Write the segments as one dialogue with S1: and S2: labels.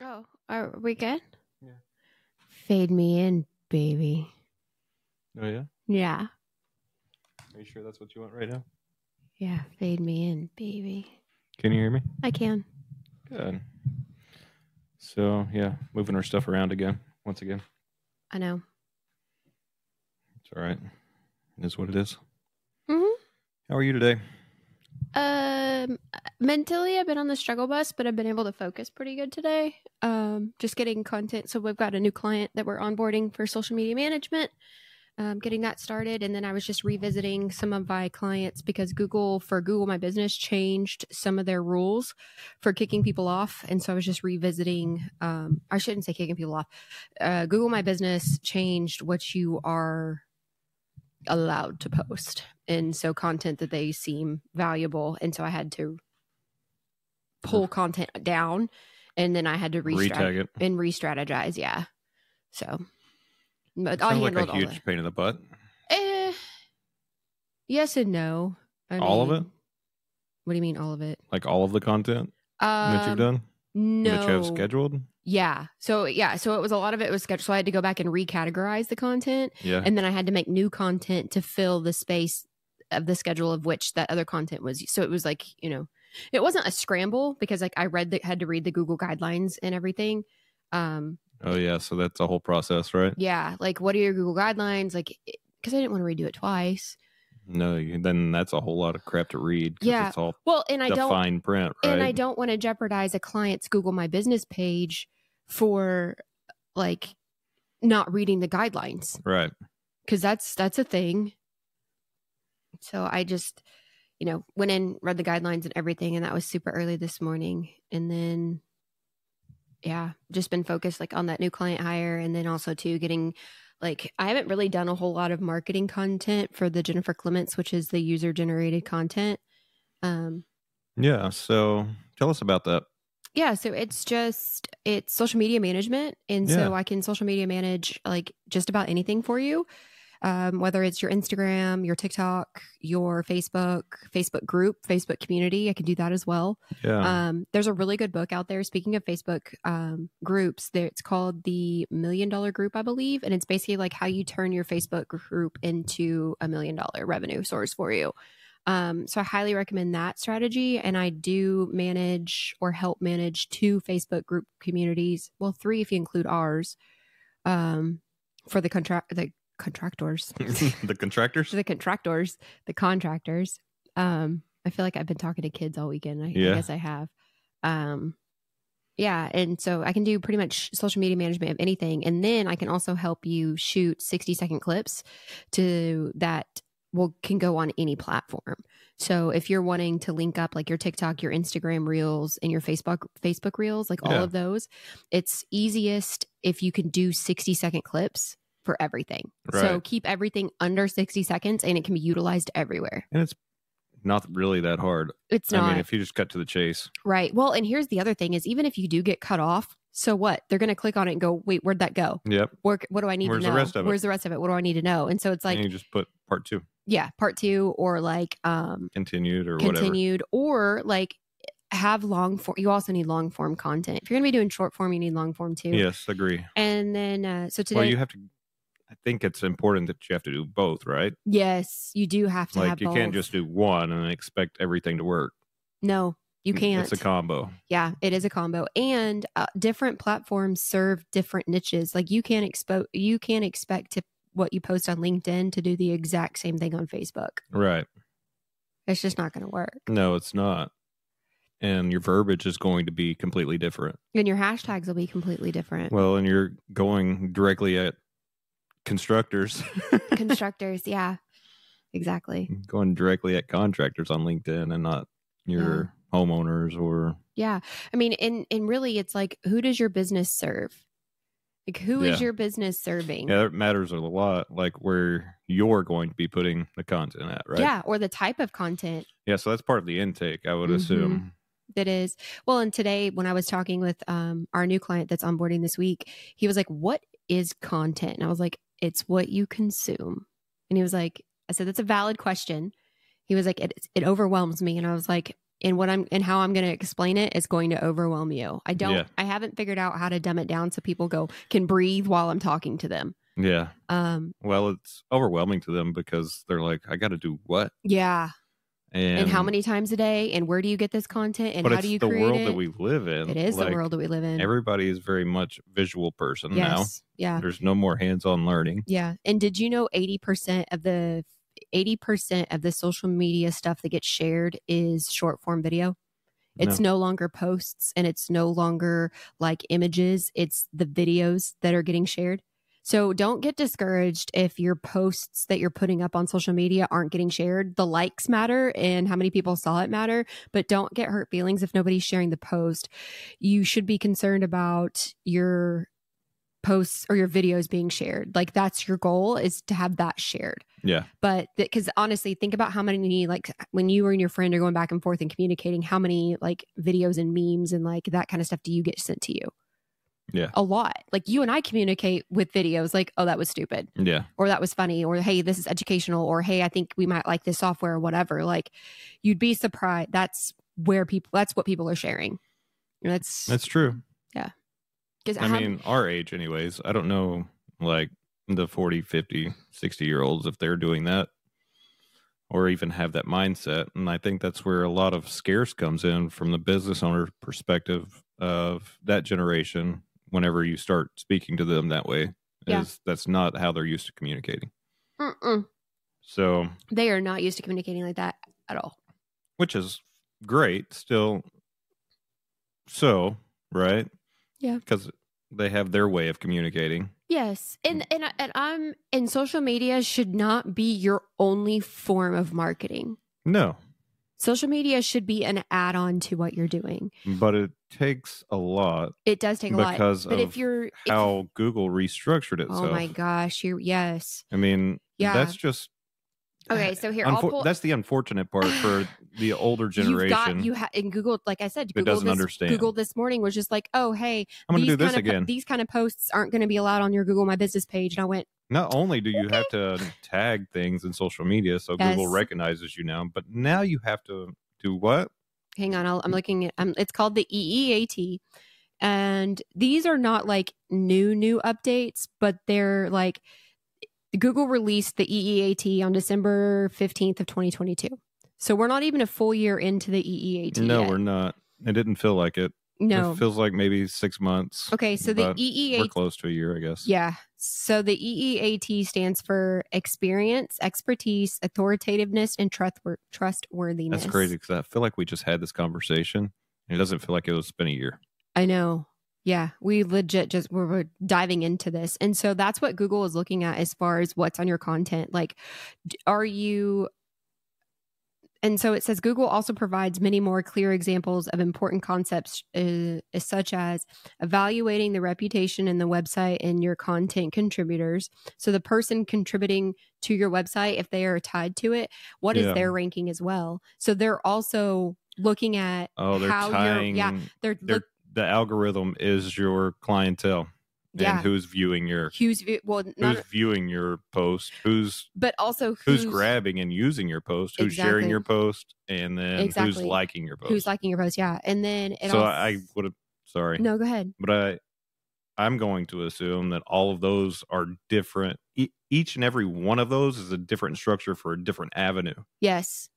S1: Oh, are we good?
S2: Yeah.
S1: Fade me in, baby.
S2: Oh yeah.
S1: Yeah.
S2: Are you sure that's what you want right now?
S1: Yeah. Fade me in, baby.
S2: Can you hear me?
S1: I can.
S2: Good. So yeah, moving our stuff around again, once again.
S1: I know.
S2: It's all right. It is what it is.
S1: Mm-hmm.
S2: How are you today?
S1: Um, mentally, I've been on the struggle bus, but I've been able to focus pretty good today. Um, just getting content. So we've got a new client that we're onboarding for social media management. Um, getting that started, and then I was just revisiting some of my clients because Google for Google My Business changed some of their rules for kicking people off, and so I was just revisiting. Um, I shouldn't say kicking people off. Uh, Google My Business changed what you are allowed to post and so content that they seem valuable and so i had to pull content down and then i had to re-strat-
S2: Retag it.
S1: and re-strategize yeah so but i
S2: Sounds
S1: handled
S2: like a
S1: all
S2: huge
S1: that.
S2: pain in the butt.
S1: Eh, yes and no I
S2: All of it?
S1: what do you mean all of it
S2: Like all of the content that
S1: Um,
S2: you've done
S1: no
S2: that you have scheduled.
S1: yeah so yeah so it was a lot of it was scheduled so i had to go back and recategorize the content
S2: Yeah.
S1: and then I had to make new content to fill the space of the schedule of which that other content was. So it was like you know, it wasn't a scramble because like I read the had to read the Google guidelines and everything. Um,
S2: oh yeah. So that's a whole process, right?
S1: yeah, like what are your Google guidelines? Like because I didn't want to redo it twice.
S2: No. you- Then that's a whole lot of crap to read. 'cause
S1: Yeah.
S2: It's all
S1: Well, and I
S2: the
S1: don't
S2: fine print, right?
S1: and I don't want to jeopardize a client's Google My Business page for like not reading the guidelines.
S2: Right.
S1: because that's that's a thing so i just you know went in read the guidelines and everything and that was super early this morning and then yeah just been focused like on that new client hire and then also too getting like i haven't really done a whole lot of marketing content for the jennifer clements which is the user generated content um
S2: Yeah. So tell us about that.
S1: yeah so it's just it's social media management and so i can social media manage like just about anything for you um, whether it's your instagram your tiktok your facebook facebook group facebook community i can do that as well
S2: Yeah.
S1: um, there's a really good book out there. Speaking of Facebook um, groups, there, it's called the Million Dollar Group, I believe, and it's basically like how you turn your Facebook group into a million dollar revenue source for you. Um, so I highly recommend that strategy. And I do manage or help manage two Facebook group communities. Well, three if you include ours um, for the contract the contractors.
S2: the contractors.
S1: to the contractors, the contractors. Um, I feel like I've been talking to kids all weekend. I, I
S2: Yeah.
S1: guess I have. Um, yeah, and so I can do pretty much social media management of anything, and then I can also help you shoot sixty second clips to that will can go on any platform. So if you're wanting to link up like your TikTok, your Instagram Reels, and your Facebook Facebook Reels, like all
S2: Yeah.
S1: of those, it's easiest if you can do 60 second clips for everything. So
S2: Right.
S1: keep everything under 60 seconds and it can be utilized everywhere.
S2: And it's not really that hard.
S1: It's not
S2: I mean, if you just cut to the chase.
S1: right. Well, and here's the other thing is even if you do get cut off, so what? They're going to click on it and go, "Wait, where'd that go?
S2: Yep.
S1: Where, what do I need
S2: Where's
S1: to
S2: the
S1: know?
S2: rest of it?"
S1: Where's the rest of it? What do I need to know?" And so it's like,
S2: and you just put part two
S1: yeah, part 2 or like um
S2: continued or whatever.
S1: continued or like have long form you also need long form content if you're gonna be doing short form you need long form too
S2: Yes, agree.
S1: and then uh, so today
S2: Well, you have to. I think it's important that you have to do both, right?
S1: yes you do have to have
S2: Like you can't
S1: both.
S2: just do one and expect everything to work.
S1: no you can't
S2: Mm, It's a combo.
S1: yeah it is a combo and uh, different platforms serve different niches like you can't expo you can't expect to what you post on linkedin to do the exact same thing on facebook
S2: Right.
S1: it's just not gonna work
S2: No, it's not. And your verbiage is going to be completely different.
S1: and your hashtags will be completely different
S2: Well, and you're going directly at constructors,
S1: constructors yeah exactly
S2: going directly at contractors on LinkedIn and not your homeowners or
S1: Yeah. I mean, and and really it's like who does your business serve? Like who is
S2: Yeah.
S1: your business serving?
S2: Yeah, that matters a lot, like where you're going to be putting the content at, right?
S1: Yeah, or the type of content
S2: Yeah, so that's part of the intake, I would
S1: Mhm.
S2: assume.
S1: that is. Well, and today when I was talking with um our new client that's onboarding this week, he was like, "What is content?" And I was like, "It's what you consume." And he was like, "I said that's a valid question." He was like, "It it overwhelms me," and I was like, and what I'm and how I'm going to explain it is going to overwhelm you. I don't.
S2: Yeah.
S1: I haven't figured out how to dumb it down so people go can breathe while I'm talking to them.
S2: Yeah.
S1: Um.
S2: Well, it's overwhelming to them because they're like, I got to do what?
S1: Yeah.
S2: And,
S1: And, how many times a day? And where do you get this content? And
S2: but
S1: how
S2: it's
S1: do you
S2: the
S1: create
S2: world
S1: it?
S2: that we live in.
S1: it is the
S2: Like,
S1: world that we live in.
S2: Everybody is very much visual person now.
S1: yes. Yeah.
S2: There's no more hands-on learning.
S1: Yeah. And did you know 80% of the 80% of the social media stuff that gets shared is short form video? It's
S2: no.
S1: no. longer posts and it's no longer like images. It's the videos that are getting shared. So don't get discouraged if your posts that you're putting up on social media aren't getting shared. The likes matter and how many people saw it matter, but don't get hurt feelings if nobody's sharing the post. You should be concerned about your posts or your videos being shared. Like that's your goal is to have that shared
S2: yeah,
S1: but because honestly think about how many like when you and your friend are going back and forth and communicating how many like videos and memes and like that kind of stuff do you get sent to you
S2: Yeah.
S1: a lot like you and i communicate with videos like oh that was stupid
S2: yeah,
S1: or that was funny or hey this is educational or hey i think we might like this software or whatever like you'd be surprised that's where people that's what people are sharing And that's
S2: that's true.
S1: 'cause
S2: I
S1: how-
S2: mean, our age, anyways. I don't know, like the 40, 50, 60 year olds, if they're doing that or even have that mindset. And I think that's where a lot of scarce comes in from the business owner perspective of that generation. Whenever you start speaking to them that way,
S1: Yeah.
S2: is that's not how they're used to communicating.
S1: mm-mm.
S2: So,
S1: they are not used to communicating like that at all
S2: which is great still so right
S1: Yeah.
S2: because they have their way of communicating
S1: Yes, and
S2: Mm.
S1: and I- and I'm and social media should not be your only form of marketing.
S2: no
S1: Social media should be an add-on to what you're doing.
S2: but it takes a lot
S1: It does take a lot,
S2: because
S1: but
S2: of
S1: if you're if-
S2: how google restructured itself
S1: oh my gosh, you yes,
S2: i mean
S1: Yeah.
S2: that's just
S1: okay. So here, I'll
S2: unfor-
S1: pull.
S2: that's the unfortunate part for the older
S1: You've got
S2: generation
S1: you ha- and Google, like I said,
S2: that
S1: Google
S2: doesn't
S1: this,
S2: understand
S1: Google this morning was just like, oh hey,
S2: i'm gonna
S1: these
S2: do this
S1: kind of,
S2: again
S1: These kind of posts aren't going to be allowed on your Google My Business page, and I went,
S2: not only do you have to tag things in social media so google
S1: Yes.
S2: recognizes you now but now you have to do what
S1: hang on
S2: Mm.
S1: I'll, i'm looking at um, it's called the eeat and these are not like new new updates but they're like google released the E eeat on december 15th of 2022 so we're not even a full year into the E eeat
S2: no
S1: yet.
S2: we're not it didn't feel like it
S1: no
S2: It feels like maybe six months.
S1: okay so the E
S2: but We're
S1: eeat
S2: close to a year, I guess.
S1: yeah so the E eeat stands for experience expertise authoritativeness and trustwor- trustworthiness
S2: That's crazy because I feel like we just had this conversation and it doesn't feel like it was been a year.
S1: I know. Yeah, we legit just we're, we're diving into this, and so that's what Google is looking at as far as what's on your content. Like, d- are you? And so it says Google also provides many more clear examples of important concepts, uh, such as evaluating the reputation in the website and your content contributors. So the person contributing to your website, if they are tied to it, what is
S2: Yeah.
S1: their ranking as well? So they're also looking at
S2: Oh, they're
S1: How you're-
S2: tying.
S1: yeah, they're,
S2: they're-
S1: look-
S2: the algorithm is your clientele and
S1: yeah.
S2: who's viewing your
S1: Hughes, vi- well, not,
S2: who's viewing your post, who's
S1: but also
S2: who's grabbing and using your post, who's sharing
S1: Exactly.
S2: your post, and then who's
S1: Exactly.
S2: liking your post.
S1: who's liking your post. Yeah, and then it
S2: so
S1: also,
S2: I would have sorry.
S1: no, go ahead.
S2: but I I'm going to assume that all of those are different. E- each and every one of those is a different structure for a different avenue,
S1: Yes,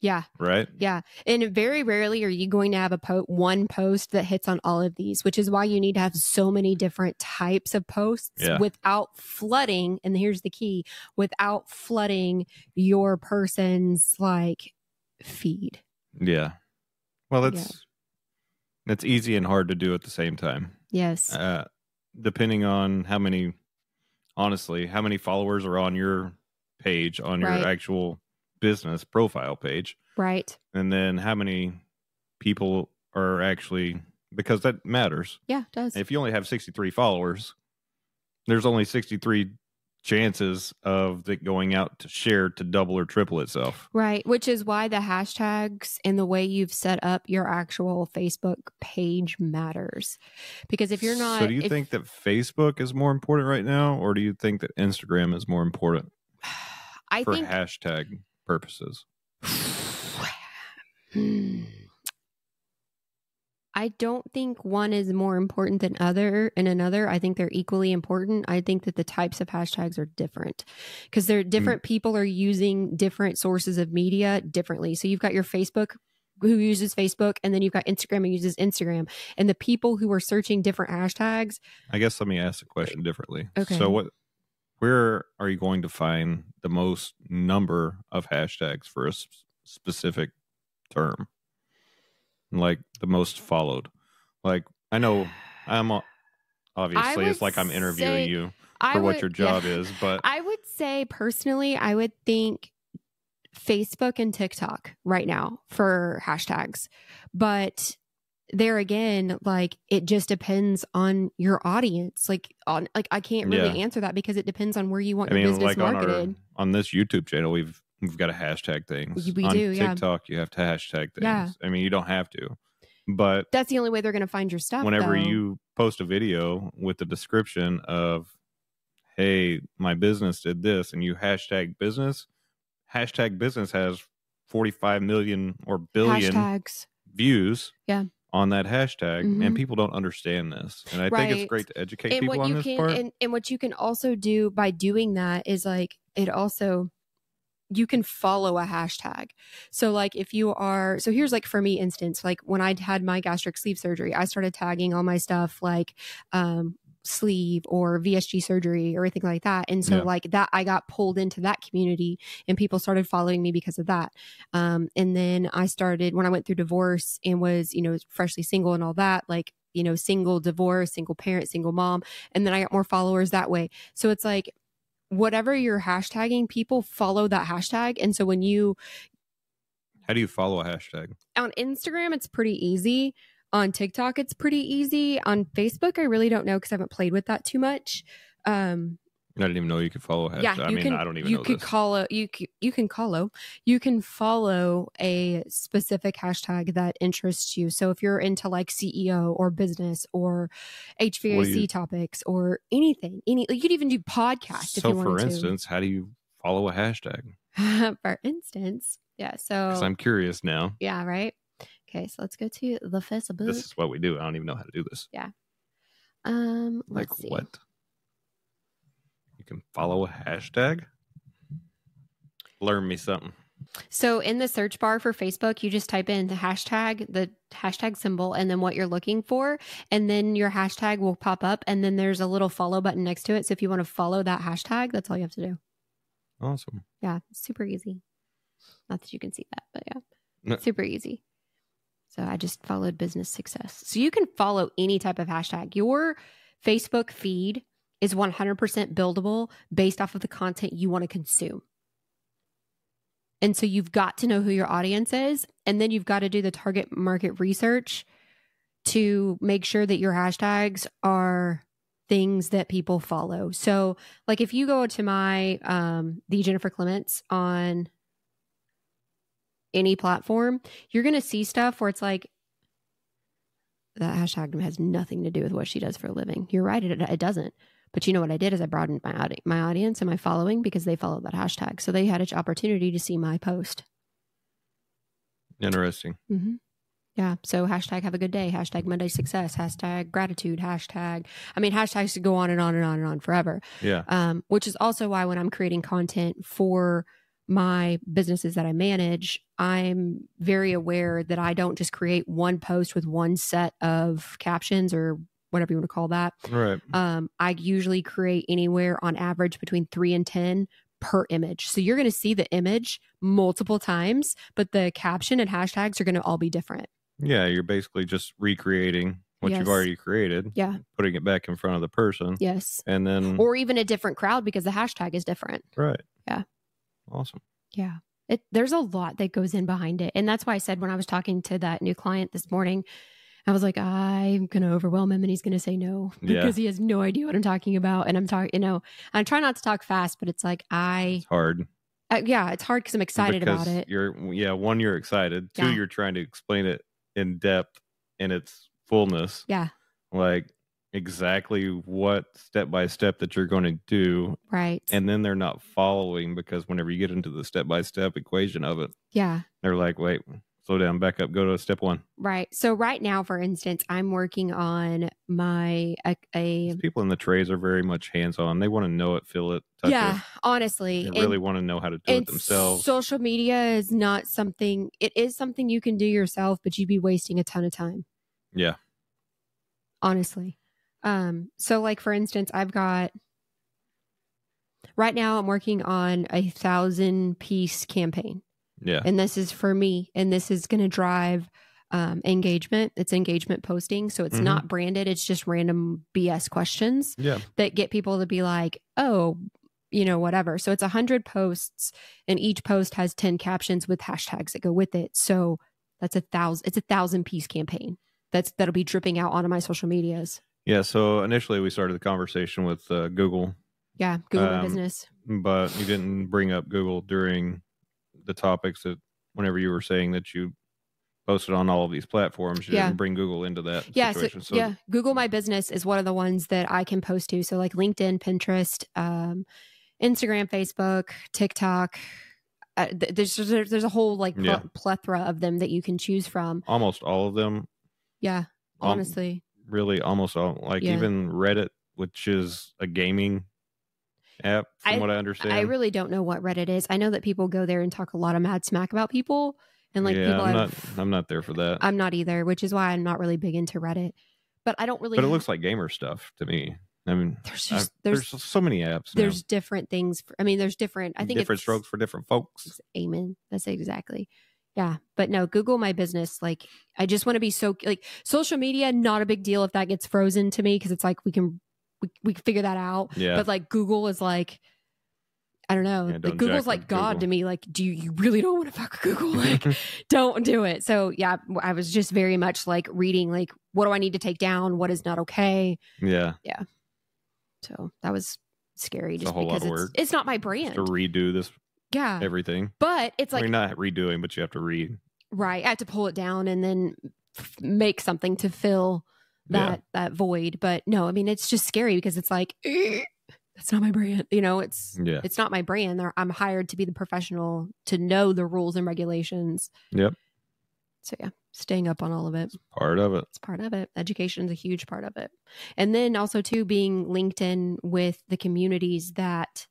S1: yeah,
S2: right?
S1: yeah. And very rarely are you going to have a po- one post that hits on all of these, which is why you need to have so many different types of posts
S2: Yeah.
S1: without flooding. And here's the key: without flooding your person's like feed.
S2: Yeah. Well,
S1: Yeah.
S2: it's it's easy and hard to do at the same time.
S1: Yes,
S2: Uh, depending on how many honestly, how many followers are on your page on
S1: Right.
S2: your actual business profile page
S1: right.
S2: and then how many people are actually because that matters.
S1: Yeah, it does.
S2: if you only have 63 followers there's only 63 chances of it going out to share to double or triple itself
S1: Right, which is why the hashtags and the way you've set up your actual Facebook page matters. Because if you're not
S2: so do you
S1: if-
S2: think that facebook is more important right now or do you think that instagram is more important
S1: I
S2: for
S1: think
S2: hashtag purposes
S1: Hmm. I don't think one is more important than other and another. I think they're equally important. I think that the types of hashtags are different because they're
S2: Hmm.
S1: different people are using different sources of media differently. So you've got your Facebook who uses Facebook and then you've got Instagram who uses Instagram and the people who are searching different hashtags.
S2: I guess let me ask the question differently.
S1: Okay.
S2: So what where are you going to find the most number of hashtags for a s- specific term? Like the most followed. Like I know I'm o- obviously it's
S1: would
S2: like I'm interviewing
S1: say-
S2: you
S1: I
S2: for what
S1: would-
S2: your job
S1: yeah.
S2: is, but
S1: I would say personally, I would think Facebook and TikTok right now for hashtags. But there again, like it just depends on your audience. Like on like I can't really answer that because it depends on where you want
S2: I
S1: your
S2: mean
S1: business
S2: like on
S1: marketed.
S2: our on this YouTube channel we've we've got to hashtag things.
S1: We- we
S2: on
S1: do, yeah.
S2: TikTok you have to hashtag things.
S1: Yeah.
S2: I mean you don't have to. But
S1: That's the only way they're gonna find your stuff.
S2: whenever
S1: though.
S2: you post a video with the description of hey my business did this and you hashtag business hashtag business has 45 million or billion
S1: hashtags.
S2: views
S1: Yeah.
S2: on that hashtag and
S1: Mhm.
S2: people don't understand this and i think
S1: Right.
S2: it's great to educate
S1: and
S2: people
S1: what
S2: on
S1: you
S2: this
S1: can
S2: part
S1: and, and what you can also do by doing that is like it also you can follow a hashtag so like if you are so here's like for me instance like when i had my gastric sleeve surgery i started tagging all my stuff like um sleeve or vsg surgery or anything like that and so
S2: Yeah.
S1: like that i got pulled into that community and people started following me because of that um and then i started when i went through divorce and was you know freshly single and all that like you know single divorce single parent single mom and then I got more followers that way. So it's like whatever you're hashtagging, people follow that hashtag. And so when you
S2: how do you follow a hashtag
S1: on Instagram, it's pretty easy. On TikTok, it's pretty easy. On Facebook, I really don't know because I haven't played with that too much. Um,
S2: i didn't even know you could follow a hashtag
S1: yeah, you
S2: i mean
S1: can.
S2: i don't even
S1: you
S2: know
S1: could
S2: this
S1: call a you c- you can follow you can follow a specific hashtag that interests you. So if you're into like CEO or business or
S2: What
S1: HVAC
S2: do you-
S1: topics or anything, any like you'd even do podcast. if
S2: so
S1: you wanted
S2: for
S1: to.
S2: instance how do you follow a hashtag
S1: for instance. Yeah. So,
S2: because i'm curious now
S1: yeah, right. Okay. So let's go to the Facebook.
S2: this is what we do i don't even know how to do this
S1: um,
S2: Like
S1: let's see.
S2: what? You can follow a hashtag? Learn me something.
S1: So in the search bar for Facebook, you just type in the hashtag, the hashtag symbol, and then what you're looking for. And then your hashtag will pop up. And then there's a little follow button next to it. So if you want to follow that hashtag, that's all you have to do.
S2: Awesome.
S1: Yeah. Super easy. Not that you can see that, but yeah.
S2: No.
S1: Super easy. So I just followed business success. So you can follow any type of hashtag. Your Facebook feed is 100% buildable based off of the content you want to consume. And so you've got to know who your audience is. And then you've got to do the target market research to make sure that your hashtags are things that people follow. So, like if you go to my, um, the Jennifer Clements on any platform, you're going to see stuff where it's like that hashtag has nothing to do with what she does for a living. You're right, it, it doesn't. But you know what I did is I broadened my audi- my audience and my following because they followed that hashtag, so they had an opportunity to see my post.
S2: Interesting.
S1: Mm-hmm. Yeah. So hashtag have a good day. Hashtag Monday success. Hashtag gratitude. Hashtag. I mean, hashtags could go on and on and on and on forever
S2: Yeah.
S1: um, which is also why when I'm creating content for my businesses that I manage, I'm very aware that I don't just create one post with one set of captions or whatever you want to call that.
S2: Right.
S1: Um, I usually create anywhere on average between three and 10 per image. So you're going to see the image multiple times, but the caption and hashtags are going to all be different.
S2: Yeah. You're basically just recreating what
S1: Yes.
S2: you've already created,
S1: Yeah.
S2: putting it back in front of the person.
S1: Yes.
S2: And then,
S1: Or even a different crowd because the hashtag is different.
S2: right.
S1: Yeah.
S2: Awesome.
S1: Yeah. It, there's a lot that goes in behind it. And that's why I said when I was talking to that new client this morning, I was like, I'm going to overwhelm him and he's going to say no
S2: Yeah.
S1: because he has no idea what I'm talking about. And I'm talking, you know, I try not to talk fast, but it's like, I,
S2: It's hard.
S1: uh, yeah, it's hard because I'm excited
S2: because
S1: about it.
S2: You're, yeah. One, you're excited. Two,
S1: Yeah.
S2: you're trying to explain it in depth in its fullness.
S1: Yeah.
S2: Like exactly what step by step that you're going to do
S1: Right.
S2: and then they're not following because whenever you get into the step by step equation of it,
S1: yeah.
S2: they're like, "Wait, slow down, back up, go to step one.
S1: Right. So right now, for instance, I'm working on my a, a
S2: 'Cause People in the trades are very much hands on. They want to know it, feel it, touch
S1: yeah.
S2: it.
S1: Honestly,
S2: They
S1: and-
S2: really want to know how to do
S1: and
S2: it themselves.
S1: Social media is not something. It is something you can do yourself, but you'd be wasting a ton of time.
S2: Yeah.
S1: Honestly. Um. So, like for instance, I've got right now. I'm working on a thousand piece campaign.
S2: yeah.
S1: and this is for me and this is going to drive um, engagement it's engagement posting so it's
S2: Mhm.
S1: not branded it's just random bs questions
S2: Yeah.
S1: that get people to be like oh you know whatever so it's 100 posts and each post has 10 captions with hashtags that go with it so that's a thousand it's a thousand piece campaign that's that'll be dripping out onto my social medias
S2: Yeah. So initially we started the conversation with uh, Google,
S1: yeah google My
S2: Um,
S1: business
S2: but you didn't bring up Google during the topics that whenever you were saying that you posted on all of these platforms, you
S1: Yeah.
S2: didn't bring Google into that
S1: yeah, so,
S2: situation.
S1: yeah. Google My Business is one of the ones that I can post to. So like LinkedIn, Pinterest, um, Instagram, Facebook, TikTok. Uh, th- there's just- there's there's a whole like pl-
S2: Yeah.
S1: plethora of them that you can choose from.
S2: almost all of them
S1: Yeah,
S2: um,
S1: honestly,
S2: really almost all like
S1: Yeah.
S2: even Reddit, which is a gaming app, from
S1: I-
S2: what I understand.
S1: I really don't know what Reddit is. I know that people go there and talk a lot of mad smack about people, and like
S2: yeah,
S1: people.
S2: I'm
S1: have-
S2: not I'm not there for that.
S1: I'm not either, which is why I'm not really big into Reddit. But I don't really.
S2: but it looks like gamer stuff to me. I mean,
S1: there's
S2: I-
S1: just
S2: there's,
S1: there's
S2: so many apps. now.
S1: there's different things. For, I mean, there's different. I think
S2: different
S1: it's,
S2: strokes for different folks.
S1: Amen. That's exactly. Yeah. But no, Google my business. Like, I just want to be so, like, social media, not a big deal if that gets frozen to me because it's like we can, we, we can figure that out.
S2: Yeah,
S1: But like, Google is like, I don't know.
S2: Yeah,
S1: like
S2: don't
S1: Google's
S2: jack
S1: like
S2: with
S1: God
S2: Google.
S1: to me. Like, do you, you really don't want to fuck with Google? Like, don't do it. So yeah, I was just very much like reading, like, what do I need to take down? What is not okay?
S2: yeah.
S1: So that was scary
S2: It's a
S1: just
S2: whole lot
S1: because
S2: of
S1: it's,
S2: work.
S1: it's not my
S2: Just
S1: brand.
S2: to redo this
S1: Yeah.
S2: everything.
S1: But it's
S2: I
S1: like
S2: mean, not redoing, but you have to read.
S1: Right. I had to pull it down and then f- make something to fill that that void. But no, I mean it's just scary because it's like "Eh, that's not my brand. You know, it's
S2: Mm, Yeah,
S1: it's not my brand. They're- I'm hired to be the professional to know the rules and regulations.
S2: Yep.
S1: So yeah, staying up on all of it.
S2: part of it.
S1: It's part of it. Education is a huge part of it. And then also too being linked in with the communities that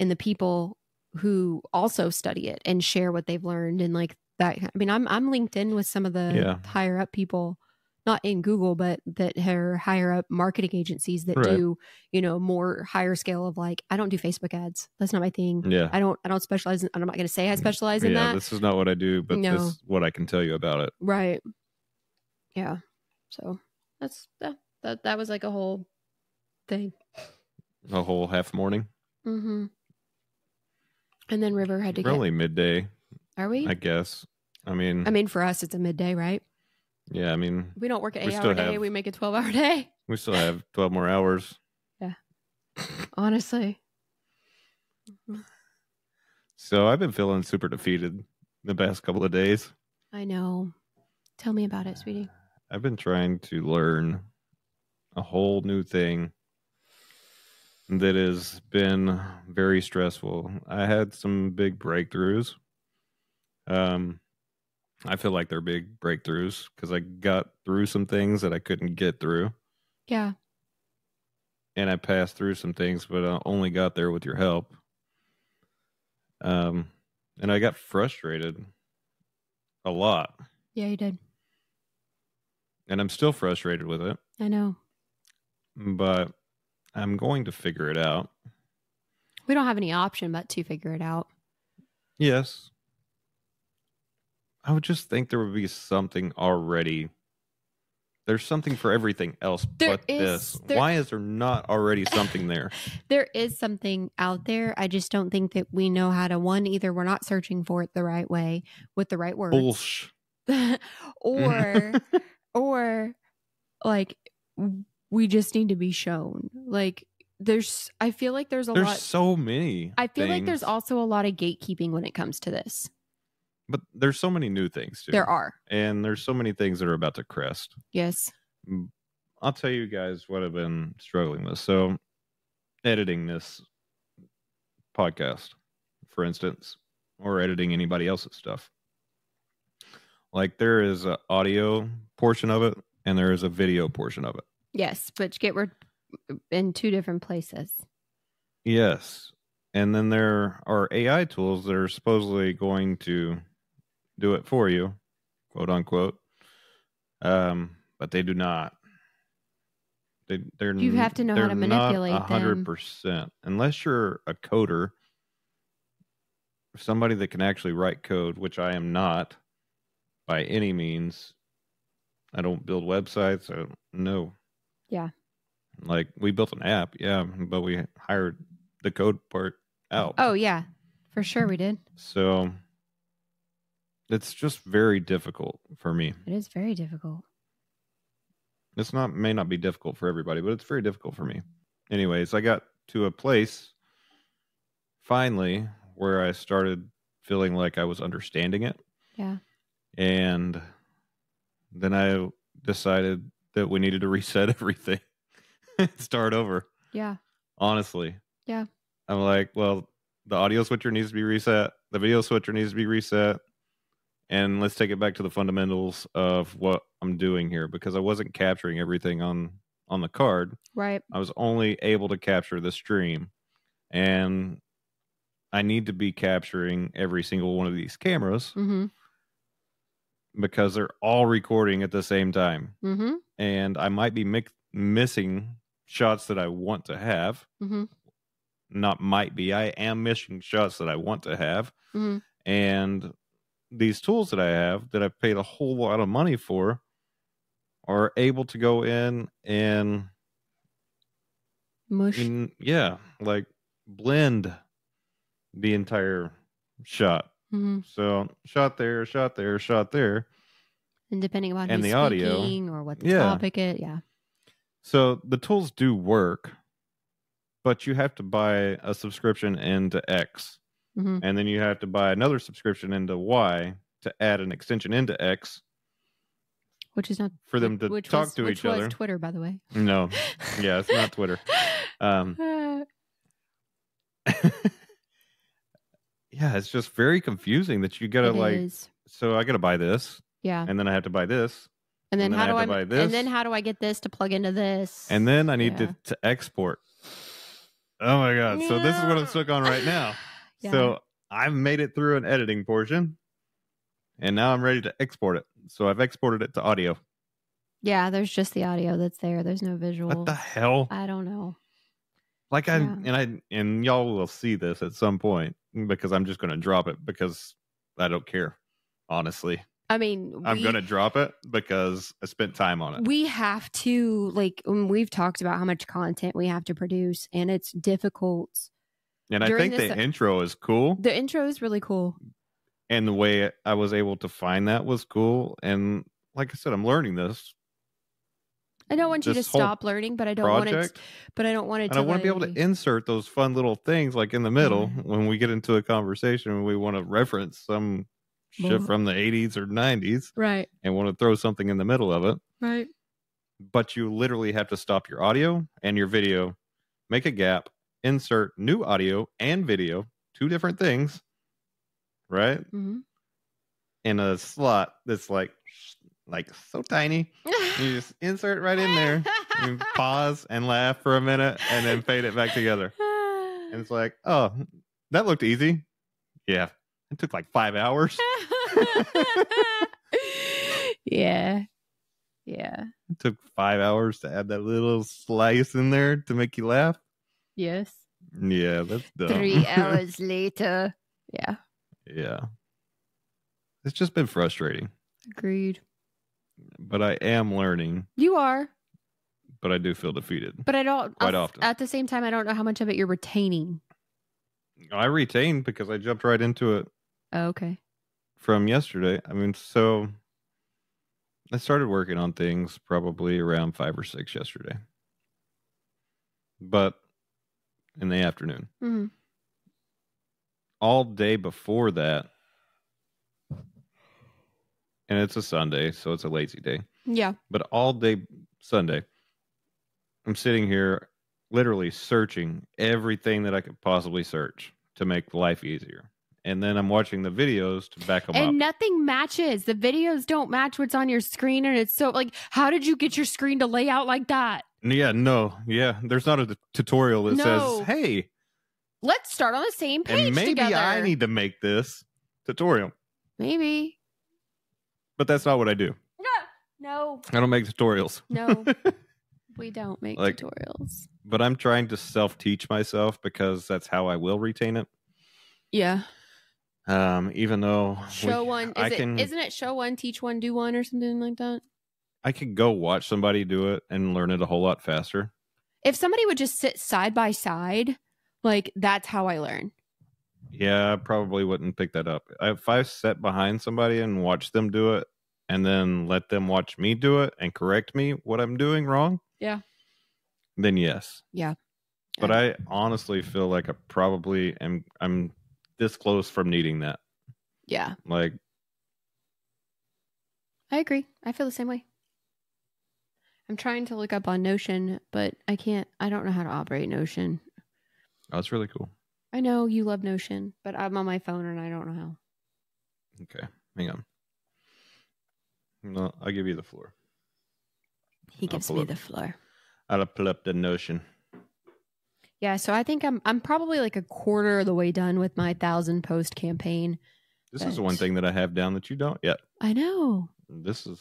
S1: and the people who also study it and share what they've learned and like that I mean I'm I'm linked in with some of the
S2: Yeah.
S1: higher up people not in Google but that are higher up marketing agencies that
S2: Right.
S1: do, you know, more higher scale of like I don't do Facebook ads. That's not my thing.
S2: Yeah,
S1: I don't I don't specialize in I'm not going to say I specialize in
S2: Mm. yeah.
S1: that.
S2: This is not what I do, but
S1: No.
S2: this is what I can tell you about it.
S1: Right. Yeah. So that's that. That, that was like a whole thing.
S2: A whole half morning,
S1: Mm-hmm. And then River had to get.
S2: really midday,
S1: Are we?
S2: I
S1: I,
S2: guess. I mean,
S1: mean, for us, it's a midday, right?
S2: yeah, I mean,
S1: We don't work an
S2: We
S1: eight-hour
S2: still
S1: day.
S2: have-
S1: We make a twelve-hour day.
S2: we still have twelve more hours.
S1: Honestly.
S2: So I've been feeling super defeated the past couple of days.
S1: I know. Tell me about it, sweetie.
S2: I've been trying to learn a whole new thing that has been very stressful. I had some big breakthroughs. Um, I feel like they're big breakthroughs because I got through some things that I couldn't get through,
S1: Yeah.
S2: and I passed through some things, but I only got there with your help. Um, and I got frustrated a lot,
S1: Yeah, you did.
S2: and I'm still frustrated with it.
S1: I know.
S2: but I'm going to figure it out.
S1: We don't have any option but to figure it out.
S2: Yes. I would just think there would be something already. There's something for everything else
S1: There
S2: but
S1: is-
S2: this.
S1: there-
S2: Why is there not already something there?
S1: There is something out there. I just don't think that we know how to one either. We're not searching for it the right way with the right words.
S2: Bullsh.
S1: or or like w- we just need to be shown like there's i feel like there's a
S2: There's
S1: lot
S2: so many.
S1: i feel like there's
S2: things,
S1: also a lot of gatekeeping when it comes to this
S2: but there's so many new things too.
S1: there are
S2: and there's so many things that are about to crest.
S1: yes
S2: I'll tell you guys what I've been struggling with. So, editing this podcast, for instance, or editing anybody else's stuff, Like there is an audio portion of it and there is a video portion of it.
S1: Yes, but get we're in two different places.
S2: Yes. And then there are AI tools that are supposedly going to do it for you, quote unquote. Um, but they do not. They, they're
S1: You have to know how
S2: they're
S1: to
S2: not
S1: manipulate them.
S2: 100%. Unless you're a coder, somebody that can actually write code, which I am not by any means. I don't build websites. I don't know.
S1: Yeah.
S2: Like we built an app, yeah, but we hired the code part out.
S1: Oh yeah, for sure we did.
S2: So it's just very difficult for me.
S1: It is very difficult.
S2: It's not may not be difficult for everybody, but it's very difficult for me. Anyways, I got to a place finally where I started feeling like I was understanding it.
S1: Yeah.
S2: And then I decided that we needed to reset everything and start over.
S1: Yeah.
S2: honestly.
S1: Yeah.
S2: I'm like, well, the audio switcher needs to be reset, the video switcher needs to be reset, and let's take it back to the fundamentals of what I'm doing here because I wasn't capturing everything on on the card.
S1: Right.
S2: I was only able to capture the stream and I need to be capturing every single one of these cameras
S1: Mm-hmm.
S2: because they're all recording at the same time
S1: Mm-hmm.
S2: and I might be mix- missing shots that I want to have
S1: Mm-hmm.
S2: not might be. I am missing shots that I want to have.
S1: Mhm.
S2: And these tools that I have that I've paid a whole lot of money for are able to go in and,
S1: Mush.
S2: in- yeah, like blend the entire shot.
S1: Mm-hmm.
S2: So, shot there, shot there, shot there.
S1: And depending on
S2: And
S1: who's
S2: the audio.
S1: speaking or what the
S2: Yeah.
S1: topic is. Yeah.
S2: So, the tools do work, but you have to buy a subscription into X.
S1: Mm-hmm.
S2: and then you have to buy another subscription into Y to add an extension into X
S1: Which is not
S2: for them to
S1: which
S2: talk
S1: was-
S2: to
S1: which
S2: each
S1: was
S2: other.
S1: Twitter, by the way.
S2: no, yeah, it's not Twitter. Um,
S1: Uh,
S2: yeah, it's just very confusing that you gotta
S1: it
S2: like.
S1: is.
S2: So I gotta buy this,
S1: Yeah.
S2: and then I have to buy this,
S1: And then,
S2: and then
S1: how
S2: I
S1: do
S2: have
S1: I?
S2: to buy
S1: And then
S2: this.
S1: how do I get this to plug into this?
S2: and then I need
S1: Yeah.
S2: to, to export. Oh my god! So this is what I'm stuck on right now.
S1: Yeah.
S2: So I've made it through an editing portion, and now I'm ready to export it. So I've exported it to audio.
S1: yeah, there's just the audio that's there. There's no visual.
S2: What the hell?
S1: I don't know.
S2: like i
S1: Yeah.
S2: and i and y'all will see this at some point because i'm just going to drop it because i don't care honestly
S1: I mean,
S2: i'm
S1: we-
S2: going to drop it because i spent time on it
S1: we have to like um, we've talked about how much content we have to produce and it's difficult
S2: and i
S1: during
S2: think
S1: this-
S2: the intro is cool
S1: the intro is really cool
S2: and the way i was able to find that was cool and like i said i'm learning this
S1: i don't want you to
S2: This whole
S1: stop learning but i don't want it
S2: project
S1: but i don't want it
S2: and
S1: to
S2: i want to be able
S1: like-
S2: to insert those fun little things like in the middle
S1: Mhm.
S2: when we get into a conversation and we want to reference some shit
S1: Well-
S2: from the 80s or 90s
S1: right
S2: and want to throw something in the middle of it
S1: right
S2: but you literally have to stop your audio and your video, make a gap, insert new audio and video, two different things, right?
S1: hmm
S2: In a slot that's like like so tiny. You just insert right in there. You pause and laugh for a minute and then fade it back together. And it's like, oh, that looked easy. Yeah. It took like five hours.
S1: yeah yeah
S2: It took five hours to add that little slice in there to make you laugh.
S1: yes
S2: Yeah, that's dumb.
S1: hours later yeah
S2: Yeah. It's just been frustrating,
S1: agreed
S2: but I am learning,
S1: you are
S2: but I do feel defeated.
S1: but i don't
S2: Quite
S1: at-
S2: often.
S1: at the same time i don't know how much of it you're retaining
S2: I retained because I jumped right into it
S1: oh, okay
S2: from yesterday. I mean, so I started working on things probably around five or six yesterday, but in the afternoon.
S1: hmm
S2: all day before that. And it's a Sunday, so it's a lazy day.
S1: yeah
S2: But all day Sunday, I'm sitting here literally searching everything that I could possibly search to make life easier. and then I'm watching the videos to back them
S1: and
S2: up.
S1: nothing matches. The videos don't match what's on your screen, and it's so like, how did you get your screen to lay out like that?
S2: yeah, no, yeah. There's not a t- tutorial that
S1: No.
S2: says, "Hey,
S1: Let's start on the same page
S2: and maybe
S1: together.
S2: I need to make this tutorial,"
S1: maybe.
S2: but that's not what I do.
S1: No,
S2: I don't make tutorials,
S1: no, we don't make
S2: Like-
S1: tutorials.
S2: but I'm trying to self-teach myself because that's how I will retain it.
S3: Yeah.
S2: Um, even though we-
S1: Show one. Is
S2: I
S1: it,
S2: can-
S1: Isn't it show one, teach one, do one, or something like that?
S2: I could go watch somebody do it and learn it a whole lot faster.
S1: If somebody would just sit side by side, like that's how I learn.
S2: Yeah, I probably wouldn't pick that up. If I sat behind somebody and watched them do it and then let them watch me do it and correct me what I'm doing wrong.
S1: Yeah.
S2: Then yes.
S1: Yeah.
S2: But I honestly feel like I probably am I'm this close from needing that.
S1: Yeah,
S2: Like
S1: I agree. I feel the same way. I'm trying to look up on Notion, but I can't. I don't know how to operate Notion.
S2: that's really cool.
S1: I know you love Notion, but I'm on my phone and I don't know how.
S2: Okay. Hang on. No, I'll give you the floor.
S1: He
S2: I'll pull up.
S1: floor.
S2: I'll pull up the notion.
S1: Yeah, so I think I'm I'm probably like a quarter of the way done with my thousand post campaign.
S2: This is one
S1: Thanks.
S2: thing that I have down that you don't yet.
S1: I know.
S2: This is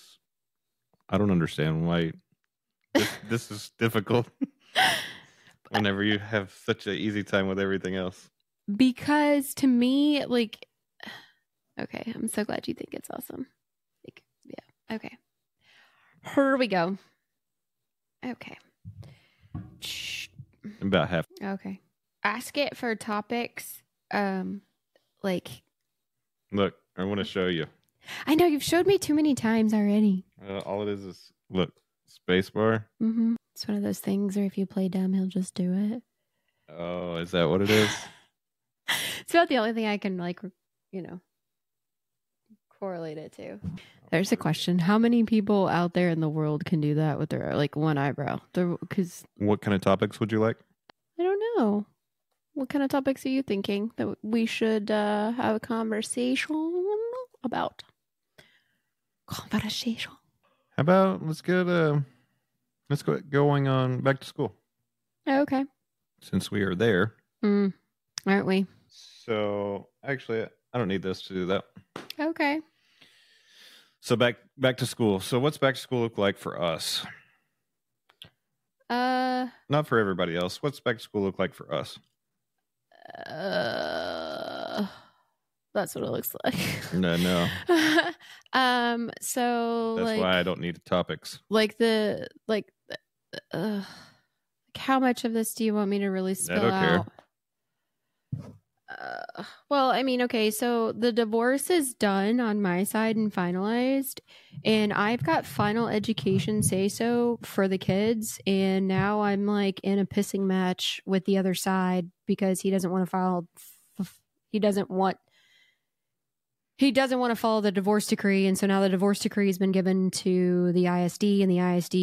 S2: I don't understand why this, this is difficult whenever you have such an easy time with everything else.
S1: because to me like okay i'm so glad you think it's awesome like yeah okay here we go okay Shh.
S2: About half.
S1: okay ask it for topics um like
S2: Look, I want to show you.
S1: i know you've showed me too many times already
S2: Uh, all it is is look, spacebar.
S1: mm-hmm. it's one of those things where if you play dumb he'll just do it
S2: Oh, is that what it is?
S1: it's about the only thing I can like, you know, correlate it to. There's a question: How many people out there in the world can do that with their like one eyebrow? Because
S2: What kind of topics would you like?
S1: I don't know.
S3: What kind of topics are you thinking that we should uh, have a conversation about? Conversation.
S2: How about let's get uh let's go going on um, back to school
S1: Okay,
S2: since we are there.
S1: mm. aren't we?
S2: So actually, I don't need this to do that.
S1: Okay.
S2: So back back to school. So what's back to school look like for us?
S1: Uh,
S2: Not for everybody else. What's back to school look like for us?
S1: uh, that's what it looks like.
S2: No, no.
S1: um. So
S2: That's
S1: like,
S2: why I don't need topics.
S1: like the like uh, like how much of this do you want me to really spill
S2: don't care.
S1: out? Uh, well, I mean, okay, so the divorce is done on my side and finalized, and I've got final education say so for the kids, and now I'm like in a pissing match with the other side because he doesn't want to file, f- he doesn't want he doesn't want to follow the divorce decree and so now the divorce decree has been given to the isd and the isd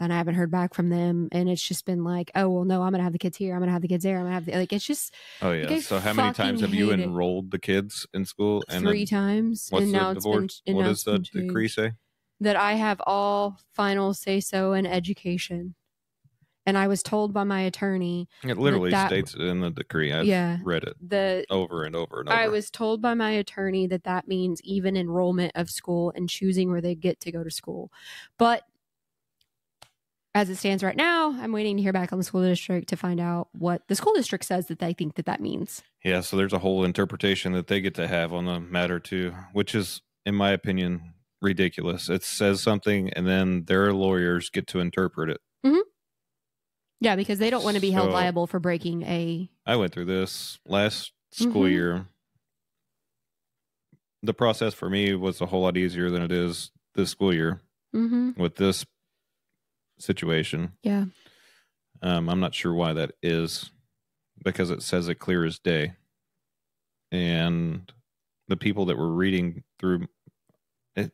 S1: and i haven't heard back from them and it's just been like oh well no i'm gonna have the kids here i'm gonna have the kids there i'm gonna have the like it's just
S2: Oh yeah.
S1: Like, I
S2: so how many times
S1: fucking
S2: have you
S1: hate it.
S2: enrolled the kids in school?
S1: three
S2: then
S1: times
S2: What's
S1: and
S2: the
S1: now it's been
S2: divorce?
S1: and
S2: what
S1: now
S2: does
S1: it's
S2: the
S1: been changed.
S2: decree say?
S1: that i have all final say so in education and i was told by my attorney
S2: It literally
S1: that-
S2: states it in the decree. I've
S1: Yeah.
S2: read it
S1: the
S2: over and over and over.
S1: I was told by my attorney that that means even enrollment of school and choosing where they get to go to school. But as it stands right now, I'm waiting to hear back on the school district to find out what the school district says that they think that that means.
S2: Yeah, so there's a whole interpretation that they get to have on the matter too, which is, in my opinion, ridiculous. It says something, and then their lawyers get to interpret it.
S1: Yeah, because they don't want to be held
S2: So-
S1: liable for breaking a.
S2: I went through this last school
S1: Mhm.
S2: year. The process for me was a whole lot easier than it is this school year
S1: Mm-hmm.
S2: with this situation.
S1: Yeah.
S2: Um, I'm not sure why that is because it says it clear as day. And the people that were reading through it,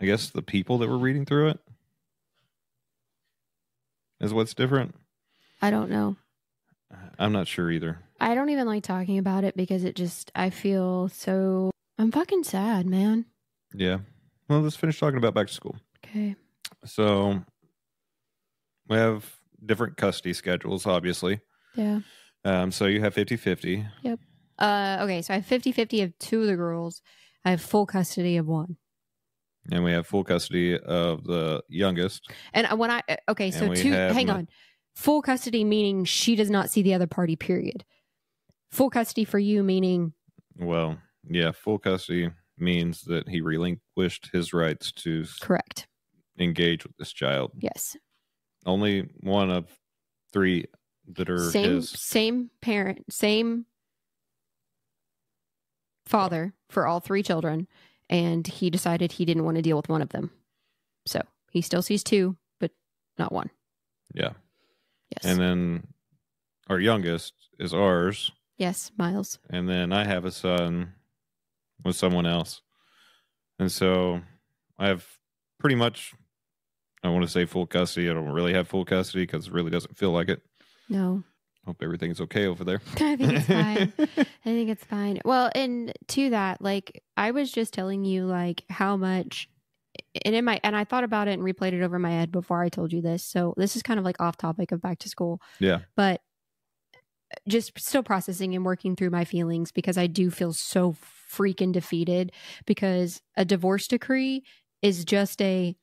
S2: I guess the people that were reading through it is what's different.
S1: I don't know.
S2: I'm not sure either.
S1: I don't even like talking about it because it just, I feel so, I'm fucking sad, man.
S2: Yeah. Well, let's finish talking about back to school.
S1: Okay.
S2: So we have different custody schedules, obviously.
S1: Yeah.
S2: Um, so you have 50 50.
S1: Uh, okay. So I have 50 50 of two of the girls. I have full custody of one.
S2: And we have full custody of the youngest.
S1: And uh, when I, okay. So
S2: And we
S1: two,
S2: have
S1: hang
S2: no-
S1: on. Full custody meaning she does not see the other party, period. Full custody for you meaning,
S2: Well, yeah, full custody means that he relinquished his rights to s-
S1: correct.
S2: engage with this child.
S1: Yes.
S2: Only one of three that are
S1: same
S2: his.
S1: same parent same father for all three children and he decided he didn't want to deal with one of them so he still sees two but not one
S2: Yeah.
S1: yes
S2: And then our youngest is ours.
S1: yes miles
S2: and then I have a son with someone else. And so I have pretty much, I want to say full custody. I don't really have full custody because it really doesn't feel like it.
S1: no
S2: Hope everything's okay over there.
S1: i think it's fine I think it's fine. Well, and to that, like I was just telling you like how much and in my and I thought about it and replayed it over my head before I told you this. So this is kind of like off topic of back to school.
S2: Yeah.
S1: But just still processing and working through my feelings because I do feel so freaking defeated because a divorce decree is just a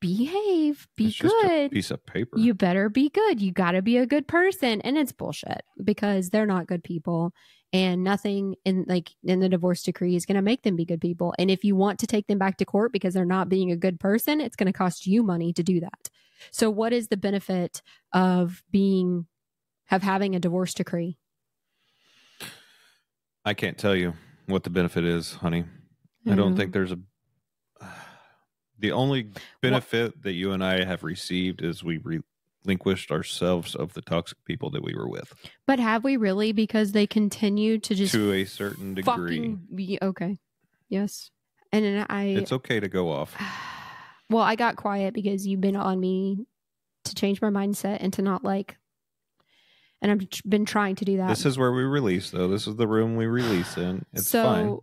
S1: behave, be
S2: It's just a
S1: good.
S2: piece of paper.
S1: You better be good. You got to be a good person. And it's bullshit because they're not good people and nothing in like in the divorce decree is going to make them be good people. And if you want to take them back to court because they're not being a good person, it's going to cost you money to do that. So what is the benefit of being of having a divorce decree?
S2: I can't tell you what the benefit is, honey. I
S1: know.
S2: don't think there's a. The only benefit that you and I have received is we relinquished ourselves of the toxic people that we were with
S1: But have we really because they continue to just
S2: to a certain degree.
S1: fucking be- okay. Yes. And then I
S2: It's okay to go off.
S1: well, I got quiet because you've been on me to change my mindset and to not like, and I've tr- been trying to do that.
S2: This is where we release, though. This is the room we release in. It's fine.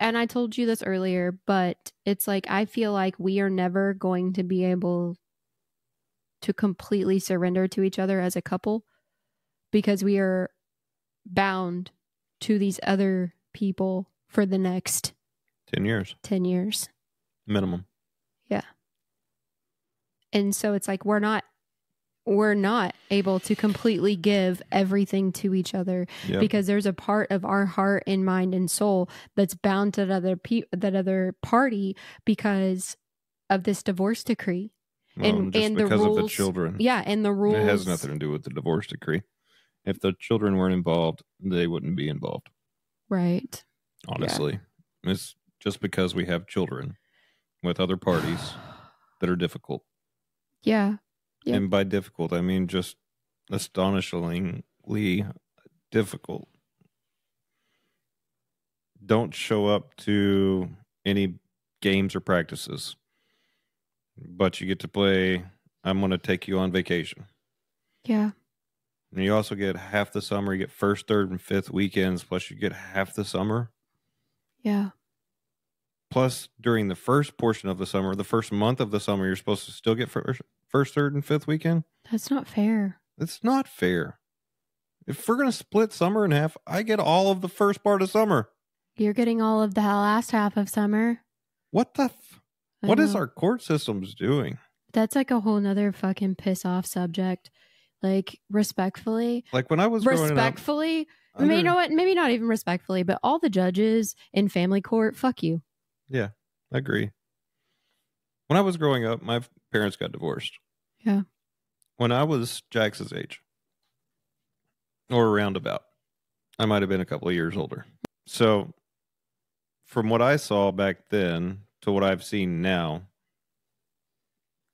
S1: and I told you this earlier, but it's like I feel like we are never going to be able to completely surrender to each other as a couple because we are bound to these other people for the next
S2: 10 years
S1: 10 years.
S2: minimum.
S1: and so it's like we're not we're not able to completely give everything to each other
S2: Yeah.
S1: because there's a part of our heart and mind and soul that's bound to that other pe- that other party because of this divorce decree. and-
S2: just
S1: and the
S2: because of the
S1: rules-
S2: children.
S1: Yeah, and the rules
S2: Hmm. It has nothing to do with the divorce decree. If the children weren't involved, they wouldn't be involved,
S1: Right.
S2: honestly. It's just because we have children with other parties that are difficult.
S1: Yeah. Yeah.
S2: And by difficult, I mean just astonishingly difficult. Don't show up to any games or practices, but you get to play. I'm going to take you on vacation.
S1: Yeah.
S2: And you also get half the summer. You get first, third, and fifth weekends, plus you get half the summer.
S1: Yeah.
S2: Plus, during the first portion of the summer, the first month of the summer, you're supposed to still get first, first third, and fifth weekend.
S1: That's not fair.
S2: It's not fair. If we're going to split summer in half, I get all of the first part of summer.
S1: You're getting all of the last half of summer.
S2: What the? F-
S1: I
S2: what is
S1: know.
S2: our court systems doing?
S1: That's like a whole nother fucking piss off subject. Like respectfully,
S2: Like when I was growing up,
S1: respectfully, I mean, you
S2: under-
S1: know what? Maybe not even respectfully, but all the judges in family court, fuck you.
S2: I agree. When I was growing up, my parents got divorced.
S1: Yeah.
S2: When I was Jax's age, or around about, I might have been a couple of years older. So, from what I saw back then to what I've seen now,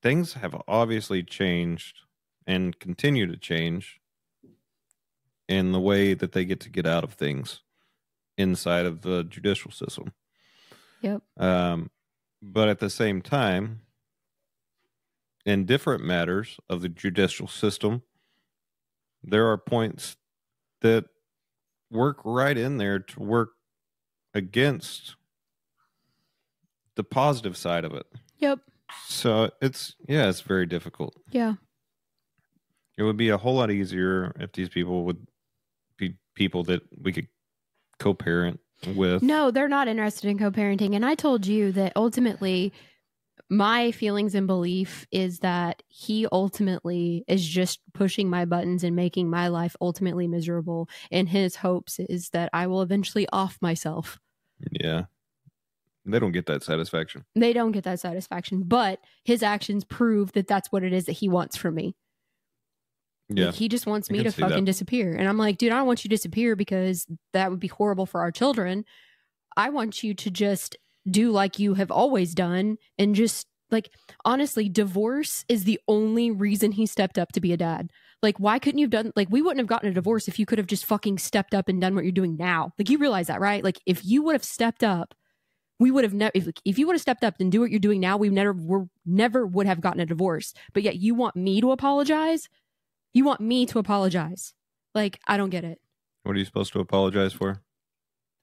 S2: things have obviously changed and continue to change in the way that they get to get out of things inside of the judicial system.
S1: Yep.
S2: Um, but at the same time, in different matters of the judicial system, there are points that work right in there to work against the positive side of it.
S4: Yep.
S2: So it's yeah, it's very difficult.
S4: Yeah.
S2: It would be a whole lot easier if these people would be people that we could co-parent with.
S1: No, they're not interested in co parenting. And I told you that ultimately, my feelings and belief is that he ultimately is just pushing my buttons and making my life ultimately miserable. And his hopes is that I will eventually off myself.
S2: Yeah. They don't get that satisfaction.
S1: They don't get that satisfaction, but his actions prove that that's what it is that he wants from me.
S2: Yeah.
S1: Like, he just wants
S2: I
S1: me
S2: can
S1: to
S2: see that.
S1: fucking disappear. And I'm like, dude, I don't want you to disappear because that would be horrible for our children. I want you to just do like you have always done and just like honestly, divorce is the only reason he stepped up to be a dad. Like, why couldn't you have done like we wouldn't have gotten a divorce if you could have just fucking stepped up and done what you're doing now? Like you realize that, right? Like if you would have stepped up, we would have never if, if you would have stepped up and do what you're doing now, we never were never would have gotten a divorce. But yet you want me to apologize? You want me to apologize. Like, I don't get it.
S2: What are you supposed to apologize for?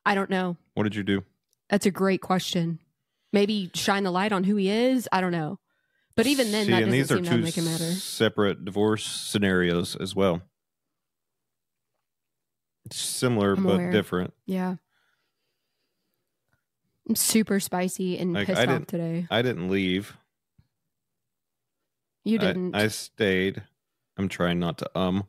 S1: I don't know.
S2: What did you do?
S1: That's a great question. Maybe shine the light on who he is. I don't know. But even then,
S2: See,
S1: that doesn't
S2: and these are
S1: seem to
S2: two
S1: make it matter.
S2: separate divorce scenarios as well. Similar
S1: I'm
S2: but
S1: aware.
S2: different.
S1: Yeah. I'm super spicy and
S2: Like,
S1: pissed
S2: I
S1: off
S2: didn't-
S1: today.
S2: I didn't leave.
S1: You
S2: I-
S1: didn't.
S2: I,
S1: I,
S2: stayed. I'm trying not to um.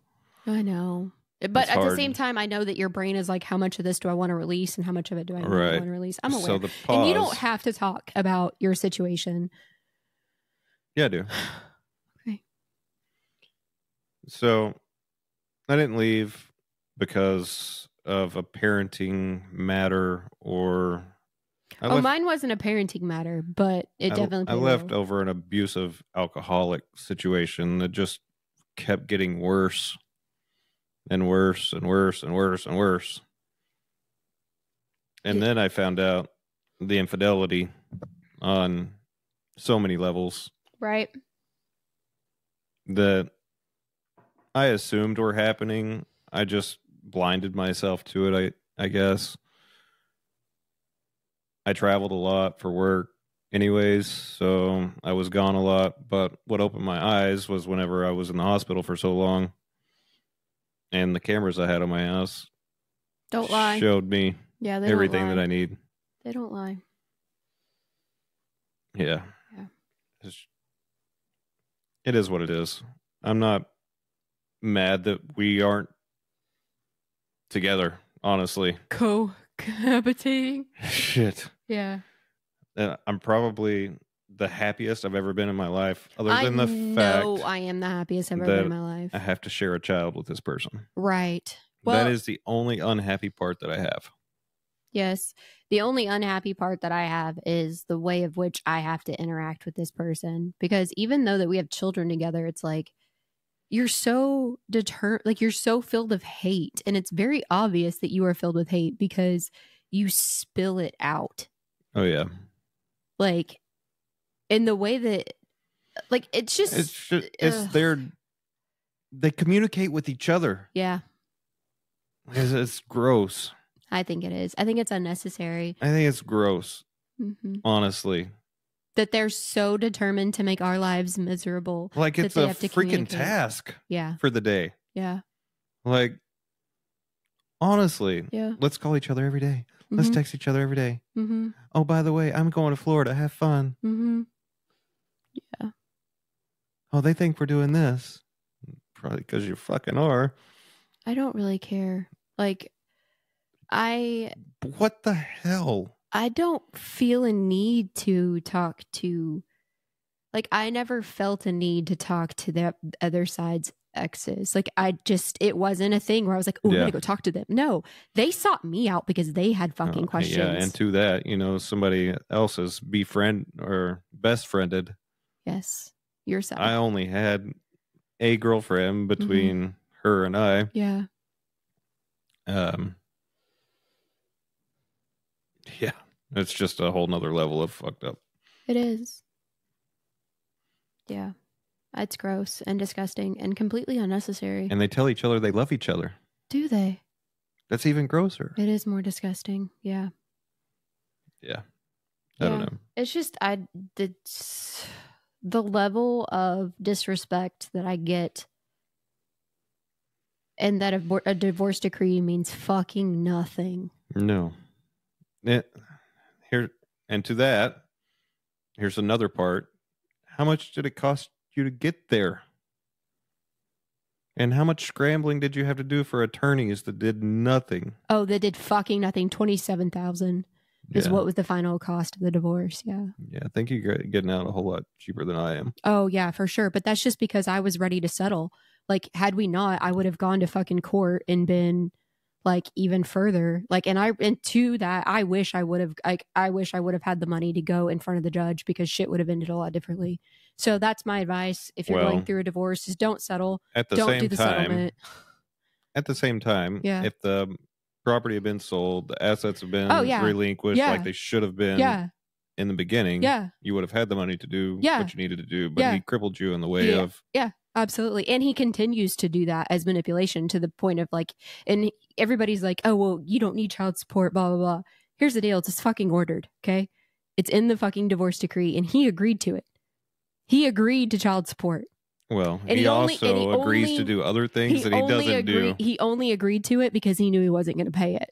S1: know. But
S2: It's
S1: at the
S2: hard.
S1: same time, I know that your brain is like, how much of this do I want to release and how much of it do I not
S2: Right.
S1: want to release? I'm aware.
S2: So the pause.
S1: and you don't have to talk about your situation.
S2: Yeah, I do.
S1: Okay.
S2: So I didn't leave because of a parenting matter or. I
S1: oh, mine wasn't a parenting matter, but it
S2: I-
S1: definitely.
S2: I,
S1: played a
S2: left
S1: role.
S2: over an abusive alcoholic situation that just kept getting worse and worse and worse and worse and worse. And
S1: Yeah.
S2: then I found out the infidelity on so many levels
S1: Right.
S2: that I assumed were happening. I just blinded myself to it, I I guess. I traveled a lot for work anyways, so I was gone a lot, but what opened my eyes was whenever I was in the hospital for so long and the cameras I had on my house
S4: Don't lie.
S2: showed me
S4: yeah. They
S2: everything that I need.
S4: They don't lie.
S2: Yeah.
S4: Yeah.
S2: It's- it is what it is. I'm not mad that we aren't together, honestly.
S1: cohabiting.
S2: Shit.
S1: Yeah.
S2: Uh, I'm probably the happiest I've ever been in my life, other
S1: I
S2: than the
S1: know
S2: fact I-,
S1: I am the happiest I've ever
S2: that
S1: been in my life.
S2: have to share a child with this person.
S1: right. Well-
S2: that is the only unhappy part that I have.
S1: Yes. The only unhappy part that I have is the way of which I have to interact with this person because even though that we have children together, it's like you're so deter like you're so filled of hate and it's very obvious that you are filled with hate because you spill it out.
S2: Oh yeah.
S1: Like in the way that like it's just
S2: It's just, it's
S1: Ugh.
S2: their they communicate with each other.
S1: yeah,
S2: It's, it's gross.
S1: I think it is. I think it's unnecessary.
S2: I think it's gross,
S1: hmm
S2: honestly.
S1: that they're so determined to make our lives miserable.
S2: like
S1: that
S2: it's
S1: they
S2: a
S1: have to
S2: freaking
S1: communicate.
S2: task
S1: Yeah,
S2: for the day
S1: yeah,
S2: like honestly
S4: Yeah.
S2: let's call each other every day. let's
S1: Mhm,
S2: text each other every day
S1: mhm,
S2: oh by the way i'm going to florida have fun
S1: mhm.
S2: oh they think we're doing this probably because you fucking are
S4: I don't really care. Like, I
S2: But what the hell
S1: I don't feel a need to talk to, like, I never felt a need to talk to the other side's exes. Like, I just it wasn't a thing where I was like, oh, I'm
S2: Yeah.
S1: gonna go talk to them. No, they sought me out because they had
S2: Oh,
S1: fucking questions.
S2: yeah and to that you know somebody else's befriend or best friended
S1: yes, your side.
S2: i only had a girlfriend between
S1: Mm-hmm.
S2: her and i
S1: yeah,
S2: Um, yeah, it's just a whole nother level of fucked up.
S4: It is. Yeah. It's gross and disgusting and completely unnecessary.
S2: And they tell each other they love each other.
S4: Do they?
S2: That's even grosser.
S1: It is more disgusting. Yeah.
S2: Yeah. I don't
S1: Yeah.
S2: know.
S1: It's just I the the level of disrespect that I get, and that a, bo- a divorce decree means fucking nothing.
S2: No. It, here and to that, here's another part. How much did it cost you to get there? And how much scrambling did you have to do for attorneys that did nothing?
S1: Oh, they did fucking nothing. Twenty seven thousand is
S2: yeah.
S1: what was the final cost of the divorce. Yeah.
S2: yeah, I think you're getting out a whole lot cheaper than I am.
S1: Oh yeah, for sure. But that's just because I was ready to settle. Like, had we not, I would have gone to fucking court and been like even further. Like, and I and to that, I wish I would have like I wish I would have had the money to go in front of the judge because shit would have ended a lot differently. So that's my advice. If you're
S2: Well-
S1: going through a divorce, is don't settle.
S2: At the
S1: Don't
S2: same
S1: do the
S2: time,
S1: settlement.
S2: at the same time,
S1: Yeah.
S2: if the property had been sold, the assets have been
S1: Oh, yeah.
S2: relinquished
S1: Yeah.
S2: like they should have been
S1: Yeah,
S2: in the beginning,
S1: yeah,
S2: you would have had the money to do
S1: Yeah.
S2: what you needed to do. But
S1: Yeah.
S2: he crippled you in the way
S1: Yeah.
S2: of
S1: absolutely. And he continues to do that as manipulation to the point of like, and everybody's like, oh well, you don't need child support, blah blah blah. Here's the deal: it's just fucking ordered. Okay, it's in the fucking divorce decree, and he agreed to it. He agreed to child support.
S2: well,
S1: And
S2: he,
S1: he only-
S2: also
S1: and he
S2: agrees to
S1: only-
S2: do other things that he doesn't
S1: agreed.
S2: do.
S1: He only agreed to it because he knew he wasn't going to pay it.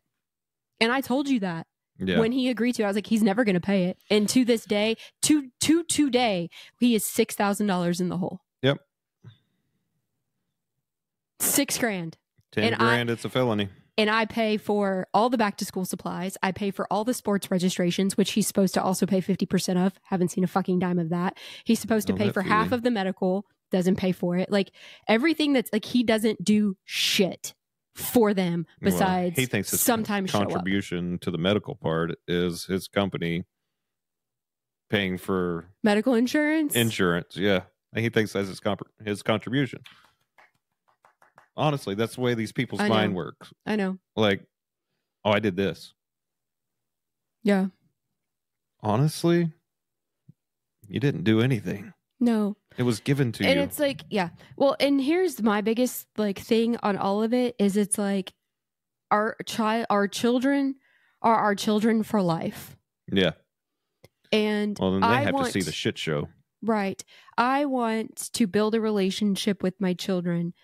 S1: And I told you that
S2: Yeah.
S1: when he agreed to it, I was like, he's never going to pay it. And to this day, to to today, he is six thousand dollars in the hole.
S2: Yep.
S1: Six grand.
S2: Ten
S1: and I-
S2: grand, it's a felony.
S1: and I pay for all the back to school supplies. I pay for all the sports registrations, which he's supposed to also pay 50% of. Haven't seen a fucking dime of that. He's supposed to
S2: Oh,
S1: pay
S2: that
S1: for half
S2: feeling.
S1: of the medical, doesn't pay for it. Like everything that's like he doesn't do shit for them
S2: Well,
S1: besides
S2: he thinks his
S1: sometimes show up.
S2: Contribution to the medical part is his company paying for
S1: Medical insurance.
S2: insurance. Yeah, he thinks that's his comp- his contribution. Honestly, that's the way these people's
S1: I know.
S2: mind works.
S1: I know.
S2: Like, oh, I did this.
S1: Yeah.
S2: Honestly, you didn't do anything.
S1: No.
S2: It was given to
S1: and
S2: you.
S1: it's like yeah well and here's my biggest like thing on all of it is it's like our child our children are our children for life
S2: yeah.
S1: and
S2: Well, then they
S1: I
S2: have
S1: want,
S2: to see the shit show.
S1: right i want to build a relationship with my children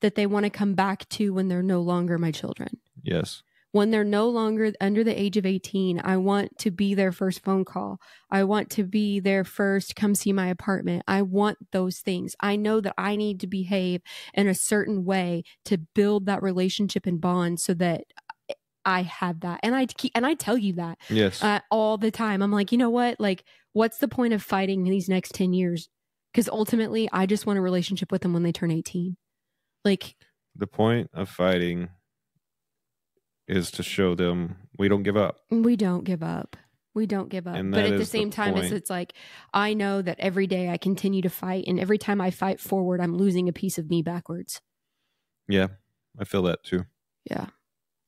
S1: that they want to come back to when they're no longer my children
S2: Yes.
S1: when they're no longer under the age of 18 i want to be their first phone call i want to be their first come see my apartment i want those things i know that i need to behave in a certain way to build that relationship and bond so that i have that and i keep, and i tell you that
S2: Yes.
S1: uh, all the time i'm like you know what like what's the point of fighting these next 10 years because ultimately i just want a relationship with them when they turn 18 like
S2: the point of fighting is to show them we don't give up.
S1: We don't give up. We don't give up.
S2: And
S1: But
S2: that
S1: at the
S2: is the
S1: same time, it's,
S2: point.
S1: it's like I know that every day I continue to fight, and every time I fight forward, I'm losing a piece of me backwards.
S2: Yeah. I feel that too.
S1: Yeah,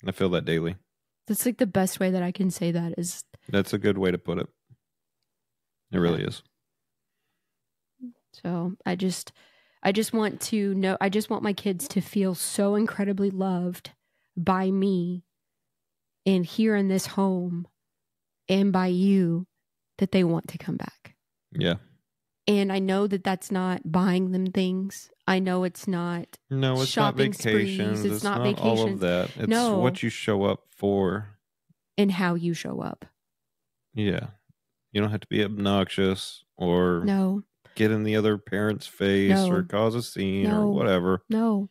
S2: I feel that daily.
S1: that's like the best way that I can say that is.
S2: That's a good way to put it. It really is.
S1: So I just, I just want to know. I just want my kids to feel so incredibly loved by me, and here in this home, and by you, that they want to come back.
S2: Yeah.
S1: And I know that that's not buying them things. I know it's not
S2: No, it's
S1: Shopping
S2: not vacations.
S1: sprees, it's
S2: It's
S1: not
S2: not, all of
S1: vacations.
S2: that. It's
S1: No.
S2: what you show up for.
S1: and how you show up.
S2: Yeah. You don't have to be obnoxious or
S1: No,
S2: get in the other parent's face
S1: No.
S2: or cause a scene
S1: No.
S2: or whatever.
S1: no.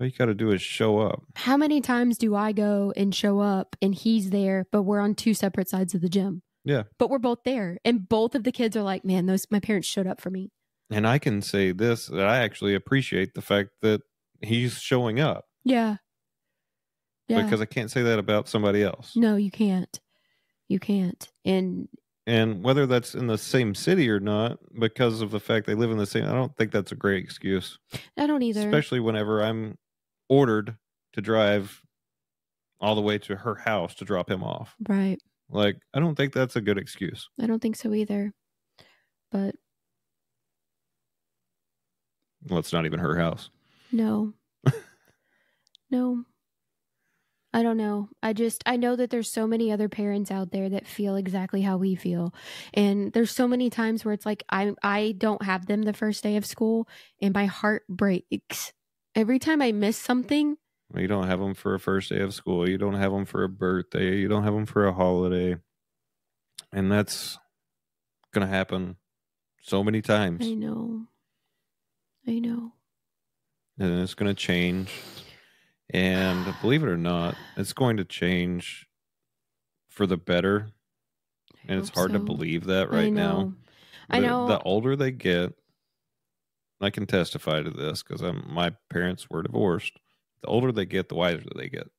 S2: All you got to do is show up.
S1: How many times do I go and show up and he's there, but we're on two separate sides of the gym?
S2: Yeah.
S1: But we're both there. And both of the kids are like, man, those my parents showed up for me.
S2: And I can say this that I actually appreciate the fact that he's showing up
S1: Yeah. Yeah.
S2: because I can't say that about somebody else.
S1: no, you can't. You can't. And
S2: And whether that's in the same city or not, because of the fact they live in the same, I don't think that's a great excuse,
S1: I don't either.
S2: especially whenever I'm ordered to drive all the way to her house to drop him off.
S1: right.
S2: Like, I don't think that's a good excuse.
S1: I don't think so either. But
S2: Well, it's not even her house.
S1: no. no. I don't know. I just I know that there's so many other parents out there that feel exactly how we feel. And there's so many times where it's like I I don't have them the first day of school and my heart breaks. Every time I miss something,
S2: You don't have them for a first day of school. You don't have them for a birthday. You don't have them for a holiday. And that's going to happen so many times.
S1: I know. I know.
S2: and it's going to change. And believe it or not, it's going to change for the better. And it's
S1: hope
S2: hard to
S1: so.
S2: believe that
S1: I
S2: right now.
S1: know. I
S2: The-
S1: know.
S2: The older they get, I can testify to this because my parents were divorced. The older they get, the wiser they get.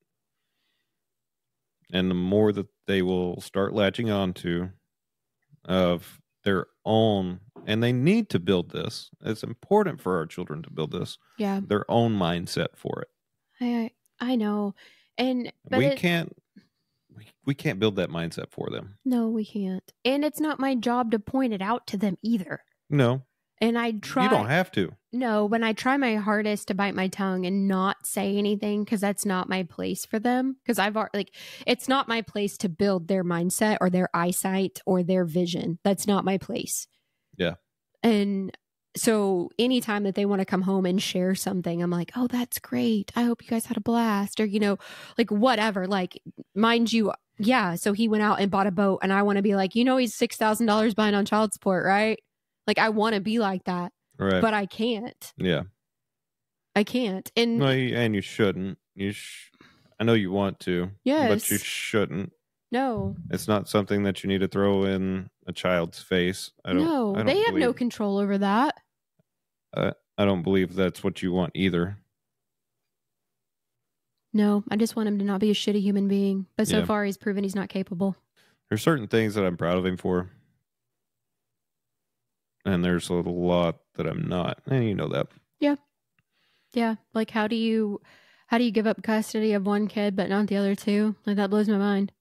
S2: And the more that they will start latching on to of their own, and they need to build this. It's important for our children to build this
S1: Yeah.
S2: their own mindset for it.
S1: I I know. And but
S2: we
S1: it-
S2: can't we, we can't build that mindset for them.
S1: no, we can't. And it's not my job to point it out to them either.
S2: No,
S1: And I try
S2: you don't have to.
S1: No, when I try my hardest to bite my tongue and not say anything because that's not my place for them. Because I've al- like, it's not my place to build their mindset or their eyesight or their vision. That's not my place.
S2: Yeah.
S1: And so anytime that they want to come home and share something, I'm like, oh, that's great. I hope you guys had a blast or, you know, like whatever. Like, mind you, yeah. So he went out and bought a boat and I want to be like, you know, he's $6,000 behind on child support, right? Like, I want to be like that
S2: Right.
S1: but I can't.
S2: yeah.
S1: I can't. And
S2: No, you- and you shouldn't. You sh- I know you want to. But you
S1: Yes.
S2: shouldn't.
S1: no,
S2: It's not something that you need to throw in a child's face. I don't
S1: no,
S2: I don't
S1: they have no
S2: believe-
S1: control over that.
S2: I don't believe that's what you want either.
S1: No, I just want him to not be a shitty human being. But so
S2: Yeah.
S1: far, he's proven he's not capable.
S2: There's certain things that I'm proud of him for. And there's a lot that I'm not. And you know that.
S1: Yeah, like how do you, how do you give up custody of one kid but not the other two? Like that blows my mind.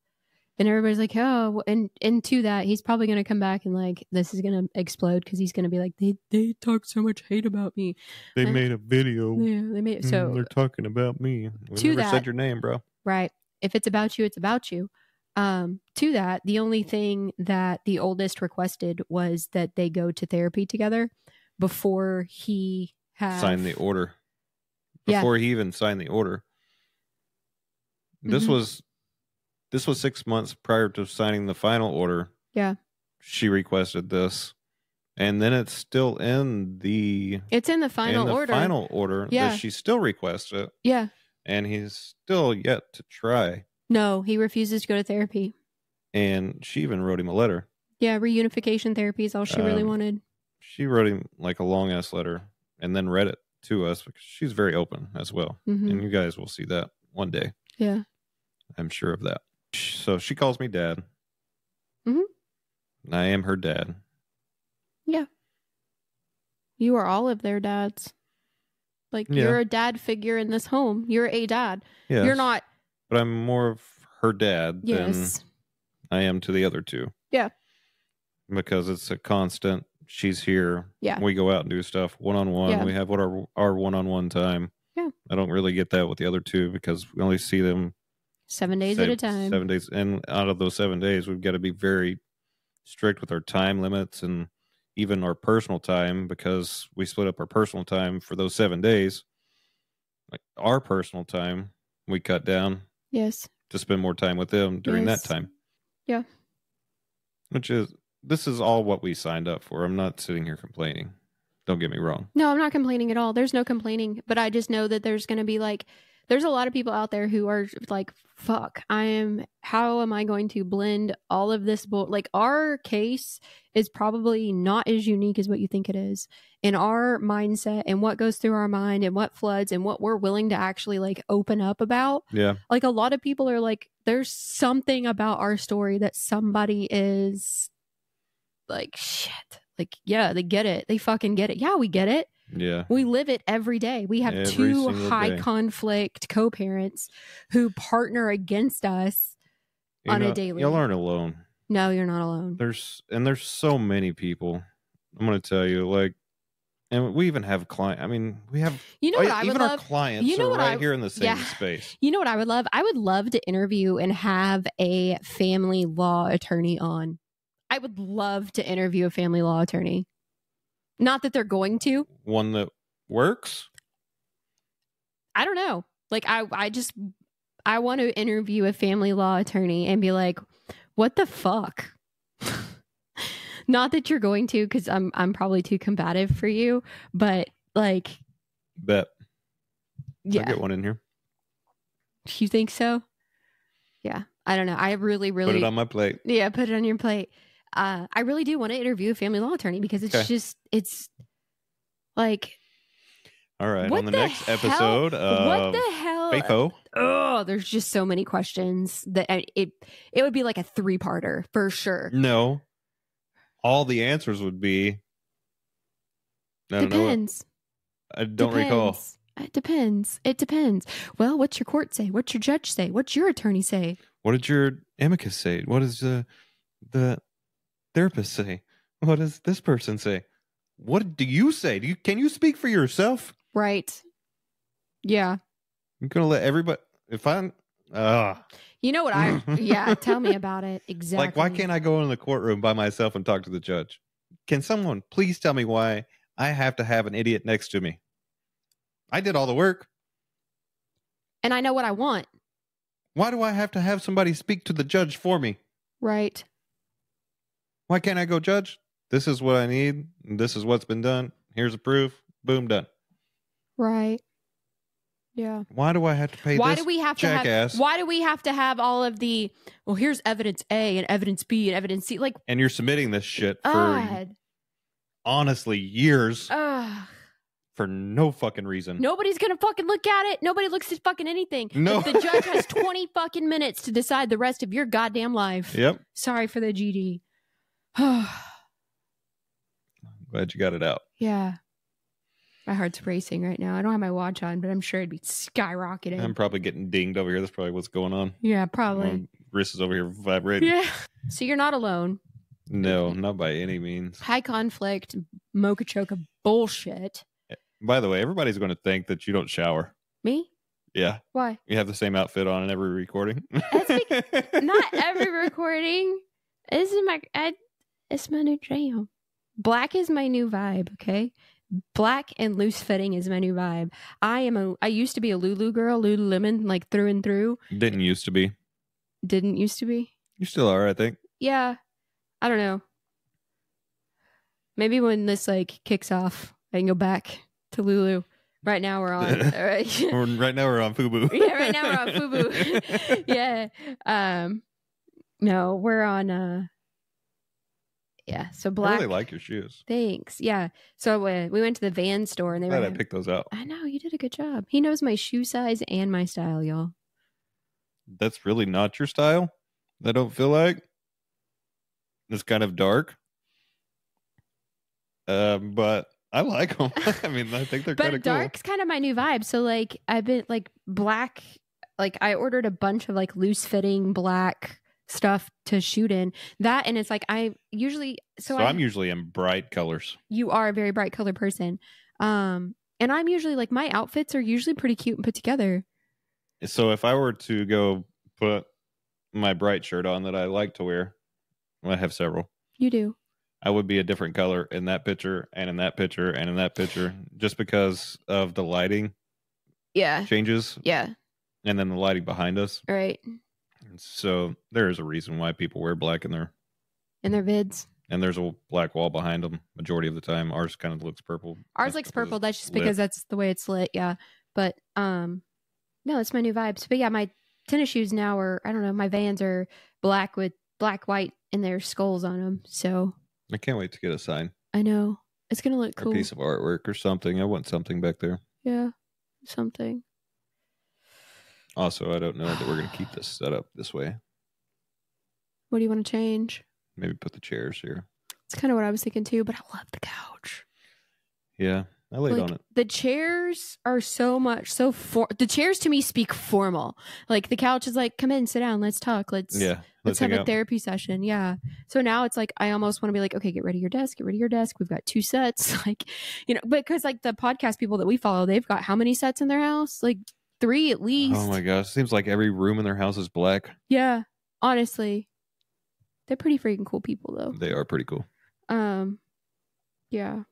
S1: And everybody's like, oh, well," and and to that, he's probably gonna come back and like this is gonna explode because he's gonna be like, they they talk so much hate about me.
S2: They
S1: I-
S2: made a video.
S1: Uh, Yeah, they made
S2: Mm,
S1: so
S2: they're talking about me. We
S1: to
S2: never said
S1: that-
S2: your name, bro.
S1: right? If it's about you, it's about you. Um, to that, the only thing that the oldest requested was that they go to therapy together before he had
S2: Sign the order.
S1: Uh, Yeah.
S2: Before he even signed the order. This
S1: Mhm.
S2: was this was six months prior to signing the final order.
S1: Yeah.
S2: She requested this. And then it's still in the
S1: It's in the final
S2: in the
S1: order.
S2: final order
S1: Yeah.
S2: that she still requests it.
S1: Yeah.
S2: And he's still yet to try.
S1: No, he refuses to go to therapy.
S2: And she even wrote him a letter.
S1: Yeah, reunification therapy is all she really
S2: Um,
S1: wanted.
S2: She wrote him like a long ass letter and then read it to us because she's very open as well.
S1: hmm
S2: and you guys will see that one day.
S1: Yeah.
S2: I'm sure of that. Sh- So she calls me dad.
S1: Mhm.
S2: And I am her dad.
S1: You are all of their dads. Like
S2: Yeah.
S1: you're a dad figure in this home. You're a dad.
S2: Yes,
S1: You're not.
S2: but I'm more of her dad
S1: Yes.
S2: than I am to the other two.
S1: Yeah.
S2: because it's a constant. She's here.
S1: Yeah.
S2: we go out and do stuff one on one.
S1: Yeah.
S2: We have what our our one on one time.
S1: Yeah.
S2: I don't really get that with the other two because we only see them
S1: Seven days at
S2: seven-
S1: a time.
S2: Seven days, and out of those seven days, we've got to be very strict with our time limits and even our personal time because we split up our personal time for those seven days. Like our personal time, we cut down
S1: Yes.
S2: to spend more time with them during
S1: Yes.
S2: that time.
S1: Yeah.
S2: Which is this is all what we signed up for. I'm not sitting here complaining. Don't get me wrong.
S1: No, I'm not complaining at all. There's no complaining, but I just know that there's going to be like, there's a lot of people out there who are like, fuck, I am, how am I going to blend all of this? Bull-? Like, our case is probably not as unique as what you think it is. And our mindset and what goes through our mind and what floods and what we're willing to actually like open up about.
S2: Yeah.
S1: Like, a lot of people are like, there's something about our story that somebody is like, shit. Like, yeah, they get it. They fucking get it. Yeah, we get it.
S2: Yeah.
S1: We live it every day. We have
S2: Every
S1: two
S2: single
S1: high
S2: day.
S1: conflict co parents who partner against us.
S2: You
S1: On a
S2: know,
S1: daily.
S2: Y'all aren't alone.
S1: No, you're not alone.
S2: there's and there's so many people i'm gonna tell you like And we even have client. I mean, we have
S1: You know what I
S2: Oh, even
S1: would
S2: our
S1: love?
S2: clients
S1: you know
S2: are
S1: what
S2: right
S1: I-
S2: here in the same
S1: yeah.
S2: space.
S1: You know what I would love? I would love to interview and have a family law attorney on. I would love to interview a family law attorney. Not that they're going to.
S2: One that works.
S1: I don't know. Like I I just I want to interview a family law attorney and be like, "What the fuck?" Not that you're going to cuz I'm I'm probably too combative for you, but like
S2: Bet
S1: yeah.
S2: I get one in here.
S1: You think so? Yeah. I don't know. I really really
S2: Put it on my plate.
S1: Yeah, put it on your plate. Uh, I really do want to interview a family law attorney because it's
S2: Okay.
S1: just it's like
S2: All right.
S1: What
S2: on the,
S1: the
S2: next
S1: hell?
S2: episode
S1: what
S2: of
S1: the hell?
S2: FAFO,
S1: Oh, there's just so many questions that I- it it would be like a three parter for
S2: Mm,
S1: sure.
S2: no, all the answers would be. I don't know. what-
S1: Depends.
S2: I don't recall.
S1: Depends. It depends. It depends. Well, what's your court say? What's your judge say? What's your attorney say?
S2: What did your amicus say? What does the the therapist say? What does this person say? What do you say? Do you can you speak for yourself?
S1: Right. Yeah.
S2: I'm gonna let everybody. If I'm, uh,
S1: You know what I? yeah. Tell me about it. Exactly.
S2: like, why can't I go in the courtroom by myself and talk to the judge? Can someone please tell me why I have to have an idiot next to me? I did all the work.
S1: And I know what I want.
S2: Why do I have to have somebody speak to the judge for me?
S1: Right.
S2: Why can't I go judge? This is what I need. This is what's been done. Here's the proof. Boom, done.
S1: Right. Yeah.
S2: Why do I have to pay
S1: why
S2: this
S1: do we have to have
S2: jackass?
S1: why do we have to have all of the well here's evidence A and evidence B and evidence C like
S2: and you're submitting this shit for
S1: God.
S2: honestly
S1: Oh.
S2: years
S1: Ugh.
S2: for no fucking reason.
S1: Nobody's gonna fucking look at it. Nobody looks at fucking anything.
S2: Hmm. No.
S1: If the judge has twenty fucking minutes to decide the rest of your goddamn life.
S2: Yep.
S1: Sorry for the GD.
S2: Glad you got it out.
S1: yeah. My heart's racing right now. I don't have my watch on, but I'm sure it'd be skyrocketing.
S2: I'm probably getting dinged over here. That's probably what's going on.
S1: yeah, probably.
S2: My wrist is over here vibrating.
S1: Yeah. So you're not alone.
S2: No, not by any means.
S1: High conflict, mocha choca bullshit.
S2: By the way, everybody's going to think that you don't shower.
S1: Me?
S2: Yeah,
S1: Why?
S2: you have the same outfit on in every recording.
S5: Not every recording. This is my I, it's my new jam.
S1: Black is my new vibe, okay? Black and loose fitting is my new vibe. I am a I used to be a Lulu girl, Lululemon, like through and through.
S2: Didn't used to be.
S1: Didn't used to be.
S2: You still are, I think.
S1: Yeah. I don't know. Maybe when this like kicks off, I can go back to Lulu. Right now we're on. all right.
S2: We're, right now we're on FUBU.
S1: yeah, right now we're on FUBU. yeah. Um no, we're on uh yeah, so
S2: I
S1: black
S2: really like your shoes.
S1: Thanks. Yeah. So uh, we went to the van store and they
S2: Glad
S1: were.
S2: I picked those out.
S1: I know you did a good job. He knows my shoe size and my style, y'all.
S2: That's really not your style. I don't feel like. It's kind of dark. Um, but I like them. I mean, I think they're kind
S1: But
S2: of cool.
S1: dark's kind of my new vibe. So like I've been like black. Like I ordered a bunch of like loose fitting black stuff to shoot in that, and it's like I usually so,
S2: So,
S1: I,
S2: I'm usually in bright colors.
S1: you are a very bright color person, um, and I'm usually like my outfits are usually pretty cute and put together.
S2: So if I were to go put my bright shirt on that I like to wear, I have several.
S1: You do.
S2: I would be a different color in that picture and in that picture and in that picture just because of the lighting
S1: Yeah.
S2: changes
S1: Yeah.
S2: and then the lighting behind us.
S1: Right.
S2: And so there is a reason why people wear black in their
S1: And their vids.
S2: and there's a black wall behind them majority of the time. Ours kind of looks purple.
S1: Ours
S2: That's
S1: looks
S2: because
S1: purple.
S2: it's
S1: That's just
S2: lit.
S1: because that's the way it's lit. Yeah. But um no, it's my new vibes. But yeah, my tennis shoes now are I don't know, my Vans are black with black white and their skulls on them. So
S2: I can't wait to get a sign
S1: I know it's going to look
S2: or
S1: cool.
S2: a piece of artwork or something. I want something back there.
S1: Yeah. Something.
S2: Also, I don't know that we're gonna keep this set up this way.
S1: What do you want to change?
S2: Maybe put the chairs here.
S1: It's kind of what I was thinking too, but I love the couch.
S2: Yeah. I laid
S1: like,
S2: on it.
S1: The chairs are so much so for the chairs to me speak formal. Like the couch is like, come in, sit down, let's talk, let's
S2: Yeah.
S1: let's have
S2: hang
S1: a
S2: out.
S1: therapy session. Yeah. So now it's like I almost want to be like, okay, get rid of your desk, get rid of your desk. We've got two sets, like you know, because like the podcast people that we follow, they've got how many sets in their house? Like three at least.
S2: Oh my gosh. Seems like every room in their house is black.
S1: Yeah, honestly, they're pretty freaking cool people though.
S2: They are pretty cool.
S1: Um, yeah,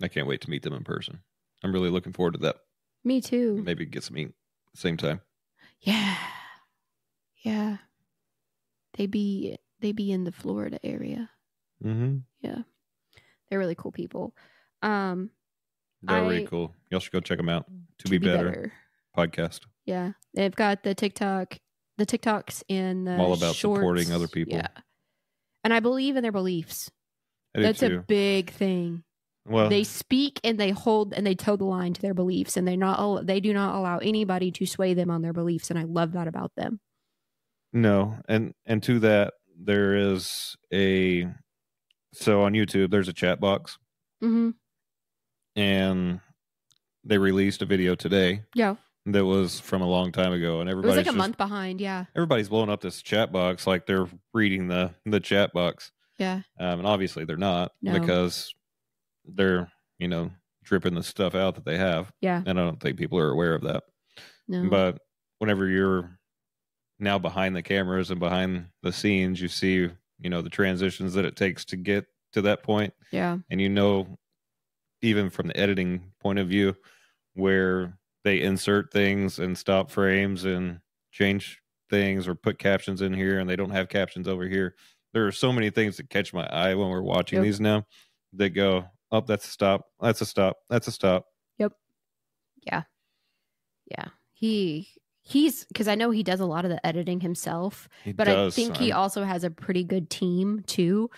S2: I can't wait to meet them in person. I'm really looking forward to that.
S1: me too.
S2: Maybe get some ink same time.
S1: Yeah. Yeah. They be they be in the Florida area.
S2: Mm-hmm.
S1: They're really cool people. Um
S2: They're really
S1: I-
S2: cool. Y'all should go check them out. To, be, better. podcast.
S1: Yeah. They've got the TikTok the TikToks and the
S2: I'm all about
S1: shorts.
S2: supporting other people.
S1: Yeah. And I believe in their beliefs.
S2: I do
S1: That's a
S2: too.
S1: big thing.
S2: well,
S1: they speak and they hold and they toe the line to their beliefs and they are not al- they do not allow anybody to sway them on their beliefs and I love that about them.
S2: No, and and to that there is a so on YouTube there's a chat box
S1: Mhm.
S2: and they released a video today
S1: Yeah.
S2: that was from a long time ago and
S1: It
S2: everybody's
S1: was like a
S2: just-
S1: month behind, yeah.
S2: everybody's blowing up this chat box like they're reading the the chat box
S1: Yeah.
S2: um, and obviously they're not
S1: No.
S2: because they're you know dripping the stuff out that they have
S1: Yeah.
S2: and I don't think people are aware of that
S1: No.
S2: but whenever you're now behind the cameras and behind the scenes you see you know the transitions that it takes to get to that point
S1: yeah.
S2: and you know even from the editing point of view where they insert things and stop frames and change things or put captions in here and they don't have captions over here there are so many things that catch my eye when we're watching
S1: Yep.
S2: these now that go oh that's a stop that's a stop that's a stop
S1: Yeah. He he's because I know he does a lot of the editing himself,
S2: He
S1: but
S2: does,
S1: I think he
S2: son.
S1: also has a pretty good team too.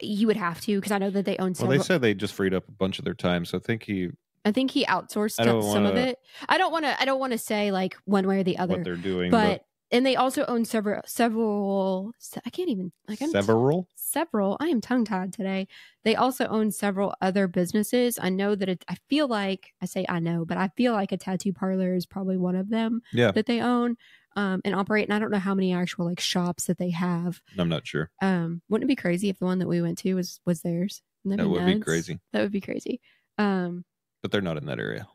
S1: You would have to because I know that they own
S2: well
S1: several.
S2: they said they just freed up a bunch of their time so i think he
S1: I think he outsourced
S2: I
S1: some
S2: don't
S1: some of
S2: wanna-
S1: it. I don't want to. I don't want to say like one way or the
S2: what
S1: other,
S2: they're doing
S1: but and they also own several several. se- I can't even like I'm
S2: several
S1: several. I am tongue tied today. They also own several other businesses. I know that it, I feel like I say I know, but I feel like a tattoo parlor is probably one of them.
S2: yeah
S1: that they own um, and operate. And I don't know how many actual like shops that they have.
S2: i'm not sure
S1: Um, wouldn't it be crazy if the one that we went to was was theirs? Wouldn't
S2: that would be
S1: nuts?
S2: crazy
S1: That would be crazy. Um,
S2: but they're not in that area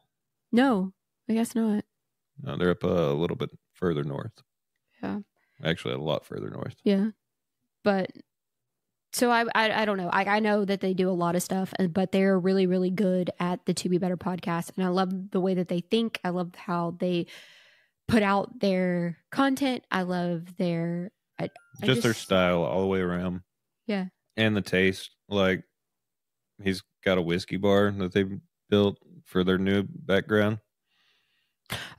S1: no, I guess not.
S2: no, they're up uh, a little bit further north
S1: Yeah.
S2: actually a lot further north
S1: Yeah, but so I I, I don't know. I I know that they do a lot of stuff, and- but they're really really good at the To Be Better podcast, and I love the way that they think. I love how they put out their content. I love their I
S2: just their
S1: just-
S2: style all the way around.
S1: Yeah.
S2: And the taste. Like he's got a whiskey bar that they built for their new background.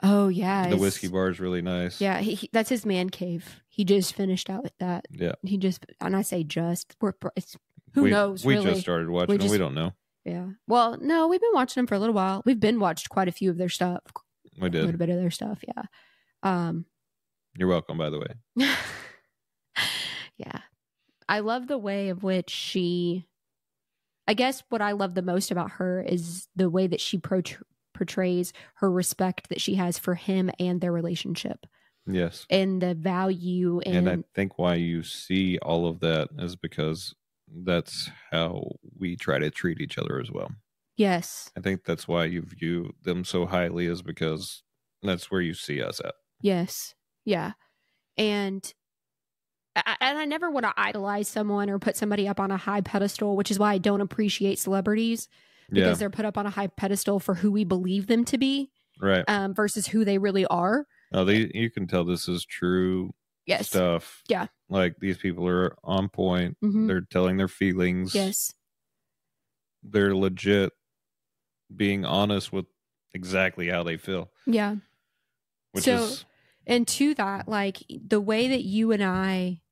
S1: oh yeah
S2: The
S1: it's-
S2: whiskey bar is really nice.
S1: Yeah, he, he, that's his man cave. He just finished out with that.
S2: Yeah.
S1: He just, and I say just, we're, pro- it's, who
S2: we,
S1: knows?
S2: We
S1: really.
S2: just started watching and
S1: just-
S2: we don't know.
S1: yeah. Well, no, we've been watching him for a little while. We've been watched quite a few of their stuff,
S2: We
S1: a little
S2: did.
S1: bit of their stuff. Yeah. Um.
S2: You're welcome, by the way.
S1: yeah. I love the way of which she, I guess what I love the most about her is the way that she pro- portrays her respect that she has for him and their relationship
S2: Yes.
S1: and the value and,
S2: And I think why you see all of that is because that's how we try to treat each other as well.
S1: yes,
S2: I think that's why you view them so highly is because that's where you see us at.
S1: Yes. Yeah. And I, I- and I never want to idolize someone or put somebody up on a high pedestal, which is why I don't appreciate celebrities because they're put up on a high pedestal for who we believe them to be
S2: yeah. Right.
S1: um, versus who they really are.
S2: No, they you can tell this is true
S1: Yes.
S2: stuff.
S1: Yeah.
S2: Like these people are on point.
S1: Mhm.
S2: They're telling their feelings.
S1: Yes.
S2: They're legit being honest with exactly how they feel.
S1: Yeah.
S2: Which
S1: So-
S2: is
S1: And to that, like the way that you and I,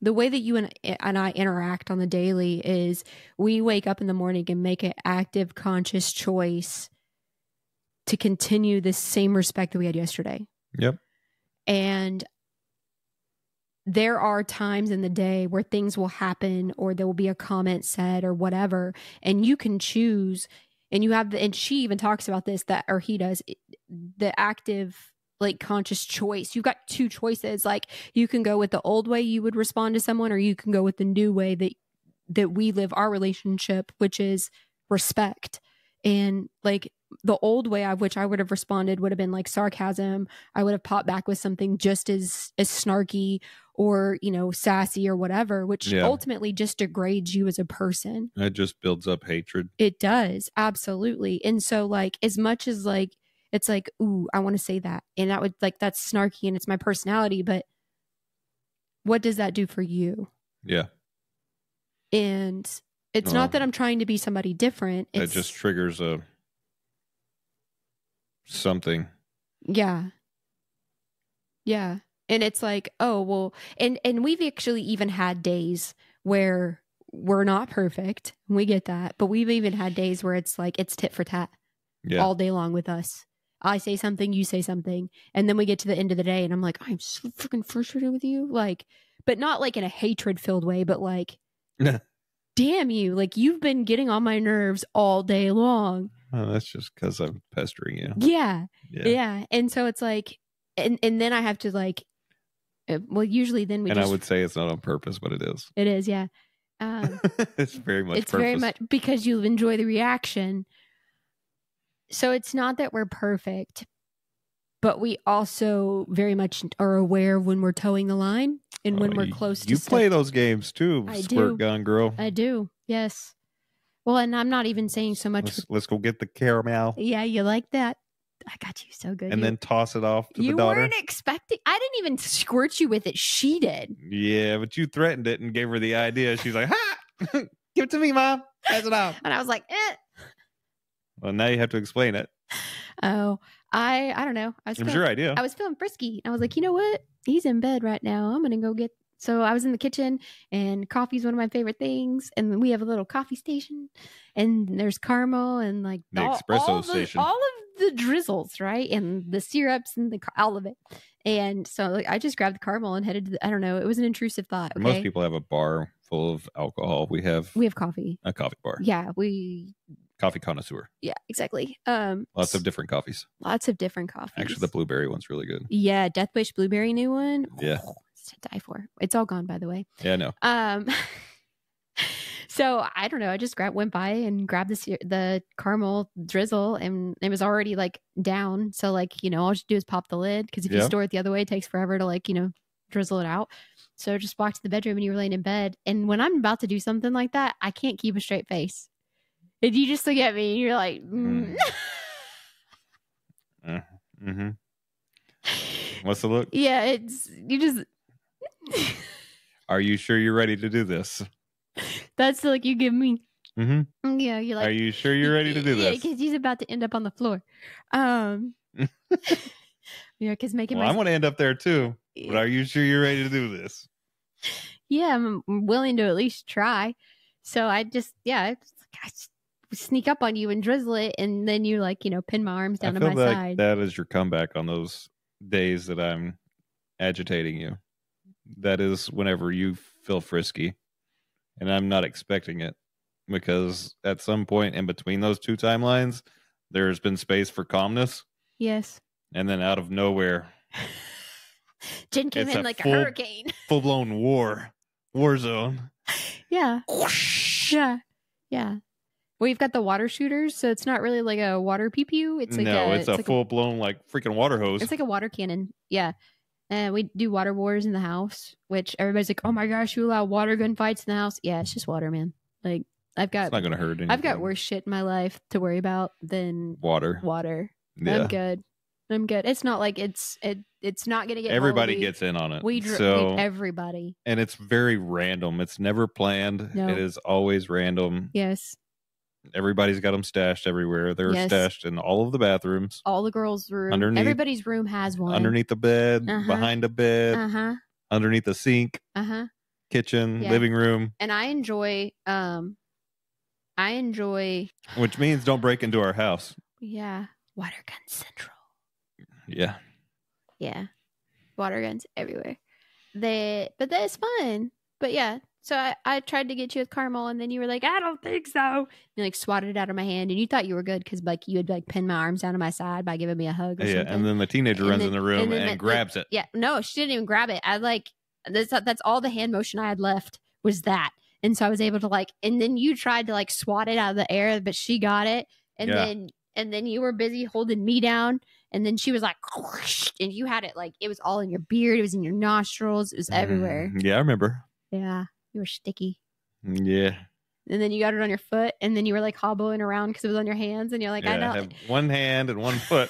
S1: the way that you and, and I interact on the daily is we wake up in the morning and make an active, conscious choice to continue the same respect that we had yesterday.
S2: Yep.
S1: And there are times in the day where things will happen or there will be a comment said or whatever and you can choose and you have the and she even talks about this that or he does the active like conscious choice you've got two choices like you can go with the old way you would respond to someone or you can go with the new way that that we live our relationship which is respect and like the old way of which I would have responded would have been like sarcasm. I would have popped back with something just as as snarky or you know sassy or whatever, which
S2: Yeah.
S1: ultimately just degrades you as a person.
S2: It just builds up hatred.
S1: It does absolutely. And so like as much as like it's like ooh I want to say that and that would like that's snarky and it's my personality, but what does that do for you?
S2: Yeah.
S1: And it's
S2: Well,
S1: not that I'm trying to be somebody different.
S2: It
S1: It's
S2: just triggers a something.
S1: Yeah. Yeah. And it's like, oh, well, and and we've actually even had days where we're not perfect. We get that. But we've even had days where it's like it's tit for tat
S2: Yeah.
S1: all day long with us. I say something, you say something, and then we get to the end of the day and I'm like, I'm so freaking frustrated with you. Like, but not like in a hatred filled way, but like damn you. Like you've been getting on my nerves all day long.
S2: Oh, that's just because I'm pestering you.
S1: Yeah
S2: Uh-huh. Yeah.
S1: yeah. and so it's like and and then i have to like uh, well usually then we
S2: and I
S1: just
S2: would say it's not on purpose, but it is.
S1: it is yeah um
S2: it's very much.
S1: it's very
S2: purpose.
S1: much because you enjoy the reaction so it's not that we're perfect but we also very much are aware when we're towing the line and when
S2: Oh,
S1: we're
S2: you-
S1: close to
S2: You
S1: sti-
S2: play those games too,
S1: I
S2: squirt
S1: do.
S2: gun girl.
S1: i do yes well and i'm not even saying so much
S2: Let's, let's go get the caramel
S1: yeah you like that i got you so good
S2: and
S1: You-
S2: then toss it off to
S1: you
S2: the daughter.
S1: weren't expecting i didn't even squirt you with it she did
S2: Yeah, but you threatened it and gave her the idea. She's like, "Ha! Give it to me, mom. Pass it off."
S1: and I was like, eh.
S2: Well, now you have to explain it.
S1: "Oh, I, I don't know." I was,
S2: It was
S1: feeling,
S2: your idea.
S1: I was feeling frisky. I was like, you know what? He's in bed right now. I'm gonna go get. So I was in the kitchen, and coffee's one of my favorite things. And we have a little coffee station, and there's caramel and like
S2: The
S1: all-
S2: espresso
S1: all the-
S2: station.
S1: all of the drizzles, right, and the syrups and the ca- all of it. And so like, I just grabbed the caramel and headed to. The, I don't know. It was an intrusive thought. Oh, Okay?
S2: Most people have a bar full of alcohol. We have
S1: We have coffee.
S2: a coffee bar.
S1: Yeah, we.
S2: Coffee connoisseur.
S1: Yeah, exactly. Um,
S2: Lots of different coffees.
S1: lots of different coffees.
S2: Actually, the blueberry one's really good.
S1: Yeah, Death Wish blueberry new one.
S2: Yeah.
S1: It's to die for. It's all gone, by the way.
S2: Yeah, no.
S1: Um, so I don't know. I just grabbed, went by and grabbed the ce- the caramel drizzle, and it was already like down. So like you know, all you do is pop the lid because if you
S2: Yeah.
S1: store it the other way, it takes forever to like you know drizzle it out. So I just walked to the bedroom and you were laying in bed. And when I'm about to do something like that, I can't keep a straight face. And you just look at me and you're like, mm.
S2: Mm-hmm. What's the look?
S1: yeah, it's you just.
S2: Are you sure you're ready to do this?
S1: That's like you give me.
S2: Mm-hmm.
S1: Yeah, you're like.
S2: Are you sure you're ready to do
S1: Yeah,
S2: this?
S1: because he's about to end up on the floor. Um, yeah, because making
S2: Well, I'm
S1: my
S2: going to end up there too. But are you sure you're ready to do this?
S1: yeah, I'm willing to at least try. So I just yeah, I, just, I just sneak up on you and drizzle it, and then you like you know pin my arms down
S2: I
S1: to
S2: feel
S1: my
S2: like
S1: side.
S2: that is your comeback on those days that I'm agitating you. That is whenever you feel frisky, and I'm not expecting it because at some point in between those two timelines, there's been space for calmness,
S1: Yes,
S2: and then out of nowhere,
S1: Jen came
S2: It's
S1: in
S2: a
S1: like
S2: full-
S1: a hurricane.
S2: full blown war, war zone.
S1: yeah, yeah, yeah. Well, you've got the water shooters, so it's not really like a water pew pew. It's like
S2: no,
S1: a,
S2: it's, a
S1: like
S2: full blown like freaking water hose.
S1: It's like a water cannon. Yeah. Uh, we do water wars in the house, which everybody's like, "Oh my gosh, you allow water gun fights in the house?" Yeah, it's just water, man. Like I've
S2: it's
S1: got,
S2: not going to hurt anything.
S1: I've got worse shit in my life to worry about than
S2: water.
S1: water.
S2: Yeah,
S1: I'm good. I'm good. It's not like it's it. It's not gonna get.
S2: everybody
S1: moldy.
S2: gets in on it.
S1: We, dr-
S2: so
S1: we everybody.
S2: and it's very random. It's never planned.
S1: No.
S2: It is always random.
S1: Yes,
S2: Everybody's got them stashed everywhere. They're
S1: Yes.
S2: stashed in all of the bathrooms,
S1: all the girls' room.
S2: Underneath-
S1: everybody's room has one.
S2: underneath the bed,
S1: Uh-huh.
S2: behind the bed,
S1: Uh huh.
S2: underneath the sink,
S1: Uh huh.
S2: kitchen,
S1: Yeah.
S2: living room.
S1: And I enjoy. Um, I enjoy.
S2: Which means don't break into our house.
S1: Yeah, water gun central.
S2: Yeah,
S1: Yeah. Water guns everywhere. that but that's fun but yeah so I, I tried to get you with caramel and then you were like i don't think so and you like swatted it out of my hand and you thought you were good because like you had like pinned my arms down to my side by giving me a hug or
S2: Yeah,
S1: something
S2: and then the teenager
S1: And
S2: runs
S1: then-
S2: in the room
S1: and
S2: and,
S1: then that-
S2: grabs it.
S1: yeah no she didn't even grab it i like that's that's all the hand motion i had left was that and so i was able to like and then you tried to like swat it out of the air but she got it and
S2: Yeah.
S1: then and then you were busy holding me down and then she was like and you had it like it was all in your beard it was in your nostrils it was everywhere
S2: Mm, Yeah, I remember. Mm,
S1: yeah you were sticky
S2: Yeah,
S1: and then you got it on your foot and then you were like hobbling around because it was on your hands and you're like
S2: yeah,
S1: i
S2: I,
S1: don't
S2: have one hand and one foot,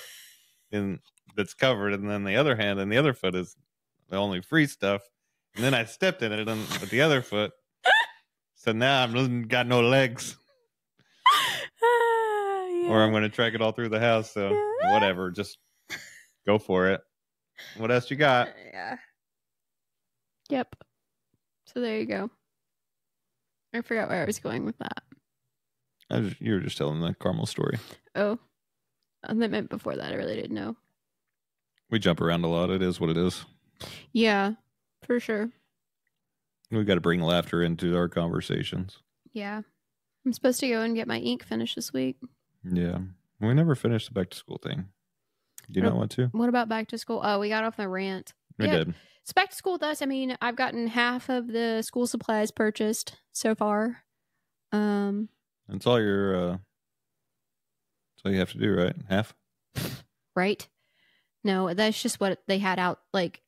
S2: and that's covered, and then the other hand and the other foot is the only free stuff. And then I stepped in it on, with the other foot, so now I've n- got no legs,
S1: "Ah,
S2: or I'm going to track it all through the house. So
S1: Yeah.
S2: whatever, just go for it. What else you got?
S1: yeah. Yep. So there you go. I forgot where I was going with that.
S2: I was- you were just telling the caramel story.
S1: Oh, and that meant before that. I really didn't know.
S2: We jump around a lot. It is what it is.
S1: Yeah, for sure.
S2: We got to bring laughter into our conversations.
S1: Yeah. I'm supposed to go and get my ink finished this week.
S2: Yeah. We never finished the back to school thing. Do you
S1: Nope.
S2: not want to?
S1: What about back to school? Oh, we got off the rant.
S2: We
S1: Oh, Yeah.
S2: did.
S1: It's back to school with us. I mean, I've gotten half of the school supplies purchased so far. Um,
S2: That's all your uh that's all you have to do, right? Half?
S1: right? No, that's just what they had out. Like,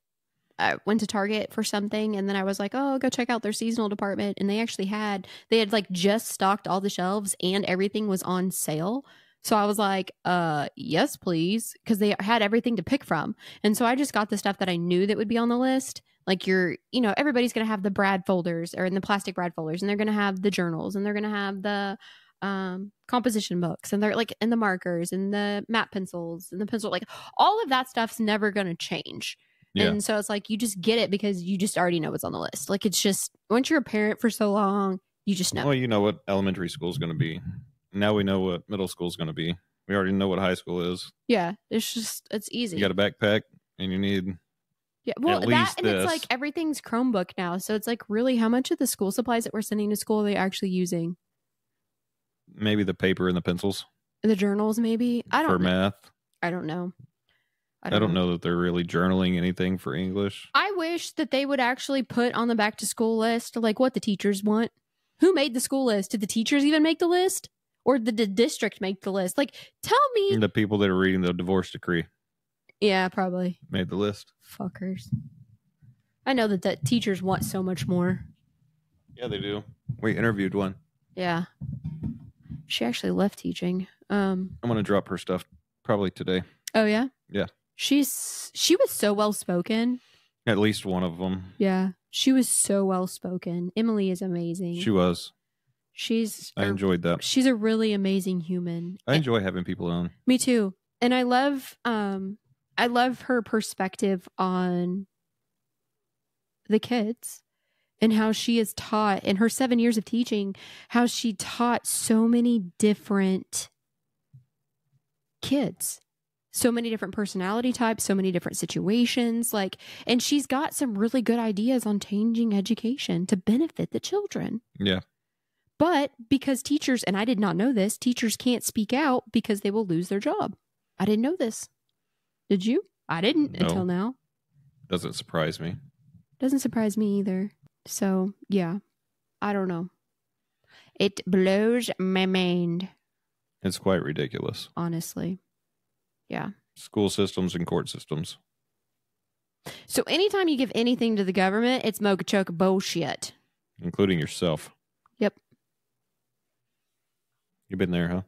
S1: I went to Target for something, and then I was like, "Oh, go check out their seasonal department." And they actually had they had like just stocked all the shelves, and everything was on sale. So I was like, "Uh, yes, please," because they had everything to pick from. And so I just got the stuff that I knew that would be on the list. Like your, you know, everybody's gonna have the Brad folders or in the plastic Brad folders, and they're gonna have the journals, and they're gonna have the um composition books and they're like and the markers and the map pencils and the pencil like all of that stuff's never going to change
S2: Yeah.
S1: and so it's like you just get it because you just already know what's on the list like it's just once you're a parent for so long you just know
S2: Well, you know what elementary school's gonna be. Now we know what middle school's gonna be. We already know what high school is.
S1: yeah it's just it's easy
S2: You got a backpack and you need
S1: yeah well
S2: at
S1: that
S2: least
S1: and it's
S2: this.
S1: like everything's chromebook now so it's like really how much of the school supplies that we're sending to school are they actually using
S2: maybe the paper and the pencils
S1: the journals maybe i
S2: for
S1: don't know.
S2: math.
S1: i don't know
S2: I don't, know that they're really journaling anything for English.
S1: I wish that they would actually put on the back to school list like what the teachers want. Who made the school list? Did the teachers even make the list? Or did the district make the list? Like, tell me.
S2: The people that are reading the divorce decree
S1: Yeah, probably.
S2: made the list.
S1: Fuckers. I know that the teachers want so much more.
S2: Yeah, they do. We interviewed one.
S1: Yeah. She actually left teaching. Um.
S2: I'm gonna drop her stuff probably today.
S1: Oh yeah.
S2: Yeah.
S1: She's she was so well spoken.
S2: At least one of them.
S1: Yeah. She was so well spoken. Emily is amazing.
S2: She was.
S1: she's
S2: I
S1: a-
S2: enjoyed that.
S1: she's a really amazing human.
S2: I enjoy having people on.
S1: Me too. And I love um I love her perspective on the kids and how she is taught in her 7 years of teaching how she taught so many different kids. So many different personality types, so many different situations like and she's got some really good ideas on changing education to benefit the children.
S2: Yeah.
S1: But because teachers, and I did not know this, teachers can't speak out because they will lose their job. I didn't know this. Did you? I didn't
S2: No.
S1: until now.
S2: Doesn't surprise me.
S1: Doesn't surprise me either. So, yeah, I don't know. It blows my mind,
S2: It's quite ridiculous.
S1: honestly.
S2: School systems and court systems.
S1: So, anytime you give anything to the government, it's mocha choke bullshit.
S2: Including yourself.
S1: Yep.
S2: You've been there, huh?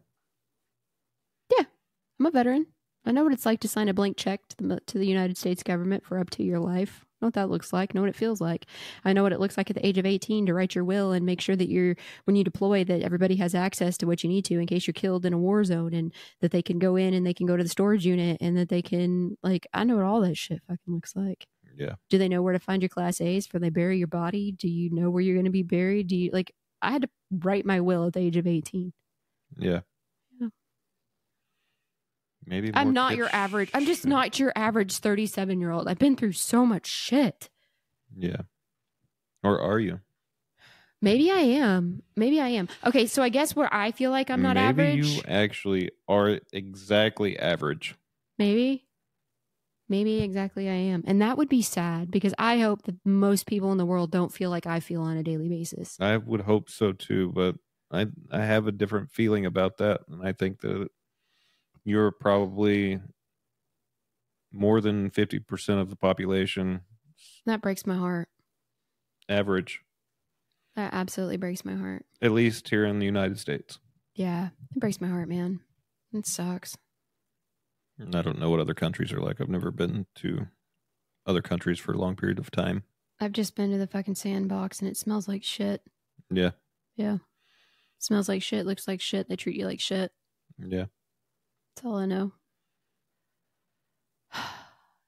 S1: I'm a veteran. I know what it's like to sign a blank check to the to the United States government for up to your life. I know what that looks like. I Know what it feels like. I know what it looks like at the age of 18 to write your will and make sure that you're when you deploy that everybody has access to what you need to in case you're killed in a war zone and that they can go in and they can go to the storage unit and that they can like I know what all that shit fucking looks like.
S2: Yeah.
S1: Do they know where to find your class A's for they bury your body? Do you know where you're going to be buried? Do you like I had to write my will at the age of 18.
S2: Yeah.
S1: Yeah.
S2: Maybe more
S1: I'm not
S2: kids Hmm.
S1: your average. I'm just
S2: should-
S1: not your average 37 year old. I've been through so much shit.
S2: Yeah. Or are you?
S1: Maybe I am. Maybe I am. Okay, so I guess where I feel like I'm not
S2: Maybe
S1: average.
S2: you actually are exactly average.
S1: Maybe. Maybe exactly I am. And that would be sad because I hope that most people in the world don't feel like I feel on a daily basis.
S2: I would hope so too, but I I have a different feeling about that, and I think that you're probably more than fifty percent of the population
S1: That breaks my heart.
S2: average,
S1: That absolutely breaks my heart.
S2: at least here in the United States.
S1: Yeah, it breaks my heart, man. It sucks.
S2: And I don't know what other countries are like. I've never been to other countries for a long period of time.
S1: I've just been to the fucking sandbox and it smells like shit.
S2: Yeah.
S1: Yeah. Smells like shit, looks like shit. They treat you like shit.
S2: Yeah.
S1: That's all I know.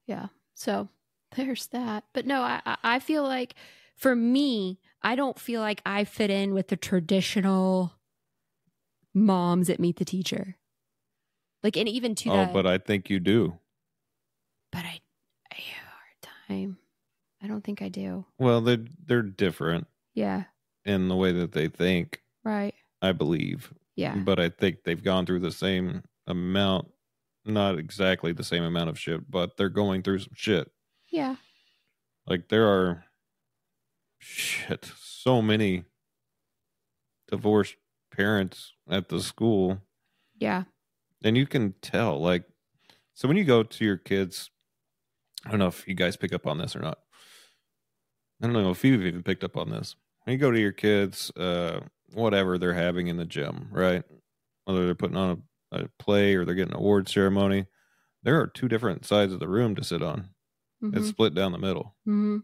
S1: yeah. So there's that. But no, I I- I feel like for me, I don't feel like I fit in with the traditional moms that meet the teacher. Like and even to
S2: Oh,
S1: that
S2: but I think you do.
S1: but I, I have a hard time. I don't think I do.
S2: Well, they are they're different
S1: Yeah.
S2: in the way that they think.
S1: Right.
S2: I believe.
S1: Yeah.
S2: but I think they've gone through the same amount, not exactly the same amount of shit, but they're going through some shit.
S1: Yeah.
S2: Like there are shit, so many divorced parents at the school,
S1: Yeah.
S2: and you can tell. Like, so when you go to your kids, I don't know if you guys pick up on this or not. I don't know if you've even picked up on this. When you go to your kids, uh, whatever they're having in the gym, right? Whether they're putting on a, a play or they're getting an award ceremony, there are two different sides of the room to sit on.
S1: Mm-hmm.
S2: It's split down the middle.
S1: hmm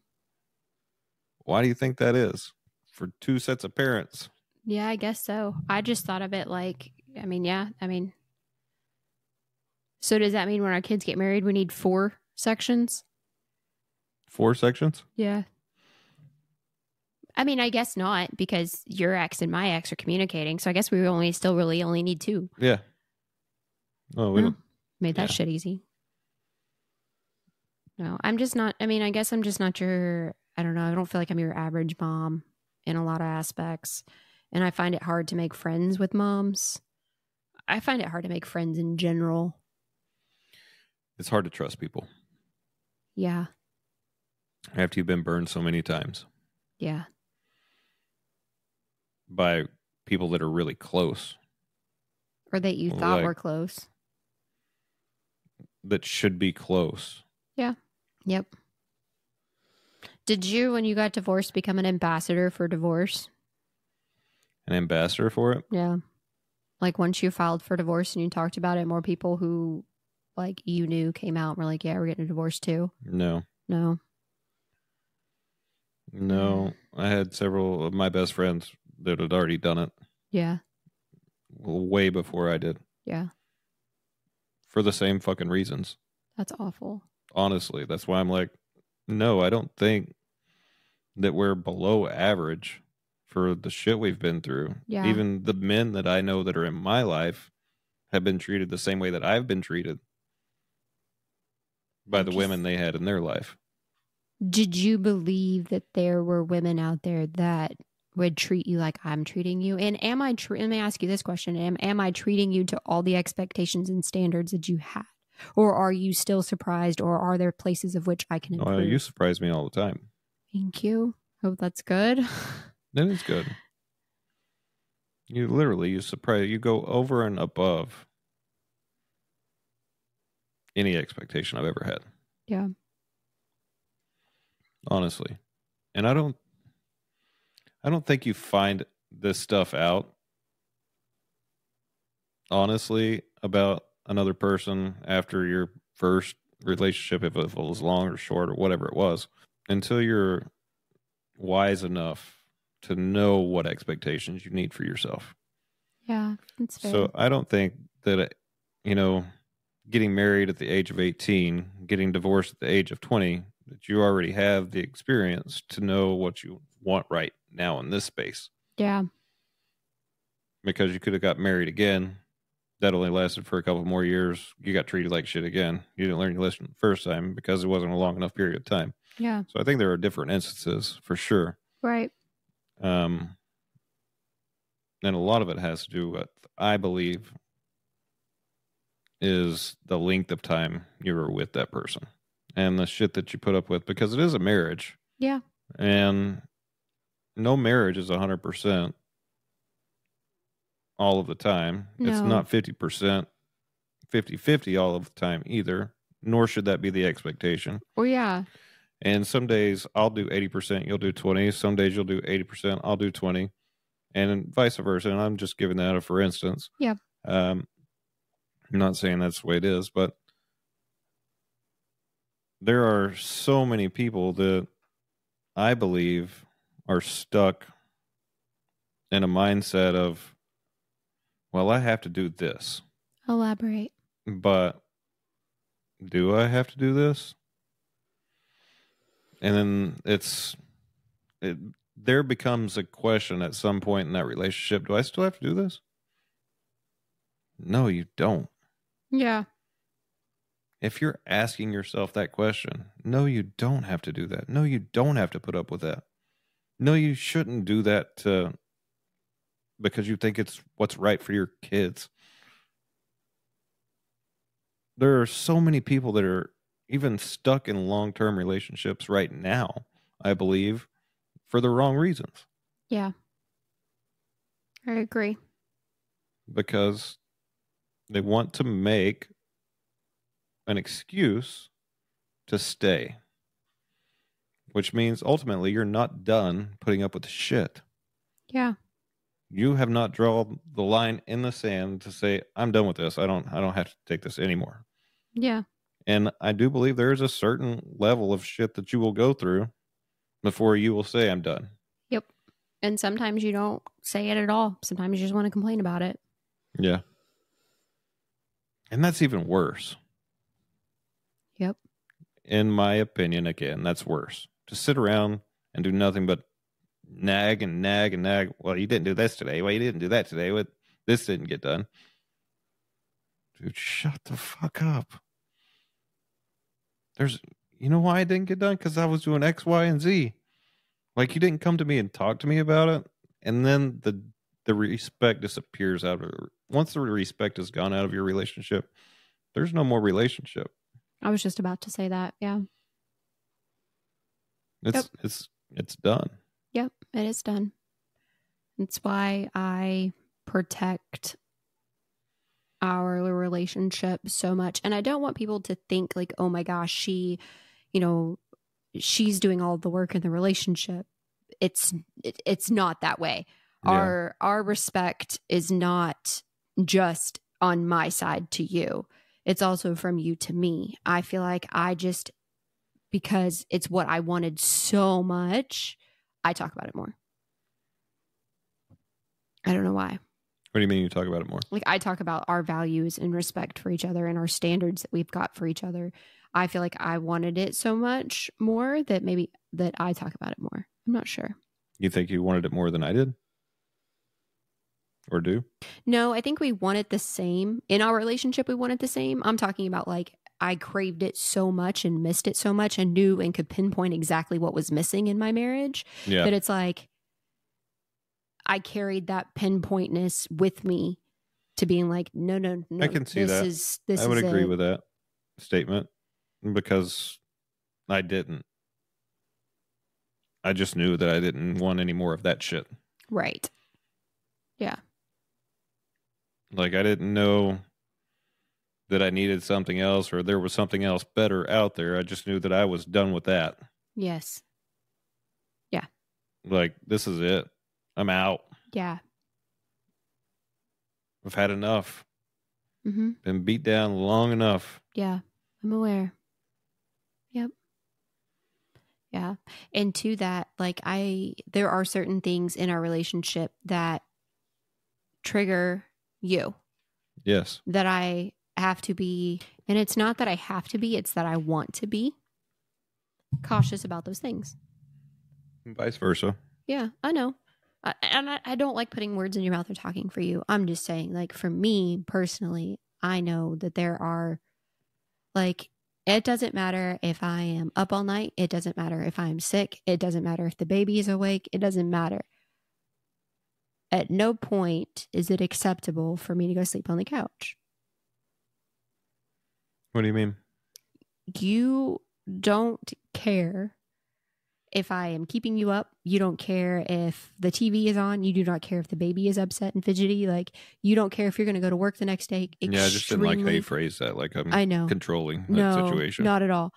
S2: Why do you think that is? For two sets of parents.
S1: Yeah, I guess so. I just thought of it like, I mean, yeah, I mean, so does that mean when our kids get married, we need four sections?
S2: Four sections?
S1: Yeah. I mean, I guess not because your ex and my ex are communicating. So I guess we only still really only need two.
S2: Yeah. Oh, we
S1: No.
S2: don't.
S1: Made that
S2: Yeah.
S1: shit easy. No, I'm just not. I mean, I guess I'm just not your. I don't know. I don't feel like I'm your average mom in a lot of aspects. And I find it hard to make friends with moms. I find it hard to make friends in general.
S2: It's hard to trust people
S1: Yeah.
S2: after you've been burned so many times
S1: Yeah.
S2: by people that are really close
S1: Or that you thought
S2: Like-
S1: were close.
S2: that should be close.
S1: Yep. Did you, when you got divorced, become an ambassador for divorce?
S2: An ambassador for it?
S1: Yeah. Like once you filed for divorce and you talked about it, more people who like you knew came out and were like, yeah, we're getting a divorce too.
S2: No.
S1: No.
S2: No. I had several of my best friends that had already done it
S1: Yeah.
S2: way before I did
S1: Yeah.
S2: for the same fucking reasons.
S1: That's awful.
S2: honestly. That's why I'm like, no, I don't think that we're below average for the shit we've been through.
S1: Yeah.
S2: Even the men that I know that are in my life have been treated the same way that I've been treated by the
S1: Interesting.
S2: women they had in their life.
S1: Did you believe that there were women out there that would treat you like I'm treating you? And am I, tre- let me ask you this question. Am, am I treating you to all the expectations and standards that you had? Or are you still surprised or are there places of which I can
S2: Oh,
S1: improve?
S2: you surprise me all the time.
S1: Thank you. Hope that's good.
S2: That is good. You literally you surprise you go over and above any expectation I've ever had.
S1: Yeah.
S2: Honestly. And I don't I don't think you find this stuff out honestly about another person after your first relationship if it was long or short or whatever it was until you're wise enough to know what expectations you need for yourself.
S1: yeah. That's fair.
S2: So I don't think that, uh, you know, getting married at the age of 18, getting divorced at the age of 20, that you already have the experience to know what you want right now in this space
S1: yeah.
S2: because you could have got married again that only lasted for a couple more years. You got treated like shit again. You didn't learn your lesson the first time because it wasn't a long enough period of time.
S1: Yeah.
S2: So I think there are different instances for sure.
S6: Right.
S2: Um, and a lot of it has to do with, I believe, is the length of time you were with that person and the shit that you put up with because it is a marriage.
S1: Yeah.
S2: And no marriage is 100% all of the time. It's
S1: No.
S2: not 50%, 50 50 all of the time either, nor should that be the expectation.
S1: Well, yeah.
S2: And some days I'll do 80%, you'll do 20. Some days you'll do 80%, I'll do 20. And vice versa. And I'm just giving that a for instance.
S1: Yeah.
S2: Um, I'm not saying that's the way it is, but there are so many people that I believe are stuck in a mindset of, well, I have to do this
S1: Elaborate.
S2: but do I have to do this? And then it's it, there becomes a question at some point in that relationship: Do I still have to do this? No, you don't.
S1: Yeah.
S2: If you're asking yourself that question, no, you don't have to do that. No, you don't have to put up with that. No, you shouldn't do that to, because you think it's what's right for your kids. There are so many people that are even stuck in long term relationships right now, I believe, for the wrong reasons
S1: I agree.
S2: because they want to make an excuse to stay, which means ultimately you're not done putting up with the shit.
S1: Yeah.
S2: You have not drawn the line in the sand to say, "I'm done with this. I don't. I don't have to take this anymore."
S1: Yeah.
S2: And I do believe there is a certain level of shit that you will go through before you will say, "I'm done."
S1: And sometimes you don't say it at all. Sometimes you just want to complain about it.
S2: Yeah. And that's even worse.
S1: Yep.
S2: In my opinion, again, that's worse. To sit around and do nothing but nag and nag and nag. Well, you didn't do this today. Well, you didn't do that today. What this didn't get done. Dude, shut the fuck up. There's you know why it didn't get done? Because I was doing X, Y, and Z. Like you didn't come to me and talk to me about it. And then the the respect disappears out of once the respect is gone out of your relationship there's no more relationship
S1: I was just about to say that. Yeah.
S2: it's it's it's done
S1: Yep, it is done. That's why I protect our relationship so much. And I don't want people to think, like, oh my gosh, she, you know, she's doing all the work in the relationship. It's it, it's not that way. Our our respect is not just on my side to you. It's also from you to me. I feel like I just because it's what I wanted so much, I talk about it more. I don't know why.
S2: what do you mean you talk about it more
S1: Like I talk about our values and respect for each other and our standards that we've got for each other. I feel like I wanted it so much more that maybe that I talk about it more. I'm not sure.
S2: you think you wanted it more than i did or do
S1: No, I think we want it the same. In our relationship, we want it the same. I'm talking about like I craved it so much and missed it so much and knew and could pinpoint exactly what was missing in my marriage.
S2: yeah
S1: that it's like I carried that pinpointness with me to being like, no, no, no.
S2: can see
S1: this
S2: that.
S1: is this
S2: i would
S1: is
S2: agree
S1: it.
S2: with that statement because i didn't i just knew that i didn't want any more of that shit
S1: right.
S2: Like I didn't know that I needed something else or there was something else better out there. I just knew that I was done with that.
S1: Yes.
S2: Like this is it. I'm out.
S1: Yeah.
S2: I've had enough.
S1: Mm-hmm.
S2: Been beat down long enough.
S1: Yeah. I'm aware. Yep. Yeah. And to that, like I, there are certain things in our relationship that trigger you
S2: Yes.
S1: that I have to be, and it's not that I have to be, it's that I want to be cautious about those things.
S2: And vice versa.
S1: Yeah, I know. I, and I, I don't like putting words in your mouth or talking for you. I'm just saying, like, for me personally, I know that there are, like, it doesn't matter if I am up all night. It doesn't matter if I'm sick. It doesn't matter if the baby is awake. It doesn't matter. At no point is it acceptable for me to go sleep on the couch.
S2: What do you mean?
S1: You don't care if I am keeping you up, you don't care if the TV is on, you do not care if the baby is upset and fidgety, like you don't care if you're going to go to work the next day.
S2: Yeah, I just didn't like how you phrased that. Like I'm
S1: I know.
S2: controlling that
S1: No,
S2: situation.
S1: not at all.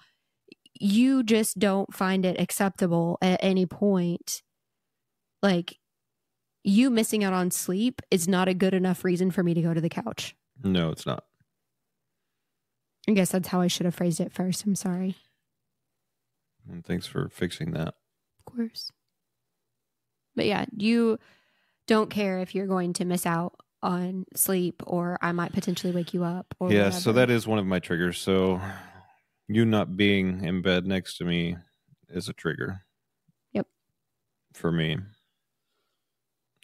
S1: You just don't find it acceptable at any point. Like you missing out on sleep is not a good enough reason for me to go to the couch.
S2: no, it's not.
S1: I guess that's how I should have phrased it first. I'm sorry.
S2: And thanks for fixing that.
S1: Of course. But yeah, you don't care if you're going to miss out on sleep or I might potentially wake you up or
S2: yeah, so that
S1: whatever.
S2: is one of my triggers. So you not being in bed next to me is a trigger.
S1: Yep.
S2: For me.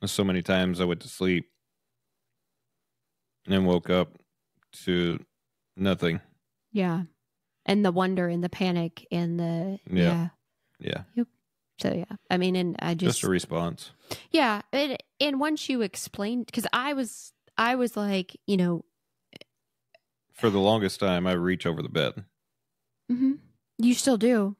S2: So many times I went to sleep and woke up to nothing.
S1: Yeah. And the wonder and the panic and the
S2: Yeah.
S1: yeah.
S2: Yeah.
S1: So yeah. I mean and I
S2: Just,
S1: just,
S2: a response.
S1: Yeah. And and once you explained because I was I was like, you know,
S2: For the longest time I reach over the bed.
S1: mhm, you still do.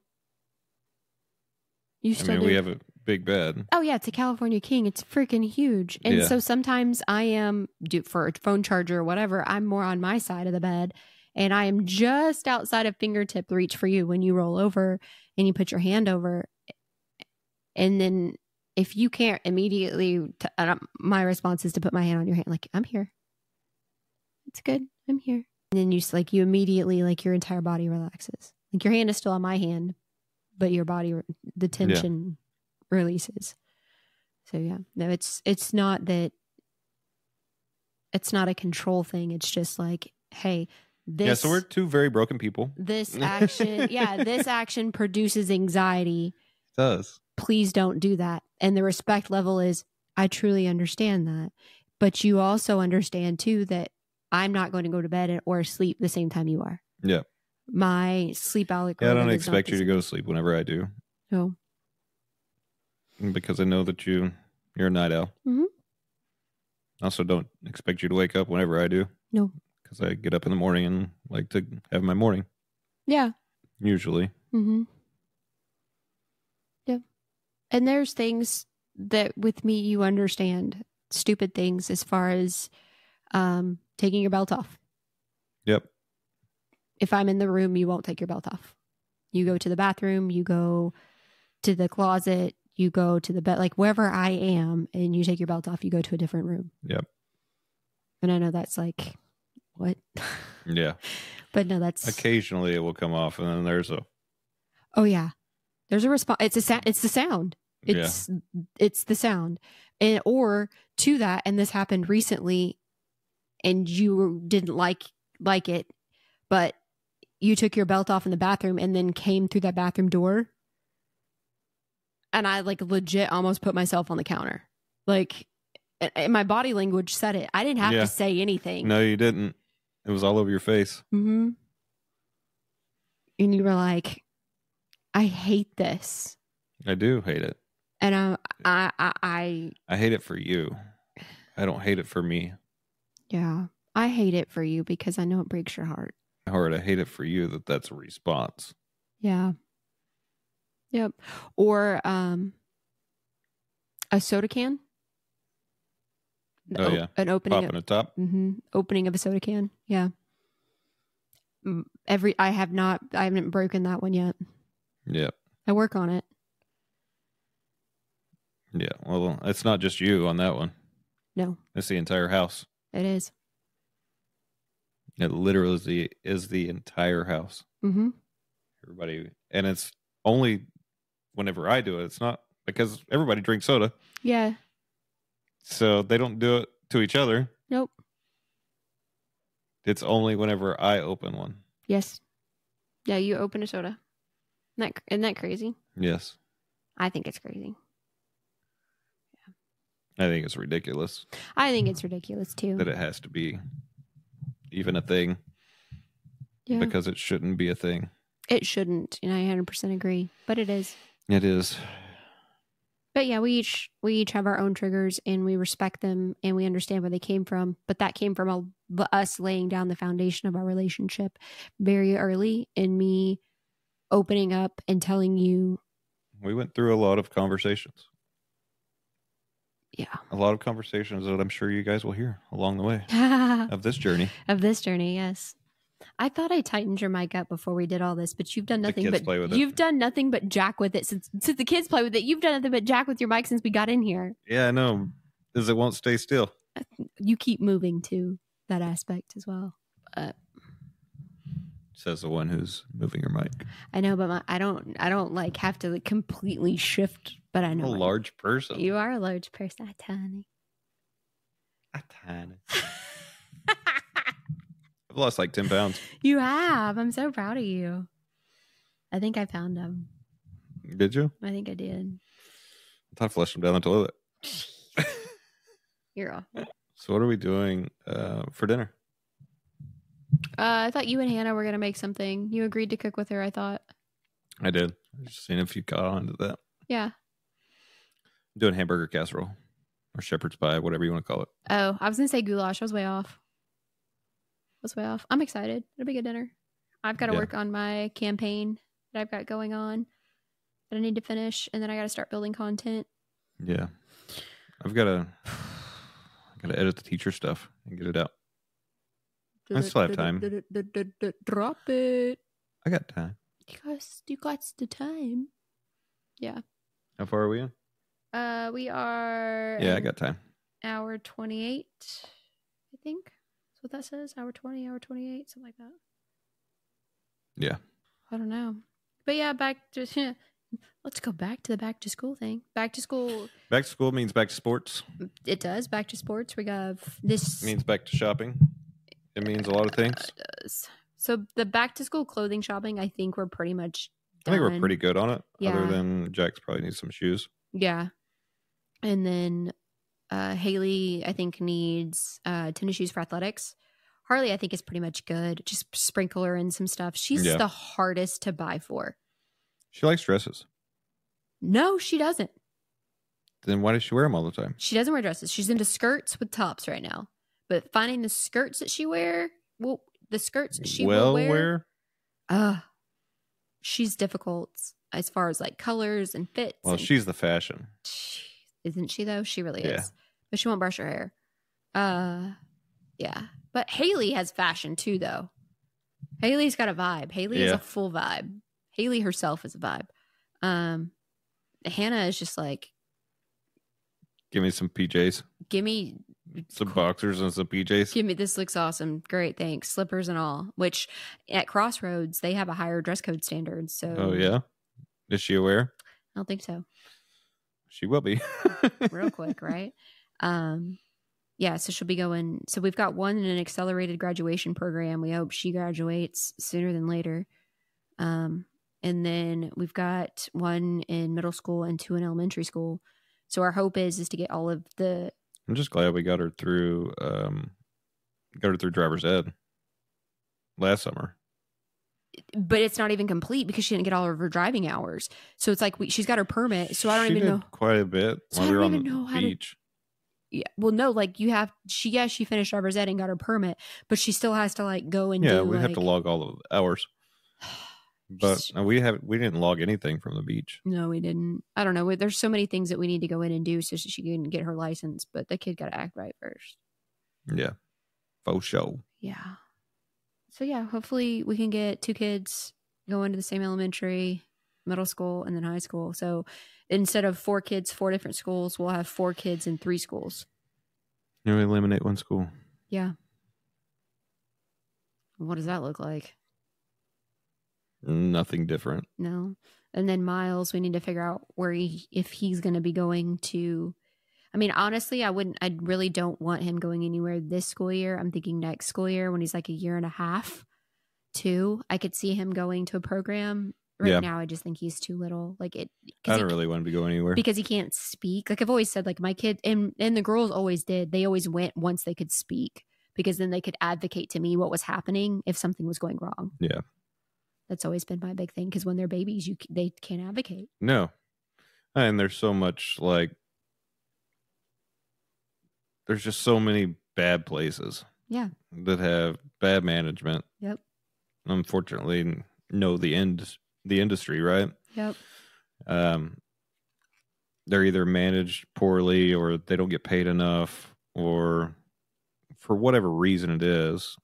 S1: You
S2: I
S1: still
S2: mean,
S1: do.
S2: we have a big bed.
S1: Oh yeah, it's a California King. It's freaking huge. And
S2: Yeah.
S1: so sometimes I am do for a phone charger or whatever, I'm more on my side of the bed and I am just outside of fingertip reach for you when you roll over and you put your hand over. And then if you can't immediately t- and I'm- my response is to put my hand on your hand like I'm here. It's good. I'm here. And then you s- like you immediately like your entire body relaxes. Like your hand is still on my hand, but your body re- the tension releases. So yeah, no, it's it's not that it's not a control thing. It's just like, hey, this
S2: yeah, so we're two very broken people.
S1: this action, yeah, this action produces anxiety.
S2: It does.
S1: Please don't do that. And the respect level is, I truly understand that, but you also understand too that I'm not going to go to bed or sleep the same time you are.
S2: Yeah.
S1: My sleep algorithm.
S2: Yeah, I don't
S1: is not
S2: expect
S1: the Oh,
S2: you to go to sleep whenever I do.
S1: No.
S2: Because I know that you you're a night owl.
S1: Mhm.
S2: Also, don't expect you to wake up whenever I do.
S1: No.
S2: Because I get up in the morning and like to have my morning
S1: Yeah.
S2: usually.
S1: Mm-hmm. Yeah. And there's things that with me you understand stupid things as far as um taking your belt off.
S2: Yep.
S1: If I'm in the room, you won't take your belt off. You go to the bathroom, you go to the closet, you go to the bed, like wherever I am, and you take your belt off, you go to a different room.
S2: Yep.
S1: And I know that's like, what?
S2: Yeah.
S1: but no, that's
S2: Occasionally it will come off, and then there's a
S1: Oh yeah, there's a response. It's a sa- it's the sound. It's it's the sound, and or to that. And this happened recently, and you didn't like like it, but you took your belt off in the bathroom and then came through that bathroom door. And I like legit almost put myself on the counter, like, and- and my body language said it. I didn't have
S2: Yeah.
S1: to say
S2: yeah.
S1: anything.
S2: No, you didn't. It was all over your face.
S1: Mm-hmm. And you were like, I hate this.
S2: I do hate it.
S1: And I, I, I, I
S2: I hate it for you. I don't hate it for me.
S1: yeah, I hate it for you because I know it breaks your heart.
S2: Hard. I hate it for you that that's a response.
S1: Yeah. Yep. Or um, a soda can. An
S2: Oh,
S1: op-
S2: yeah.
S1: an opening
S2: Popping a top.
S1: hmm opening of a soda can. Yeah. Mm, Every I have not I haven't broken that one yet.
S2: Yeah.
S1: I work on it.
S2: Yeah. Well, it's not just you on that one.
S1: No,
S2: It's the entire house.
S1: it is.
S2: It literally is the, is the entire house.
S1: Mm-hmm.
S2: Everybody, and it's only whenever I do it. It's not because everybody drinks soda,
S1: Yeah.
S2: so they don't do it to each other.
S1: Nope.
S2: It's only whenever I open one.
S1: Yes. Yeah, you open a soda. Isn't that, isn't that crazy?
S2: Yes,
S1: I think it's crazy.
S2: I think it's ridiculous
S7: I think it's ridiculous too.
S2: that it has to be even a thing
S7: Yeah.
S2: because it shouldn't be a thing.
S7: It shouldn't, and I 100% agree, but it is.
S2: It is.
S7: But yeah, we each we each have our own triggers, and we respect them, and we understand where they came from. But that came from a, b- us laying down the foundation of our relationship very early, and me opening up and telling you,
S2: We went through a lot of conversations.
S7: Yeah.
S2: A lot of conversations that I'm sure you guys will hear along the way of this journey.
S7: of this journey. Yes, I thought I tightened your mic up before we did all this, but you've done
S2: The
S7: nothing
S2: kids
S7: but
S2: play with it.
S7: you've done nothing but jack with it since since the kids play with it. You've done nothing but jack with your mic since we got in here.
S2: Yeah, I know. Because it won't stay still.
S7: You keep moving to that aspect as well.
S2: Says the one who's moving her mic.
S7: I know, but my, I don't. I don't like have to like, completely shift. But I
S2: I'm
S7: know
S2: a
S7: I-
S2: large person.
S7: You are a large person, I tell you.
S2: A tiny. I've lost like 10 pounds.
S7: you have. I'm so proud of you. I think I found him.
S2: Did you?
S7: I think I did.
S2: I thought I flushed them down the toilet.
S7: You're awful.
S2: So what are we doing uh, for dinner?
S1: Uh, I thought you and Hannah were gonna make something. You agreed to cook with her. I thought.
S2: I did. Just seeing if you caught on to that.
S1: Yeah.
S2: I'm doing hamburger casserole or shepherd's pie, whatever you want to call it.
S1: Oh, I was gonna say goulash. I was way off. I was way off. I'm excited. It'll be a good dinner. I've got to
S2: Yeah.
S1: work on my campaign that I've got going on that I need to finish, and then I got to start building content.
S2: Yeah. I've got to I got to edit the teacher stuff and get it out. I still have time.
S1: Drop it.
S2: I got time.
S1: You guys, you got the time.
S2: How far are we in?
S1: Uh, we are.
S2: Yeah, I
S1: an
S2: got time.
S1: hour twenty-eight. I think that's what that says. Hour twenty, hour twenty-eight, something like that.
S2: Yeah.
S1: I don't know, but yeah, back to let's go back to the back to school thing. Back to school,
S2: Back to school means back to sports.
S1: it does. Back to sports, we got this.
S2: It means back to shopping. It means a lot of things.
S1: so the back to school clothing shopping, I think we're pretty much.
S2: I think we're
S1: done.
S2: pretty good on it. Other
S1: Yeah.
S2: than Jack's probably needs some shoes.
S1: Yeah. And then uh Haley, I think, needs uh tennis shoes for athletics. Harley, I think, is pretty much good. Just sprinkle her in some stuff. She's
S2: Yeah.
S1: the hardest to buy for.
S2: She likes dresses.
S1: No, she doesn't.
S2: Then why does she wear them all the time?
S1: She doesn't wear dresses. She's into skirts with tops right now. But finding the skirts that she wear, well, the skirts that she will
S2: well,
S1: wear,
S2: wear
S1: uh, she's difficult as far as like colors and fits.
S2: well,
S1: and
S2: she's the fashion.
S1: She- isn't she though? She really
S2: Yeah.
S1: is. But she won't brush her hair. Uh yeah. But Haley has fashion too though. Haley's got a vibe. Haley is
S2: Yeah.
S1: a full vibe. Haley herself is a vibe. Um Hannah is just like,
S2: Give me some PJs,
S1: give me
S2: some boxers, and some PJs.
S1: give me this looks awesome. Great, thanks. Slippers and all. Which at Crossroads they have a higher dress code standard. So
S2: Oh yeah, is she aware?
S1: I don't think so.
S2: She will be.
S1: real quick, right? Um, yeah, so she'll be going. So we've got one in an accelerated graduation program. We hope she graduates sooner than later. Um, and then we've got one in middle school and two in elementary school. So our hope is is to get all of the
S2: I'm just glad we got her through. Um, got her through driver's ed last summer.
S1: but it's not even complete because she didn't get all of her driving hours. So it's like we, she's got her permit. So I don't
S2: She
S1: even
S2: did
S1: know.
S2: quite a bit
S1: So
S2: while
S1: I
S2: we were
S1: don't
S2: on
S1: even know how
S2: the
S1: to-
S2: beach.
S1: Yeah, well, no, like you have she. Yeah, she finished driver's ed and got her permit, but she still has to like go and
S2: Yeah,
S1: do,
S2: we have to
S1: like-
S2: log all of the hours, but
S1: Just-
S2: uh, we have we didn't log anything from the beach.
S1: No, we didn't. I don't know. We- There's so many things that we need to go in and do so she can get her license, but the kid got to act right first.
S2: Yeah, faux show.
S1: Yeah. So, yeah, hopefully we can get two kids going to the same elementary, middle school, and then high school. So instead of four kids, four different schools, we'll have four kids in three schools.
S2: You know, eliminate one school.
S1: Yeah. What does that look like?
S2: Nothing different.
S1: No. And then Miles, we need to figure out where he, if he's going to be going to. I mean, honestly, I wouldn't, I really don't want him going anywhere this school year. I'm thinking next school year when he's like a year and a half, two. I could see him going to a program right
S2: Yeah.
S1: now i just think he's too little like it
S2: I
S1: 'cause he
S2: don't really want him to go anywhere.
S1: because he can't speak. Like I've always said, like my kid and and the girls always did. They always went once they could speak because then they could advocate to me what was happening if something was going wrong.
S2: Yeah.
S1: that's always been my big thing because when they're babies, you c- they can't advocate.
S2: No. And there's so much like there's just so many bad places.
S1: Yeah.
S2: That have bad management.
S1: Yep.
S2: Unfortunately, know the end the industry, right?
S1: Yep.
S2: Um they're either managed poorly or they don't get paid enough or for whatever reason it is,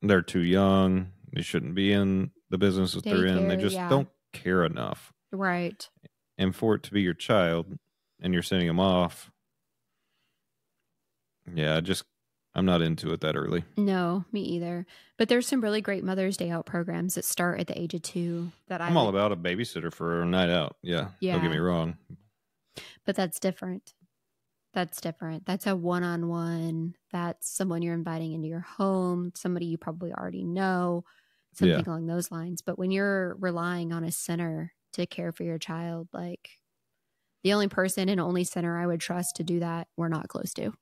S2: they're too young. They shouldn't be in the business that they're in. They
S1: Daycare,
S2: just
S1: yeah.
S2: don't care enough
S1: Right.
S2: and for it to be your child and you're sending them off yeah I just i'm not into it that early
S1: No, me either. But there's some really great Mother's Day out programs that start at the age of two. That I
S2: i'm all
S1: would-
S2: about a babysitter for a night out yeah, don't
S1: Yeah.
S2: get me wrong
S1: but that's different. That's different. That's a one on one. That's someone you're inviting into your home, somebody you probably already know, something
S2: Yeah.
S1: along those lines. But when you're relying on a center to care for your child, like the only person and only center I would trust to do that, we're not close to.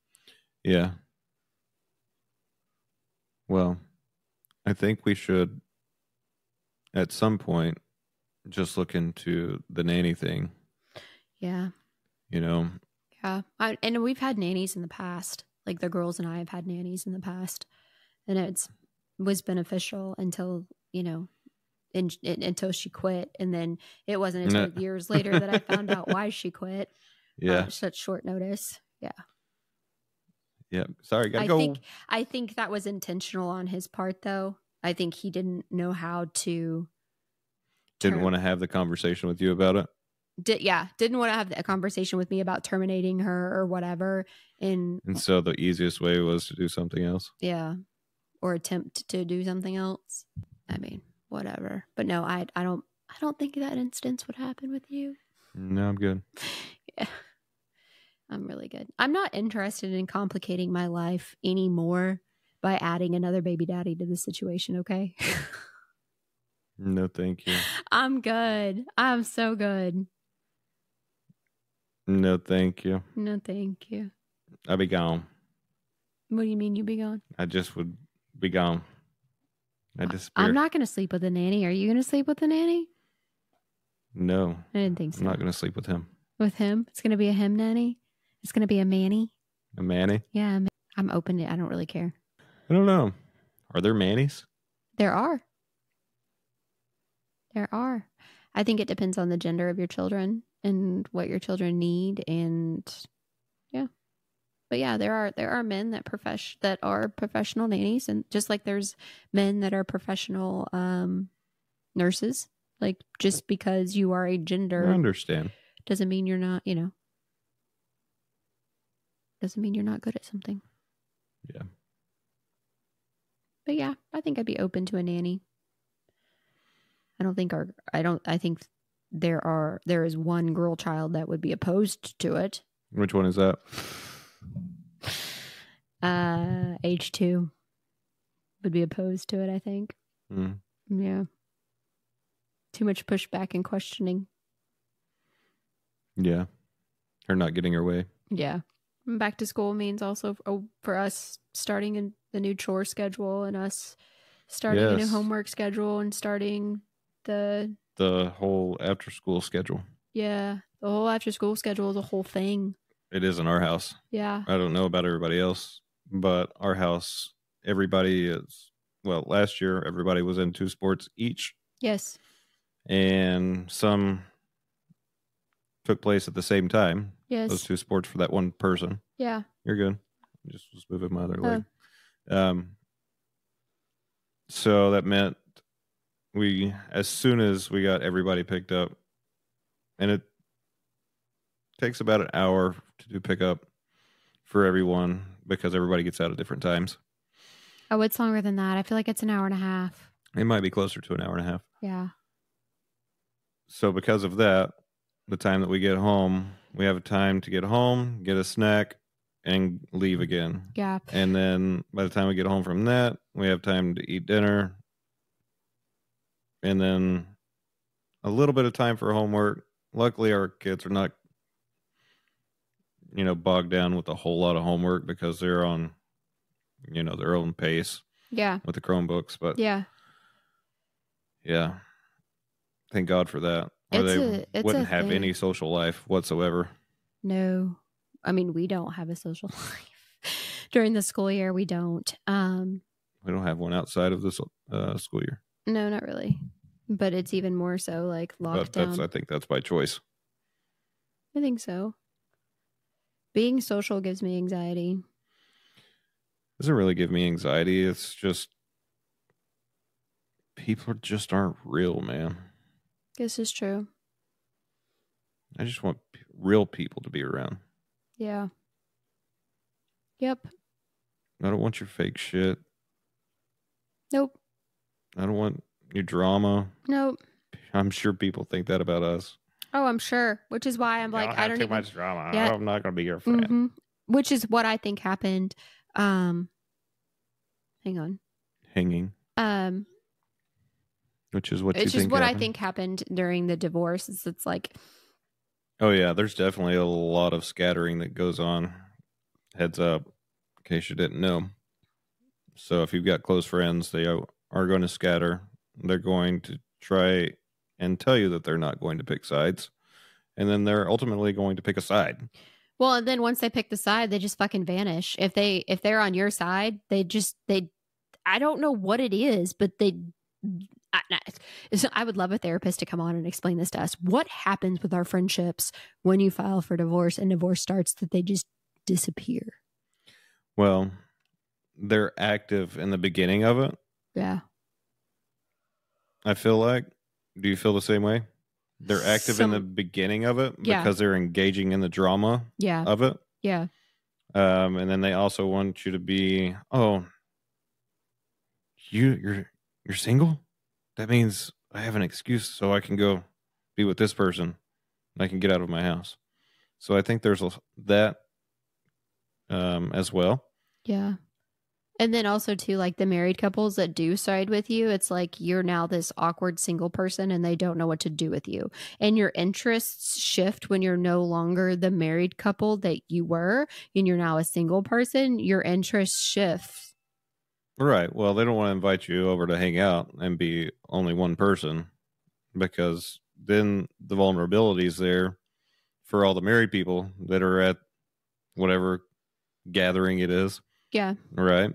S2: yeah well i think we should at some point just look into the nanny thing
S1: Yeah.
S2: you know
S1: Yeah. I, and we've had nannies in the past. Like the girls and I have had nannies in the past. And it's was beneficial until, you know, in, in- until she quit. And then it wasn't until
S2: No.
S1: years later that I found out why she quit. on
S2: yeah
S1: such short notice. Yeah.
S2: yeah sorry gotta
S1: I
S2: go
S1: think I think that was intentional on his part though. I think he didn't know how to
S2: didn't
S1: turn-
S2: want to have the conversation with you about it
S1: Did, yeah, didn't want to have a conversation with me about terminating her or whatever. And
S2: and so the easiest way was to do something else
S1: yeah or attempt to do something else i mean whatever but no i i don't i don't think that instance would happen with you
S2: no i'm good
S1: i'm really good i'm not interested in complicating my life anymore by adding another baby daddy to the situation okay
S2: no thank you
S1: i'm good i'm so good
S2: No, thank you.
S1: no thank you
S2: I'll be gone.
S1: what do you mean you be gone
S2: I just would be gone. I disappear.
S1: i'm not gonna sleep with a nanny are you gonna sleep with a nanny
S2: no,
S1: i didn't think
S2: I'm
S1: so
S2: not going to sleep with him.
S1: with him it's gonna be a him nanny it's gonna be a manny
S2: A Manny?
S1: yeah I'm- i'm open to i don't really care
S2: I don't know. Are there Mannies?
S1: There are. There are. I think it depends on the gender of your children and what your children need and yeah. But yeah, there are there are men that profess that are professional nannies and just like there's men that are professional um nurses. Like just because you are a
S2: I
S1: gender
S2: understand.
S1: doesn't mean you're not, you know. Doesn't mean you're not good at something.
S2: Yeah.
S1: But yeah, I think I'd be open to a nanny. I don't think our I don't I think there are there is one girl child that would be opposed to it.
S2: Which one is that?
S1: Uh age 2 would be opposed to it, I think.
S2: Mm.
S1: Yeah. Too much pushback and questioning.
S2: Yeah. Her not getting her way.
S1: Yeah.
S8: Back to school means also oh, for us starting in the new chore schedule and us starting a new
S2: Yes.
S8: homework schedule and starting the
S2: The whole after school schedule.
S8: yeah the whole after school schedule is a whole thing.
S2: It is in our house.
S8: Yeah,
S2: I don't know about everybody else, but our house, everybody is, well, last year, everybody was in two sports each.
S8: yes,
S2: and some took place at the same time.
S8: yes,
S2: Those two sports for that one person.
S8: yeah,
S2: You're good. I just was moving my other
S8: Oh.
S2: leg. Um, so that meant we, as soon as we got everybody picked up, and it takes about an hour to do pickup for everyone because everybody gets out at different times.
S1: Oh, it's longer than that. I feel like it's an hour and a half.
S2: It might be closer to an hour and a half.
S1: Yeah.
S2: so because of that, the time that we get home, we have a time to get home, get a snack, and leave again.
S1: Yeah.
S2: And then by the time we get home from that, we have time to eat dinner. And then a little bit of time for homework. Luckily, our kids are not, you know, bogged down with a whole lot of homework because they're on, you know, their own pace
S1: Yeah.
S2: with the Chromebooks. But
S1: Yeah.
S2: yeah, thank God for that. Or
S1: It's
S2: they
S1: a- it's
S2: wouldn't
S1: a
S2: have
S1: thing.
S2: any social life whatsoever.
S1: No. I mean, we don't have a social life during the school year. We don't. Um,
S2: We don't have one outside of this uh, school year.
S1: no, not really. But it's even more so like
S2: But that's,
S1: lockdown.
S2: I think that's by choice.
S1: I think so. Being social gives me anxiety.
S2: doesn't really give me anxiety. It's just people just aren't real, man.
S1: This is true.
S2: I just want p- real people to be around.
S1: Yeah. Yep.
S2: I don't want your fake shit.
S1: Nope.
S2: I don't want your drama.
S1: Nope.
S2: I'm sure people think that about us.
S1: Oh, I'm sure. Which is why I'm like, I don't even.
S2: drama.
S1: Yeah.
S2: I'm not going to be your
S1: hmm Which is what I think happened. Um, hang on.
S2: Hanging,
S1: Um,
S2: which is what you
S1: it's just
S2: think
S1: what I
S2: happened.
S1: think happened during the divorce. Is it's like
S2: Oh yeah, there's definitely a lot of scattering that goes on. Heads up, in case you didn't know. So if you've got close friends, they are going to scatter. They're going to try and tell you that they're not going to pick sides, and then they're ultimately going to pick a side.
S1: Well, and then once they pick the side, they just fucking vanish. If they if they're on your side, they just they I don't know what it is, but they I, I- so I would love a therapist to come on and explain this to us. What happens with our friendships when you file for divorce and divorce starts that they just disappear?
S2: Well, they're active in the beginning of it.
S1: Yeah.
S2: I feel like. Do you feel the same way? They're active
S1: Some-
S2: in the beginning of it
S1: Yeah.
S2: because they're engaging in the drama
S1: Yeah.
S2: of it.
S1: Yeah.
S2: um, and then they also want you to be oh you you're you're single that means i have an excuse so i can go be with this person and i can get out of my house so i think there's a, that um, as well
S1: Yeah. And then also too, like the married couples that do side with you, it's like you're now this awkward single person and they don't know what to do with you. And your interests shift when you're no longer the married couple that you were and you're now a single person. Your interests shift.
S2: right well they don't want to invite you over to hang out and be only one person because then the vulnerability is there for all the married people that are at whatever gathering it is
S1: Yeah.
S2: Right.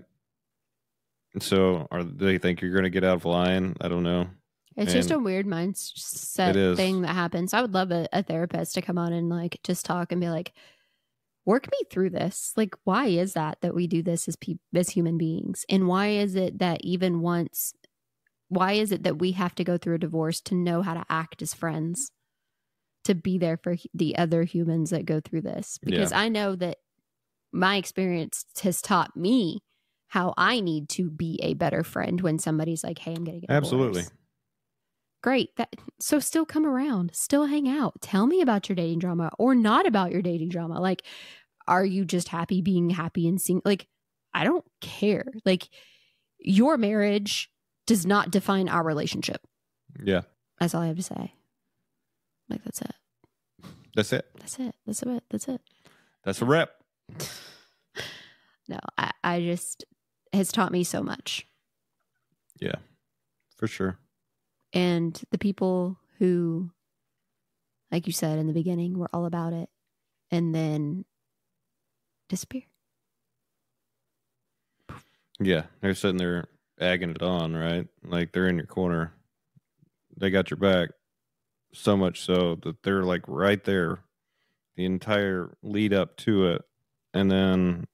S2: So are they think you're going to get out of line? I don't know.
S1: It's just a
S2: And-
S1: weird
S2: It
S1: mindset
S2: is.
S1: thing that happens. I would love a, a therapist to come on and like just talk and be like, work me through this. Like, why is that that we do this as peop as human beings, and why is it that even once, why is it that we have to go through a divorce to know how to act as friends, to be there for hu- the other humans that go through this? Because I know that my experience has taught me how I need to be a better friend when somebody's like, "Hey, I'm going to get a divorce."
S2: Absolutely.
S1: great that so still come around still hang out tell me about your dating drama or not about your dating drama like are you just happy being happy and seeing like i don't care like your marriage does not define our relationship
S2: Yeah.
S1: that's all i have to say like that's it
S2: That's it.
S1: that's it that's it that's it
S2: That's a wrap.
S1: no i, I just has taught me so much
S2: For sure.
S1: and the people who like you said in the beginning were all about it and then disappear
S2: Yeah. They're sitting there agging it on, right? Like they're in your corner. They got your back so much so that they're like right there the entire lead up to it. And then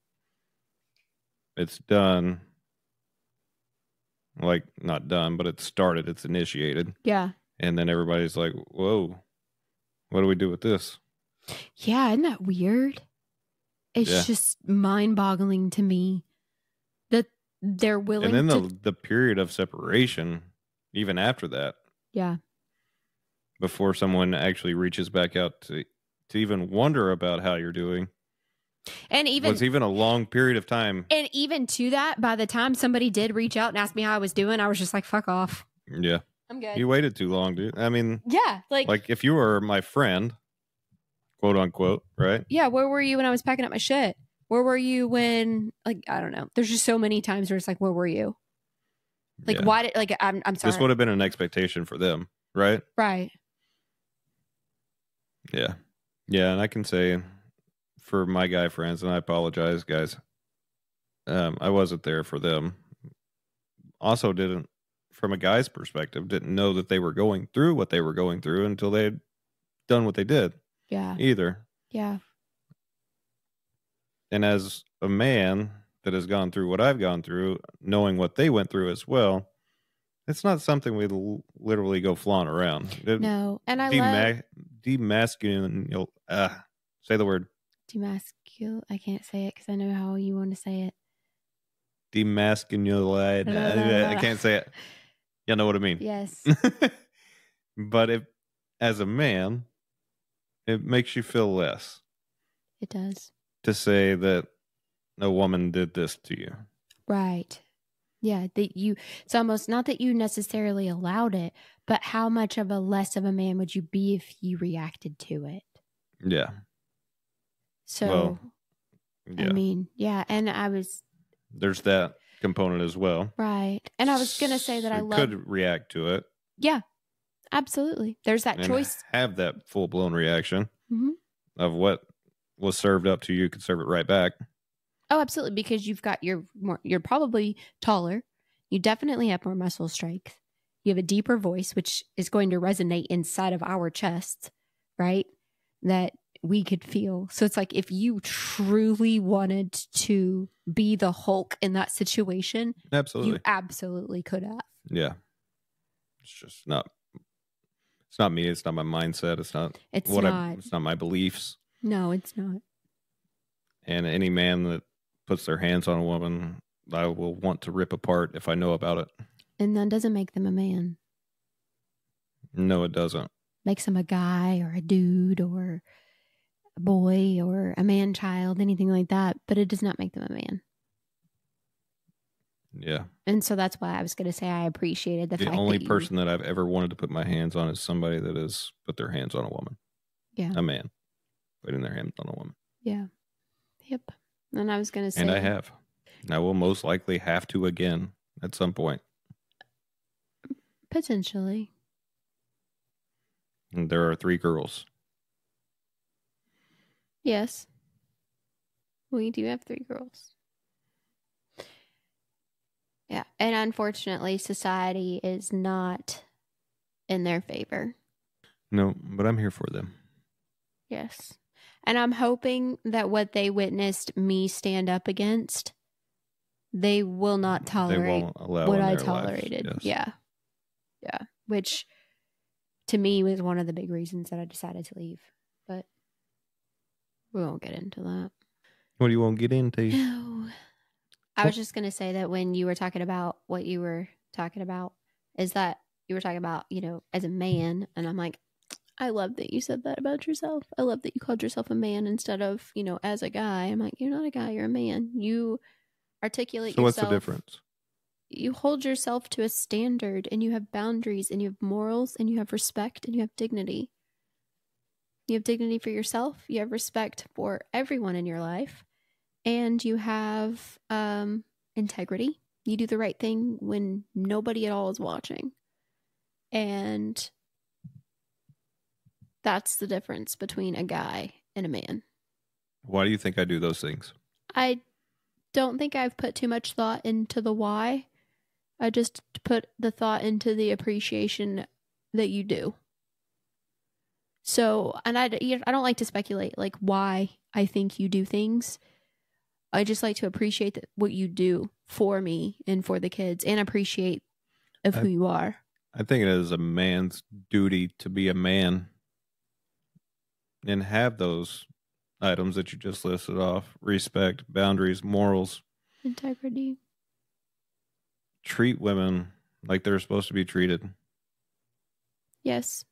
S2: it's done. Like, not done, but it's started, it's initiated.
S1: Yeah.
S2: And then everybody's like, whoa, what do we do with this?
S1: Yeah. Isn't that weird? It's
S2: Yeah.
S1: just mind boggling to me that they're willing
S2: and then
S1: to.
S2: the, the period of separation, even after that,
S1: Yeah.
S2: before someone actually reaches back out to, to even wonder about how you're doing,
S1: And even.
S2: was even a long period of time.
S1: and even to that, by the time somebody did reach out and ask me how I was doing, I was just like, fuck off.
S2: Yeah.
S9: I'm good.
S2: You waited too long, dude. I mean,
S9: yeah, like,
S2: like if you were my friend, quote unquote, right?
S9: yeah, where were you when I was packing up my shit? Where were you when like I don't know. There's just so many times where it's like, where were you? Like
S2: Yeah.
S9: why did like I'm I'm sorry.
S2: This would have been an expectation for them, right?
S9: right.
S2: Yeah. Yeah, and I can say for my guy friends, and I apologize, guys. Um, I wasn't there for them. Also didn't from a guy's perspective, didn't know that they were going through what they were going through until they had done what they did
S9: Yeah.
S2: either.
S9: Yeah.
S2: And as a man that has gone through what I've gone through, knowing what they went through as well, it's not something we l- literally go flaunting around. It-
S1: No, and I love
S2: Dema- demasculine. Uh, say the word
S1: demascul. I can't say it because I know how you want to say it.
S2: demasculine. I can't say it. Y'all know what I mean.
S1: Yes.
S2: but if, as a man, it makes you feel less
S1: It does.
S2: to say that a woman did this to you.
S1: Right. Yeah, that you it's almost not that you necessarily allowed it, but how much of a less of a man would you be if you reacted to it?
S2: Yeah.
S1: So
S2: Well, Yeah.
S1: I mean, yeah, and I was
S2: There's that component as well.
S1: right. And I was going to say that
S2: So
S1: I
S2: you
S1: love
S2: could react to it
S1: Absolutely. There's that
S2: and
S1: choice.
S2: have that full blown reaction
S1: Mhm.
S2: of what was served up to you. You could serve it right back.
S1: Oh, absolutely because you've got your more you're probably taller. You definitely have more muscle strength. You have a deeper voice which is going to resonate inside of our chests, right? That we could feel. So it's like if you truly wanted to be the Hulk in that situation,
S2: Absolutely.
S1: you absolutely could have.
S2: Yeah. It's just not it's not me, it's not my mindset, it's not
S1: It's
S2: what I
S1: not.
S2: it's not my beliefs.
S1: no, it's not.
S2: And any man that puts their hands on a woman, I will want to rip apart if I know about it.
S1: And that doesn't make them a man.
S2: No, it doesn't.
S1: makes them a guy or a dude or a boy or a man child, anything like that. But it does not make them a man.
S2: Yeah.
S1: And so that's why I was going to say I appreciated the,
S2: The
S1: fact
S2: only
S1: that you-
S2: person that I've ever wanted to put my hands on is somebody that has put their hands on a woman.
S1: Yeah.
S2: A man. Putting their hands on a woman.
S1: yeah. Yep.
S10: And I was gonna say,
S2: And I have. And I will most likely have to again at some point.
S1: Potentially.
S2: And there are three girls.
S10: yes, we do have three girls.
S1: Yeah. And unfortunately, society is not in their favor.
S2: No, but I'm here for them.
S1: Yes. And I'm hoping that what they witnessed me stand up against, they will not
S2: They
S1: tolerate.
S2: won't allow
S1: what
S2: in
S1: I
S2: their lives.
S1: tolerated.
S2: Yes.
S1: Yeah. Yeah. Which to me was one of the big reasons that I decided to leave. But we won't get into that.
S2: What do you want to get into?
S1: No. I was just going to say that when you were talking about what you were talking about, is that you were talking about, you know, as a man. And I'm like,
S10: I love that you said that about yourself. I love that you called yourself a man instead of you know as a guy. I'm like, you're not a guy, you're a man. You articulate.
S2: So what's the
S10: yourself.
S2: difference?
S10: you hold yourself to a standard and you have boundaries and you have morals and you have respect and you have dignity. You have dignity for yourself, you have respect for everyone in your life, and you have um, integrity. You do the right thing when nobody at all is watching. And that's the difference between a guy and a man.
S2: Why do you think I do those things?
S10: I don't think I've put too much thought into the why. I just put the thought into the appreciation that you do. So, and I, you know, I don't like to speculate like why I think you do things. I just like to appreciate that what you do for me and for the kids and appreciate of who
S2: I-
S10: you are.
S2: I think it is a man's duty to be a man and have those items that you just listed off respect, boundaries, morals,
S10: Integrity.
S2: treat women like they're supposed to be treated.
S10: Yes.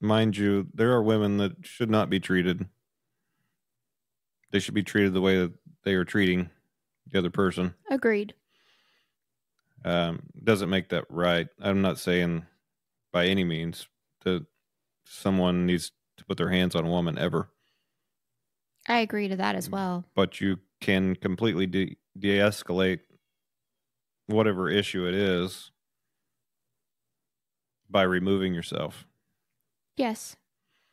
S2: Mind you, there are women that should not be treated, they should be treated the way that they are treating the other person.
S10: Agreed.
S2: Um, doesn't make that right. I'm not saying by any means that someone needs to put their hands on a woman ever,
S1: I agree to that as well.
S2: but you can completely de escalate whatever issue it is by removing yourself.
S1: Yes.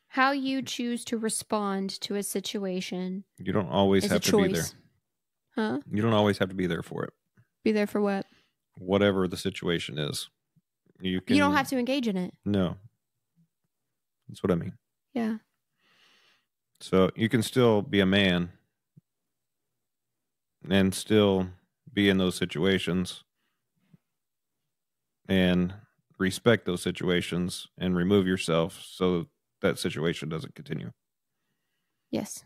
S1: How you choose to respond to a situation
S2: You don't always
S1: is a
S2: have to be there.
S1: choice. Huh?
S2: You don't always have to be there for it.
S1: Be there for what?
S2: Whatever the situation is, you can.
S1: You don't have to engage in it.
S2: No, that's what I mean.
S1: Yeah.
S2: So you can still be a man and still be in those situations and respect those situations and remove yourself so that situation doesn't continue.
S1: Yes.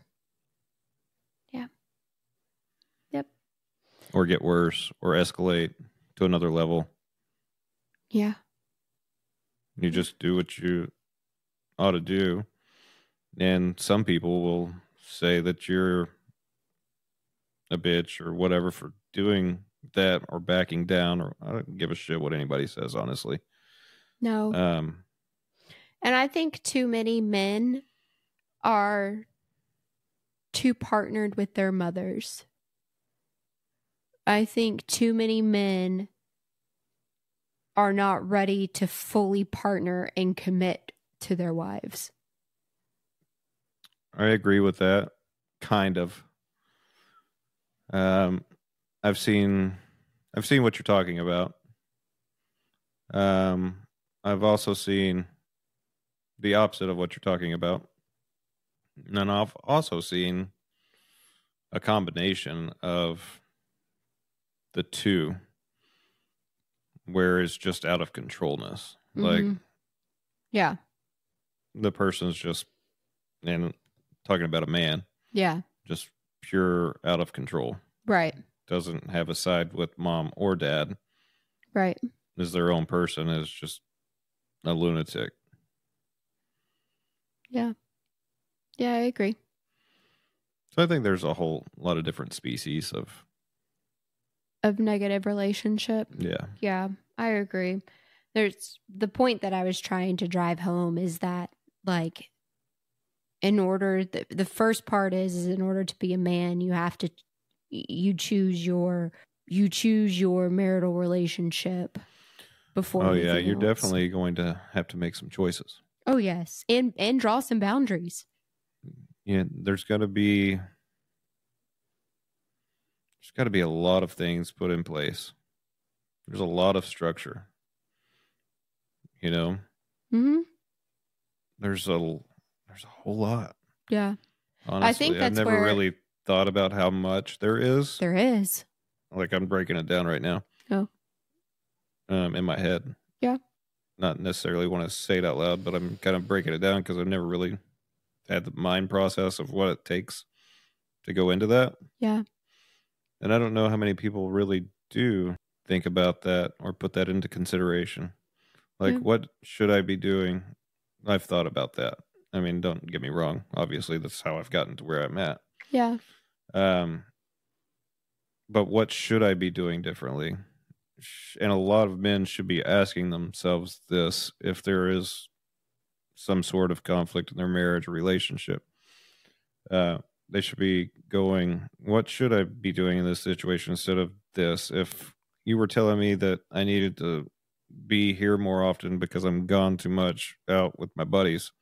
S2: or get worse or escalate to another level.
S1: Yeah.
S2: You just do what you ought to do. And some people will say that you're a bitch or whatever for doing that or backing down or I don't give a shit what anybody says honestly.
S1: No.
S2: Um
S1: And I think too many men are too partnered with their mothers. I think too many men are not ready to fully partner and commit to their wives.
S2: I agree with that kind of um I've seen I've seen what you're talking about. Um, I've also seen the opposite of what you're talking about. And I've also seen a combination of the two where it's just out of controlness. Like
S1: Mhm. Yeah.
S2: the person's just and talking about a man,
S1: Yeah.
S2: just pure out of control.
S1: Right.
S2: Doesn't have a side with mom or dad.
S1: Right.
S2: is their own person is just a lunatic.
S1: Yeah, I agree.
S2: So I think there's a whole lot of different species of
S1: Of negative relationship.
S2: yeah.
S1: Yeah, I agree. There's the point that I was trying to drive home is that like in order the, the first part is is in order to be a man you have to you choose your you choose your marital relationship before
S2: oh yeah,
S1: anything
S2: you're
S1: else.
S2: definitely going to have to make some choices.
S1: Oh yes. And and draw some boundaries.
S2: Yeah, there's got to be there's got to be a lot of things put in place. There's a lot of structure. You know,
S1: Mhm.
S2: there's a there's a whole lot.
S1: Yeah.
S2: Honestly,
S1: think
S2: I've
S1: that's
S2: never
S1: where-
S2: really thought about how much there is.
S1: There is.
S2: like I'm breaking it down right now.
S1: Oh.
S2: Um, in my head.
S1: Yeah.
S2: Not necessarily want to say it out loud, but I'm kind of breaking it down because I've never really had the mind process of what it takes to go into that.
S1: Yeah.
S2: And I don't know how many people really do think about that or put that into consideration. Like,
S1: Yeah.
S2: what should I be doing? I've thought about that. I mean, don't get me wrong. Obviously, that's how I've gotten to where I'm at.
S1: Yeah.
S2: Um, but what should I be doing differently? Sh- And a lot of men should be asking themselves this if there is some sort of conflict in their marriage or relationship. Uh, they should be going, What should I be doing in this situation instead of this? If you were telling me that I needed to be here more often because I'm gone too much out with my buddies,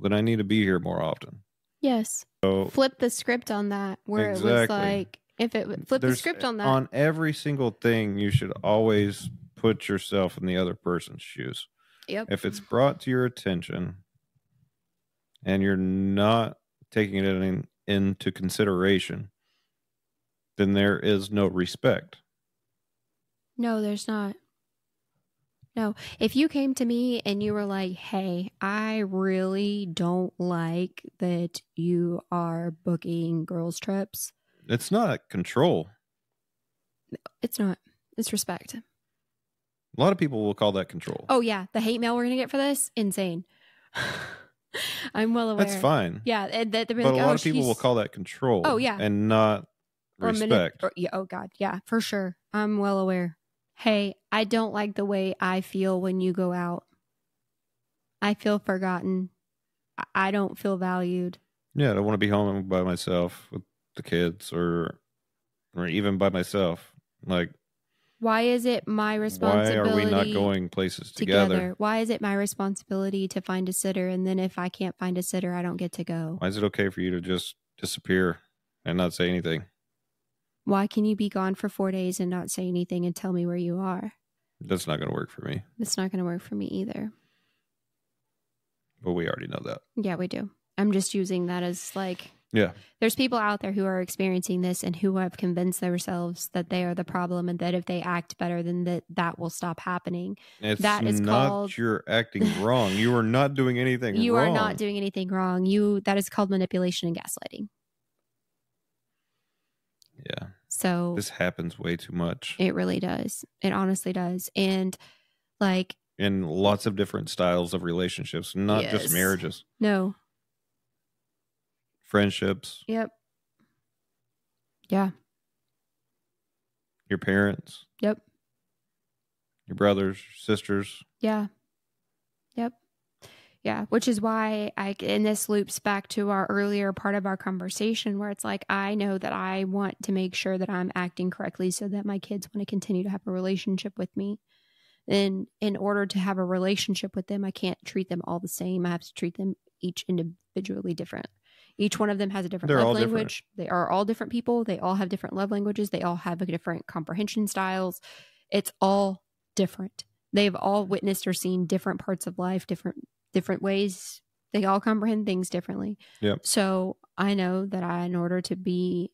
S2: then I need to be here more often.
S1: Yes.
S2: So
S1: Flip the script on that where it was
S2: Exactly.
S1: like if it w- flip the
S2: There's-
S1: script on that.
S2: On every single thing, you should always put yourself in the other person's shoes.
S1: Yep.
S2: If it's brought to your attention and you're not taking it in, into consideration, then there is no respect.
S1: No, there's not. No. If you came to me and you were like, hey, I really don't like that you are booking girls' trips,
S2: It's not control.
S1: it's not. It's respect.
S2: A lot of people will call that control.
S1: Oh, yeah. The hate mail we're going to get for this? Insane. I'm well aware.
S2: That's fine.
S1: Yeah. And that, they're
S2: But
S1: like,
S2: a
S1: oh,
S2: lot of people will
S1: she's-
S2: call that control.
S1: Oh, yeah.
S2: And not
S1: or mani-
S2: respect.
S1: or- yeah, oh, God. Yeah, for sure. I'm well aware. hey, I don't like the way I feel when you go out. I feel forgotten. I- I don't feel valued.
S2: Yeah, I don't want to be home by myself with the kids or or even by myself. Like
S1: Why is it my
S2: why
S1: responsibility?
S2: are we not going places
S1: together.
S2: together?
S1: Why is it my responsibility to find a sitter? And then if I can't find a sitter, I don't get to go.
S2: Why is it okay for you to just disappear and not say anything?
S1: Why can you be gone for four days and not say anything and tell me where you are?
S2: That's not going to work for me.
S1: It's not going to work for me either.
S2: But we already know that.
S1: Yeah, we do. I'm just using that as like,
S2: Yeah.
S1: there's people out there who are experiencing this and who have convinced themselves that they are the problem and that if they act better, then that that will stop happening.
S2: It's
S1: That is
S2: not
S1: called-
S2: you're acting wrong. You are not doing anything
S1: You
S2: wrong.
S1: are not doing anything wrong. You that is called manipulation and gaslighting.
S2: Yeah.
S1: So
S2: This happens way too much
S1: It really does. It honestly does. And like,
S2: in lots of different styles of relationships, not
S1: Yes.
S2: just marriages,
S1: no.
S2: friendships,
S1: Yep. Yeah.
S2: your parents.
S1: Yep.
S2: Your brothers, sisters.
S1: Yeah. Yep. Yeah. Which is why I, and this loops back to our earlier part of our conversation where it's like, I know that I want to make sure that I'm acting correctly so that my kids want to continue to have a relationship with me. And in order to have a relationship with them, I can't treat them all the same. I have to treat them each individually different. Each one of them has a different
S2: They're all
S1: love
S2: different.
S1: language. They are all different people. They all have different love languages. They all have different comprehension styles. It's all different. They've all witnessed or seen different parts of life, different different ways. They all comprehend things differently.
S2: Yep.
S1: So I know that I, in order to be,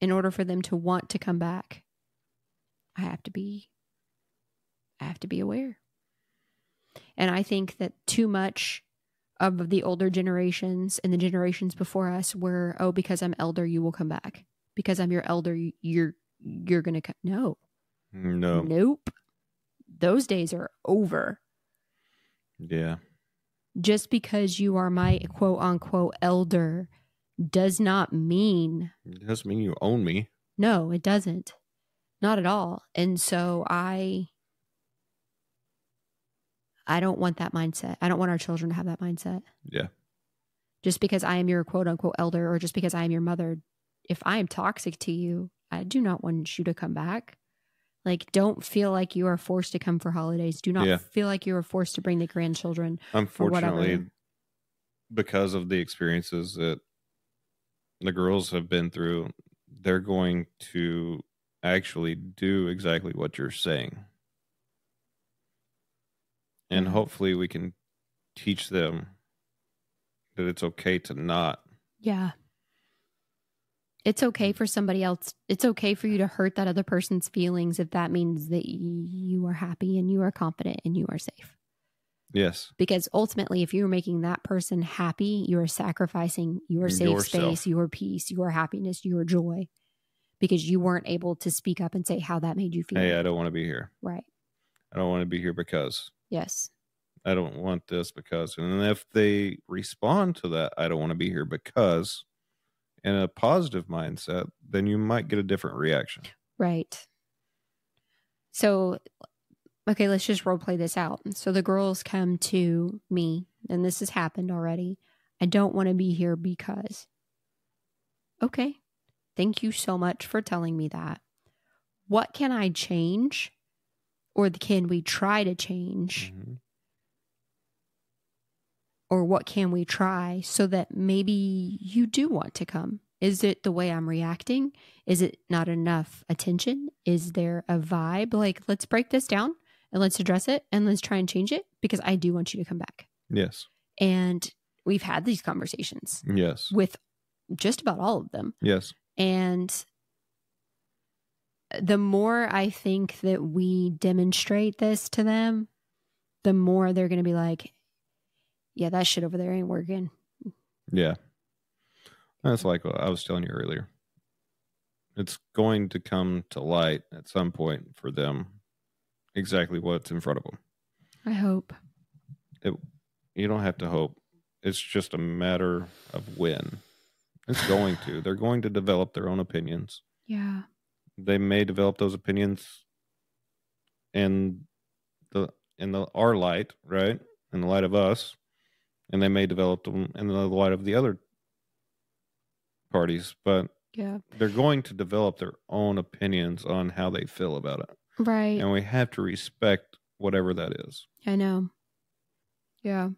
S1: in order for them to want to come back, I have to be I have to be aware. And I think that too much of the older generations and the generations before us were, oh, because I'm elder, you will come back. Because I'm your elder, you're you're gonna come. No,
S2: No.
S1: nope. Those days are over.
S2: Yeah.
S1: Just because you are my quote unquote elder does not mean
S2: It doesn't mean you own me.
S1: No, it doesn't. Not at all. And so I I don't want that mindset. I don't want our children to have that mindset.
S2: Yeah.
S1: Just because I am your quote unquote elder or just because I am your mother, if I am toxic to you, I do not want you to come back. Like don't feel like you are forced to come for holidays. Do not
S2: Yeah.
S1: feel like you are forced to bring the grandchildren.
S2: Unfortunately, because of the experiences that the girls have been through, they're going to actually do exactly what you're saying. And
S1: Mhm.
S2: hopefully, we can teach them that it's okay to not.
S1: Yeah. It's okay for somebody else. It's okay for you to hurt that other person's feelings if that means that you are happy and you are confident and you are safe.
S2: Yes.
S1: Because ultimately, if you're making that person happy, you are sacrificing your safe
S2: Yourself.
S1: space, your peace, your happiness, your joy, because you weren't able to speak up and say how that made you feel.
S2: Hey, uh, I don't want to be here.
S1: Right.
S2: I don't want to be here because
S1: Yes.
S2: I don't want this because. And if they respond to that, I don't want to be here because, in a positive mindset, then you might get a different reaction.
S1: Right. So, okay, let's just role play this out. So the girls come to me, and this has happened already. I don't want to be here because. Okay. Thank you so much for telling me that. What can I change? Or can we try to change? Or what can we try so that maybe you do want to come? Is it the way I'm reacting? Is it not enough attention? Is there a vibe? Like, let's break this down and let's address it and let's try and change it because I do want you to come back.
S2: Yes.
S1: And we've had these conversations
S2: Yes.
S1: with just about all of them.
S2: Yes.
S1: And the more I think that we demonstrate this to them, the more they're going to be like, yeah, that shit over there ain't working.
S2: Yeah. That's like what I was telling you earlier. It's going to come to light at some point for them exactly what's in front of them.
S1: I hope.
S2: You don't have to hope. It's just a matter of when. It's going to. They're going to develop their own opinions.
S1: Yeah.
S2: they may develop those opinions and the in the our light, right? In the light of us, and they may develop them in the light of the other parties, but
S1: Yeah.
S2: they're going to develop their own opinions on how they feel about it.
S1: Right.
S2: And we have to respect whatever that is.
S1: I know. Yeah.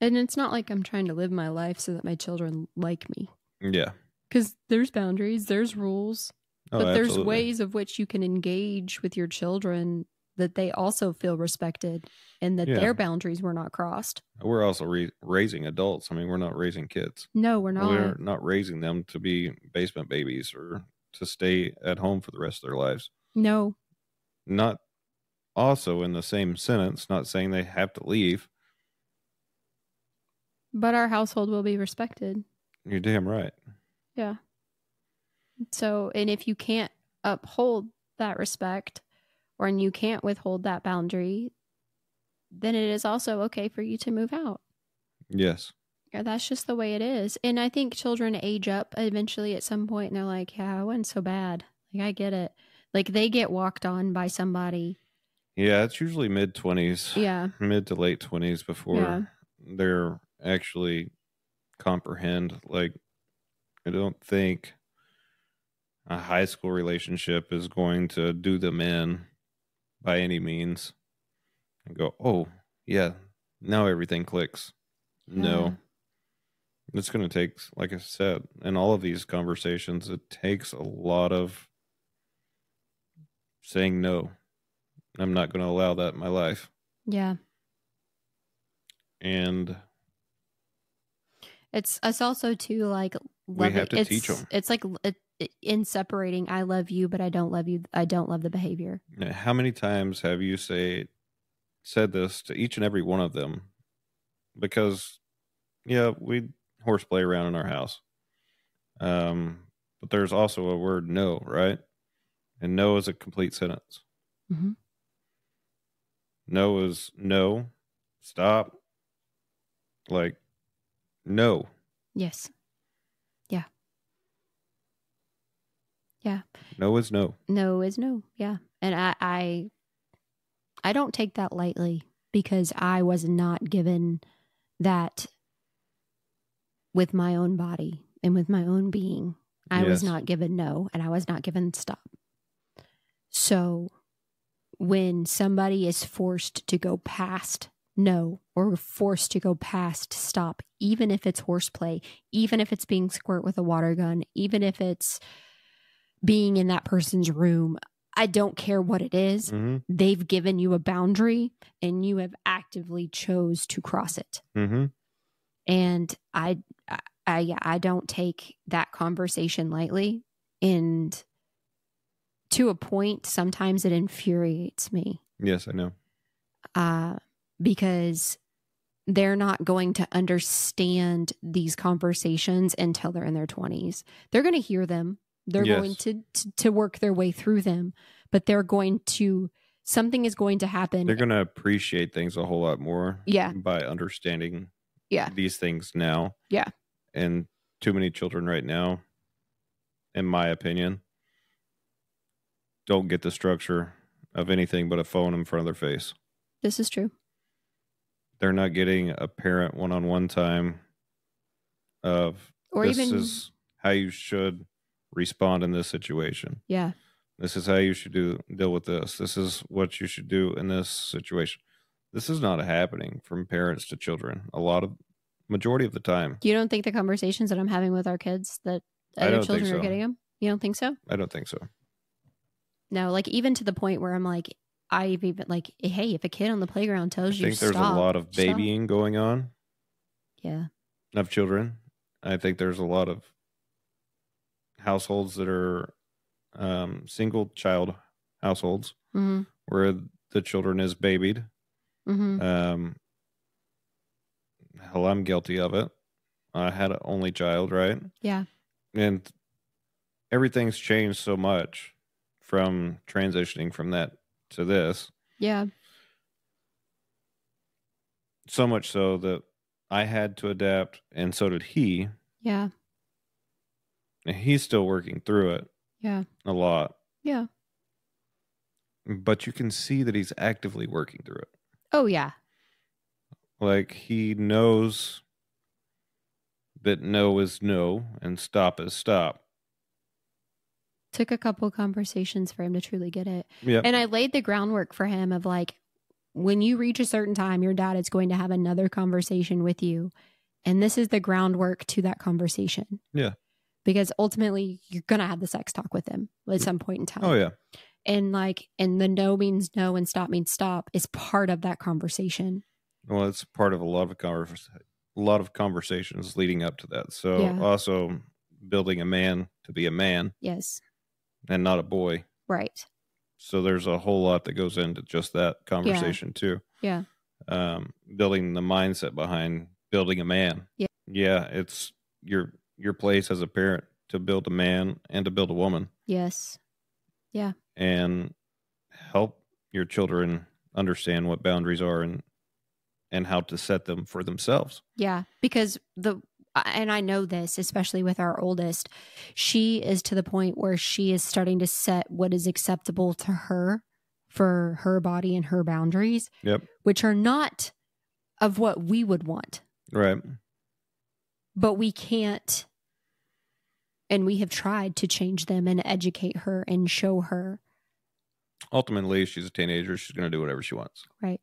S1: And it's not like I'm trying to live my life so that my children like me.
S2: Yeah.
S1: Because there's boundaries, there's rules,
S2: Oh,
S1: but there's
S2: absolutely.
S1: ways of which you can engage with your children that they also feel respected and that
S2: Yeah.
S1: their boundaries were not crossed.
S2: We're also re- raising adults. I mean, we're not raising kids.
S1: No, we're not.
S2: We're not raising them to be basement babies or to stay at home for the rest of their lives.
S1: No.
S2: Not also in the same sentence, not saying they have to leave.
S1: But our household will be respected.
S2: You're damn right.
S1: So, and if you can't uphold that respect or and you can't withhold that boundary, then it is also okay for you to move out.
S2: Yes.
S1: Yeah, That's just the way it is. And I think children age up eventually at some point and they're like, yeah, I wasn't so bad. Like, I get it. Like, they get walked on by somebody.
S2: Yeah, it's usually mid 20s.
S1: Yeah.
S2: mid to late 20s before
S1: Yeah.
S2: they're actually comprehend like i don't think a high school relationship is going to do them in by any means and go oh yeah now everything clicks
S1: Yeah.
S2: no it's going to take like i said in all of these conversations it takes a lot of saying no i'm not going to allow that in my life
S1: Yeah.
S2: and
S1: It's, it's also too like,
S2: We have
S1: loving-
S2: to
S1: it's,
S2: teach 'em.
S1: It's like it, it- in separating, I love you, but I don't love you. I don't love the behavior.
S2: eh, how many times have you say said this to each and every one of them because yeah we horseplay around in our house um but there's also a word no right and no is a complete sentence
S1: Mhm.
S2: no is no stop like no
S1: Yes.
S2: no is no
S1: no is no yeah and i i i don't take that lightly because i was not given that with my own body and with my own being i was
S2: Yes.
S1: not given no and i was not given stop so when somebody is forced to go past no or forced to go past stop even if it's horseplay even if it's being squirt with a water gun even if it's being in that person's room i don't care what it is.
S2: mm-hmm
S1: they've given you a boundary and you have actively chose to cross it
S2: mm-hmm
S1: and i i I- yeah, i don't take that conversation lightly and to a point sometimes it infuriates me
S2: yes i know
S1: uh, because they're not going to understand these conversations until they're in their 20s. They're going to hear them. They're
S2: Yes.
S1: going to, to to work their way through them, but they're going to something is going to happen.
S2: they're going to appreciate things a whole lot more
S1: Yeah.
S2: by understanding
S1: Yeah.
S2: these things now
S1: Yeah.
S2: and too many children right now in my opinion don't get the structure of anything but a phone in front of their face
S1: this is true.
S2: they're not getting a parent one-on-one time of
S1: Or
S2: this
S1: even
S2: is how you should respond in this situation
S1: yeah.
S2: this is how you should do deal with this this is what you should do in this situation this is not happening from parents to children a lot of majority of the time
S1: You don't think the conversations that I'm having with our kids that
S2: I
S1: other
S2: don't think
S1: children are
S2: so.
S1: getting them? You don't think so?
S2: i don't think so
S1: No, like even to the point where I'm like I've even like hey, if a kid on the playground
S2: i
S1: tells you
S2: think there's
S1: stop,
S2: a lot of
S1: stop."
S2: babying going on
S1: Yeah.
S2: of children i think there's a lot of households that are um, single child households
S1: Mhm.
S2: where the children is babied
S1: Mhm.
S2: Um, hell, I'm guilty of it. I had an only child, right?
S1: Yeah.
S2: And everything's changed so much from transitioning from that to this,
S1: Yeah.
S2: so much so that I had to adapt, and so did he.
S1: Yeah.
S2: And he's still working through it
S1: Yeah.
S2: a lot.
S1: Yeah.
S2: but you can see that he's actively working through it.
S1: Oh yeah.
S2: Like he knows that no is no and stop is stop.
S1: Took a couple conversations for him to truly get it.
S2: Yeah.
S1: And I laid the groundwork for him of like, when you reach a certain time, your dad is going to have another conversation with you. And this is the groundwork to that conversation.
S2: Yeah.
S1: Because ultimately, you're going to have the sex talk with him at some point in time.
S2: Oh yeah.
S1: And like, and the no means no and stop means stop is part of that conversation.
S2: Well, it's part of a lot of convers- a lot of conversations leading up to that. So
S1: Yeah.
S2: also building a man to be a man
S1: Yes.
S2: and not a boy.
S1: Right.
S2: So there's a whole lot that goes into just that conversation too.
S1: Yeah.
S2: Um, building the mindset behind building a man.
S1: Yeah.
S2: Yeah, it's your your place as a parent to build a man and to build a woman
S1: Yes.
S2: and help your children understand what boundaries are and and how to set them for themselves.
S1: Yeah. Because the, and I know this, especially with our oldest, she is to the point where she is starting to set what is acceptable to her for her body and her boundaries.
S2: Yep.
S1: Which are not of what we would want,
S2: Right.
S1: but we can't. And we have tried to change them and educate her and show her.
S2: ultimately she's a teenager she's going to do whatever she wants
S1: Right.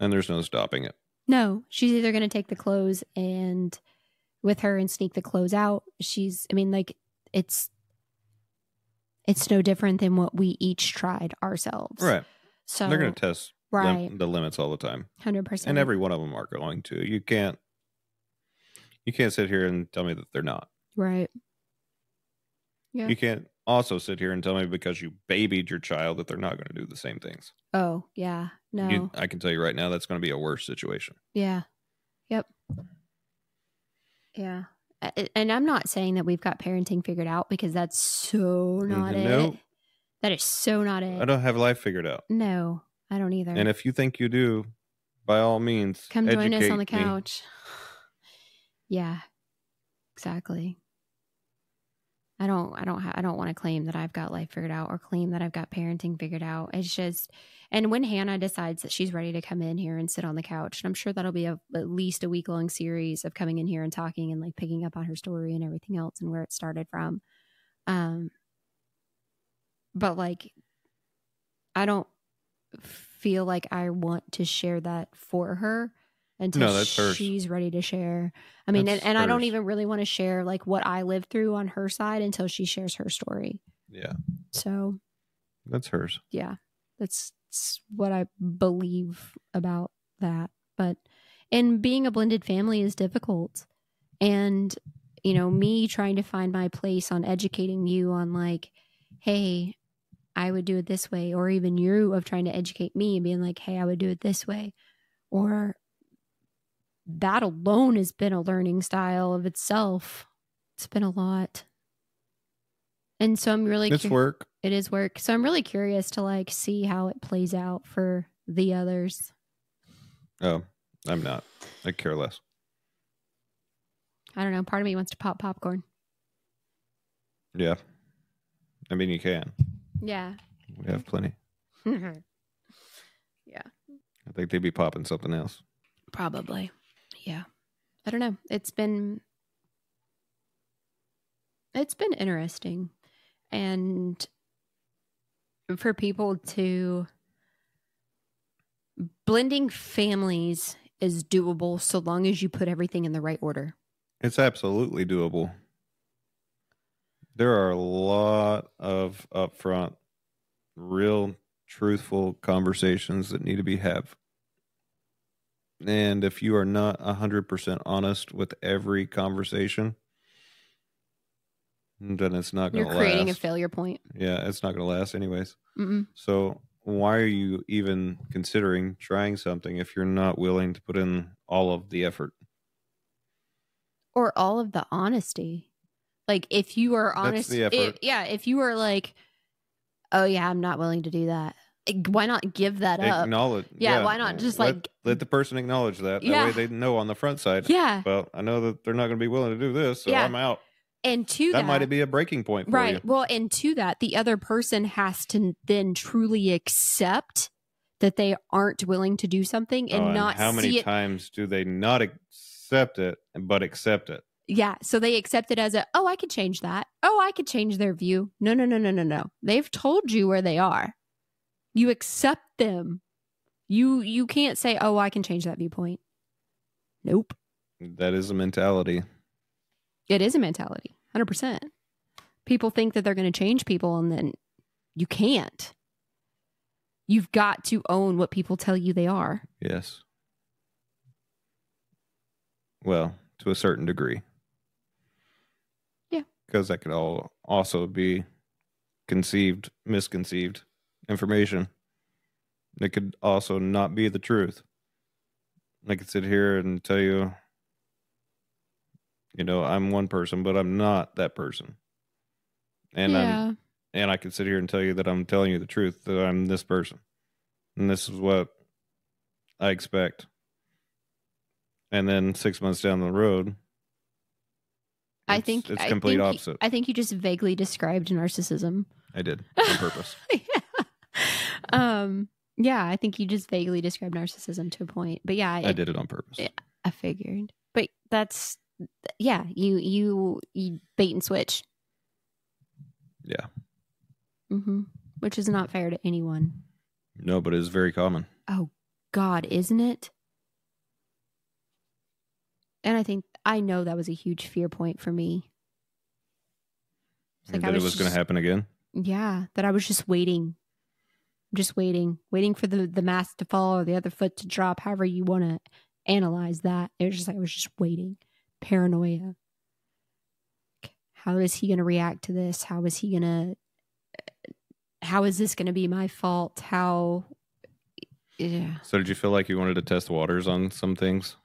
S2: and there's no stopping it
S1: No, she's either going to take the clothes and with her and sneak the clothes out. She's, I mean, like it's, it's no different than what we each tried ourselves.
S2: right
S1: So,
S2: they're going to test lim-
S1: right.
S2: the limits all the time
S1: 100%.
S2: and every one of them are going to you can't you can't sit here and tell me that they're not
S1: right. Yeah.
S2: you can't also sit here and tell me because you babied your child that they're not going to do the same things
S1: Oh, yeah. No.
S2: You- i can tell you right now that's going to be a worse situation
S1: Yeah. Yep. Yeah. A- And I'm not saying that we've got parenting figured out because that's so not it.
S2: No.
S1: That is so not
S2: i
S1: it.
S2: don't have life figured out
S1: no, I don't either.
S2: and if you think you do by all means
S1: Come join us on the
S2: educate me.
S1: couch. yeah. Exactly. I don't I don't ha- I don't want to claim that I've got life figured out or claim that I've got parenting figured out. It's just and when Hannah decides that she's ready to come in here and sit on the couch, and I'm sure that'll be a, at least a week long series of coming in here and talking and like picking up on her story and everything else and where it started from. Um but like I don't feel like I want to share that for her until
S2: No, that's hers.
S1: she's ready to share. I mean, and,
S2: That's
S1: and I don't
S2: hers.
S1: even really want to share like what I lived through on her side until she shares her story.
S2: yeah
S1: So
S2: that's hers
S1: yeah, that's, that's what I believe about that. But and being a blended family is difficult, and you know me trying to find my place on educating you on like, hey, I would do it this way, or even you of trying to educate me and being like, hey, I would do it this way, or that alone has been a learning style of itself. It's been a lot. And so I'm really
S2: it's
S1: curi-
S2: work
S1: it is work so i'm really curious to like see how it plays out for the others
S2: oh i'm not i care less
S1: i don't know part of me wants to pop popcorn
S2: Yeah. I mean, you can.
S1: yeah
S2: We have plenty. I think they'd be popping something else.
S1: probably yeah i don't know it's been it's been interesting and for people to blending families is doable so long as you put everything in the right order
S2: It's absolutely doable. There are a lot of upfront, real, truthful conversations that need to be had. And if you are not 100% honest with every conversation, then it's not going
S1: you're
S2: to
S1: creating
S2: last.
S1: a failure point
S2: yeah, it's not going to last, anyways.
S1: Mm-mm.
S2: So why are you even considering trying something if you're not willing to put in all of the effort?
S1: or all of the honesty. Like if you are
S2: That's
S1: honest,
S2: the effort.
S1: if- yeah, if you are like, oh yeah, I'm not willing to do that. like, Why not give that up?
S2: Acknowledge.
S1: Yeah, why not just,
S2: let-
S1: like-
S2: let the person acknowledge that. That
S1: Yeah.
S2: way they know on the front side.
S1: Yeah,
S2: Well, I know that they're not going to be willing to do this, so
S1: Yeah.
S2: I'm out.
S1: and to
S2: that
S1: that,
S2: might be a breaking point for
S1: right
S2: you.
S1: well and to that the other person has to then truly accept that they aren't willing to do something and
S2: Oh, and
S1: not
S2: how many
S1: see it
S2: times do they not accept it but accept it?
S1: yeah so they accept it as a oh i could change that oh i could change their view no no no no no no they've told you where they are you accept them you you can't say oh i can change that viewpoint nope
S2: That is a mentality.
S1: it is a mentality 100% people think that they're going to change people and then you can't you've got to own what people tell you they are
S2: Yes. Well, to a certain degree.
S1: Yeah.
S2: Because that could all also be conceived, misconceived information. It could also not be the truth. I could sit here and tell you, you know, I'm one person, but I'm not that person. And um, I'm
S11: yeah.
S2: and I can sit here and tell you that I'm telling you the truth that I'm this person, and this is what I expect. And then six months down the road,
S1: i
S2: It's-
S1: think
S2: it's
S1: I
S2: complete
S1: think you-
S2: opposite.
S1: i think you just vaguely described narcissism
S2: I did on purpose.
S1: yeah. um yeah i think you just vaguely described narcissism to a point but yeah
S2: I
S1: it-
S2: did it on purpose.
S1: Yeah. I figured. But that's yeah, you you you bait and switch.
S2: Yeah.
S1: Mhm. Which is not fair to anyone.
S2: No, but it's very common.
S1: God, isn't it? And I think I know that was a huge fear point for me. It's like I
S2: that
S1: was
S2: it was going to
S1: just-
S2: happen again.
S1: Yeah, that I was just waiting. Just waiting, waiting for the the mask to fall or the other foot to drop, however you want to analyze that. It was just like I was just waiting. Paranoia. How is he going to react to this? How is he going to how is this going to be my fault? How yeah.
S2: So, did you feel like you wanted to test waters on some things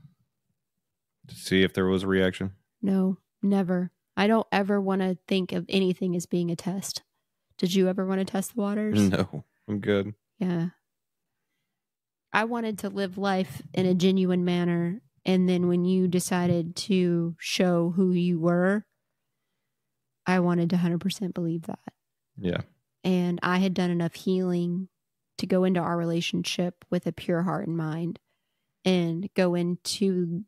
S2: to see if there was a reaction?
S1: No, never. I don't ever want to think of anything as being a test. Did you ever want to test the waters?
S2: No, I'm good.
S1: Yeah. I wanted to live life in a genuine manner. And then when you decided to show who you were, I wanted to 100% believe that.
S2: Yeah,
S1: And I had done enough healing to go into our relationship with a pure heart and mind and go into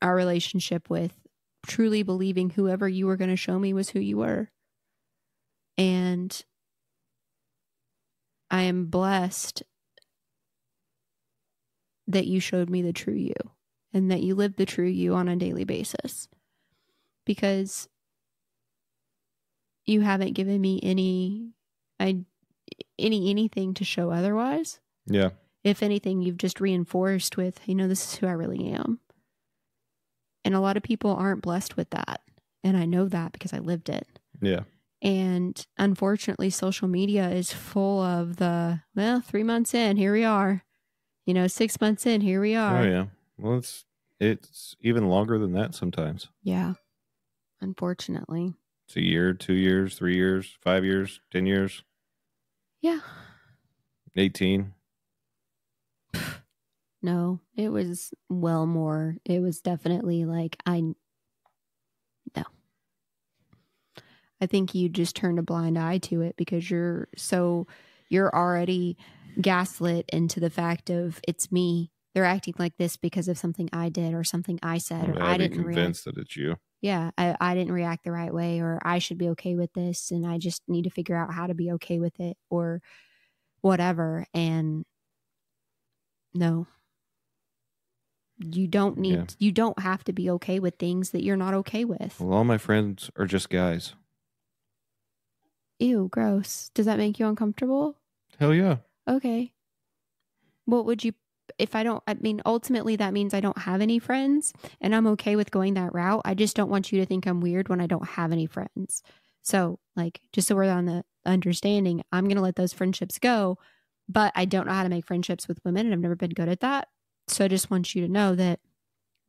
S1: our relationship with truly believing whoever you were going to show me was who you were. And I am blessed that you showed me the true you and that you live the true you on a daily basis because you haven't given me any I, any anything to show otherwise
S2: yeah.
S1: if anything, you've just reinforced with, you know, this is who I really am. And a lot of people aren't blessed with that. And I know that because I lived it.
S2: Yeah.
S1: And unfortunately, social media is full of the, well, three months in, here we are. You know, six months in, here we are.
S2: Oh, yeah. Well, it's it's even longer than that sometimes.
S1: Yeah. Unfortunately.
S2: It's a year, two years, three years, five years, 10 years,
S1: Yeah.
S2: 18.
S1: No, it was well more. It was definitely like I no. I think you just turned a blind eye to it because you're so you're already gaslit into the fact of it's me. They're acting like this because of something I did or something I said or
S2: I'd
S1: I
S2: be
S1: didn't react
S2: convinced that it's you.
S1: yeah, I, I didn't react the right way, or I should be okay with this, and I just need to figure out how to be okay with it, or whatever. And no, you don't need,
S2: Yeah.
S1: you don't have to be okay with things that you're not okay with.
S2: Well, all my friends are just guys.
S1: Ew, gross. Does that make you uncomfortable?
S2: Hell yeah.
S1: Okay. What would you, if I don't, I mean, ultimately that means I don't have any friends and I'm okay with going that route. I just don't want you to think I'm weird when I don't have any friends. So, like, just so we're on the understanding, I'm going to let those friendships go, but I don't know how to make friendships with women and I've never been good at that. So I just want you to know that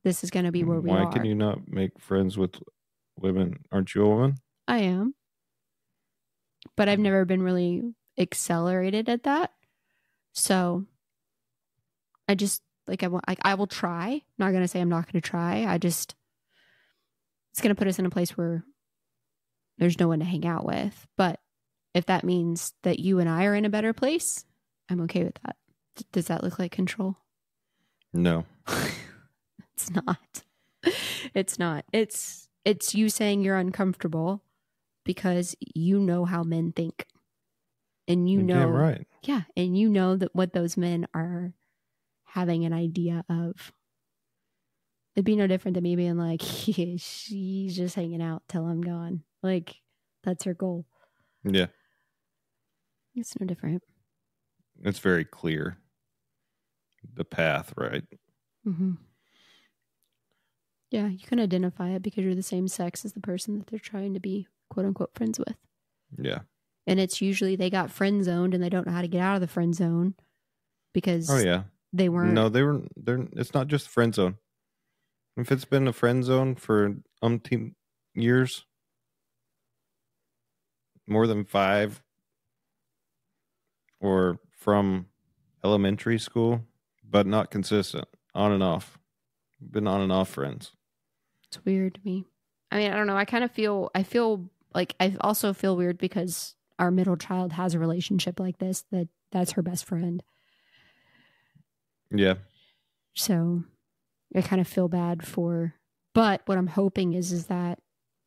S1: this is going to be where we
S2: Why
S1: are.
S2: can you not make friends with women? Aren't you a woman?
S1: I am. But I've never been really accelerated at that. So I just like I, wa- I, I will try. I'm not going to say I'm not going to try. I just it's going to put us in a place where there's no one to hang out with. But if that means that you and I are in a better place, I'm okay with that. D- does that look like control?
S2: No.
S1: it's not. It's not. It's it's you saying you're uncomfortable because you know how men think. And you
S2: You're
S1: know
S2: damn right.
S1: Yeah, and you know that what those men are having an idea of. It'd be no different than me being like, yeah, she's just hanging out till I'm gone. Like that's her goal.
S2: Yeah.
S1: It's no different.
S2: It's very clear. The path, right?
S1: Mm-hmm. Yeah, you can identify it because you're the same sex as the person that they're trying to be quote unquote friends with.
S2: Yeah.
S1: And it's usually they got friend zoned and they don't know how to get out of the friend zone because
S2: Oh yeah.
S1: they weren't.
S2: No, they were they're it's not just friend zone. If it's been a friend zone for umpteen years, more than five, or from elementary school, but not consistent, on and off. Been on and off friends.
S1: It's weird to me. I mean, I don't know. I kind of feel, I feel like I also feel weird because our middle child has a relationship like this that that's her best friend.
S2: Yeah.
S1: So I kind of feel bad for, but what I'm hoping is, is that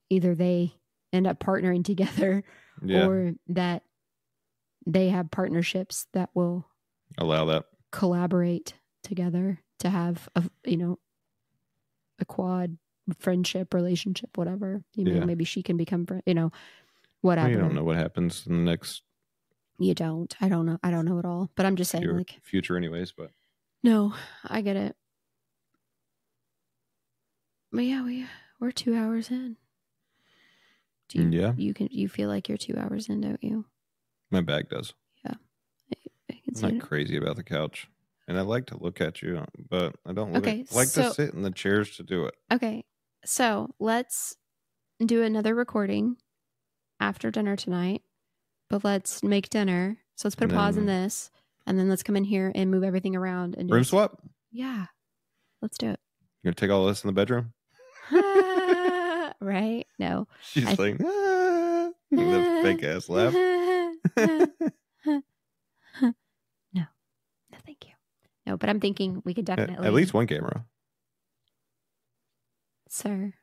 S1: either they end up partnering together
S2: Yeah.
S1: or that they have partnerships that will
S2: allow that.
S1: collaborate together to have a you know a quad friendship relationship whatever you know
S2: Yeah.
S1: maybe she can become fri- you know
S2: I
S1: whatever
S2: don't know what happens in the next
S1: you don't i don't know i don't know at all but i'm just saying
S2: year,
S1: like
S2: future anyways, but
S1: no i get it but yeah we we're two hours in do you,
S2: Mm, yeah,
S1: you can you feel like you're two hours in don't you
S2: my bag does.
S1: i can see
S2: I'm
S1: it.
S2: not crazy about the couch. And I like to look at you, but I don't look-
S1: Okay,
S2: like
S1: so-
S2: to sit in the chairs to do it.
S1: Okay. So let's do another recording after dinner tonight. But let's make dinner. So let's put a
S2: And
S1: pause in
S2: then-
S1: this. And then let's come in here and move everything around and do
S2: Room
S1: this.
S2: swap.
S1: Yeah. Let's do it.
S2: You're gonna take all this in the bedroom?
S1: right? No.
S2: She's
S1: I- Uh-huh.
S2: like, ah, the fake ass laugh.
S1: no. No, thank you. No, but I'm thinking we could
S2: At,
S1: definitely
S2: at least one camera.
S1: sir.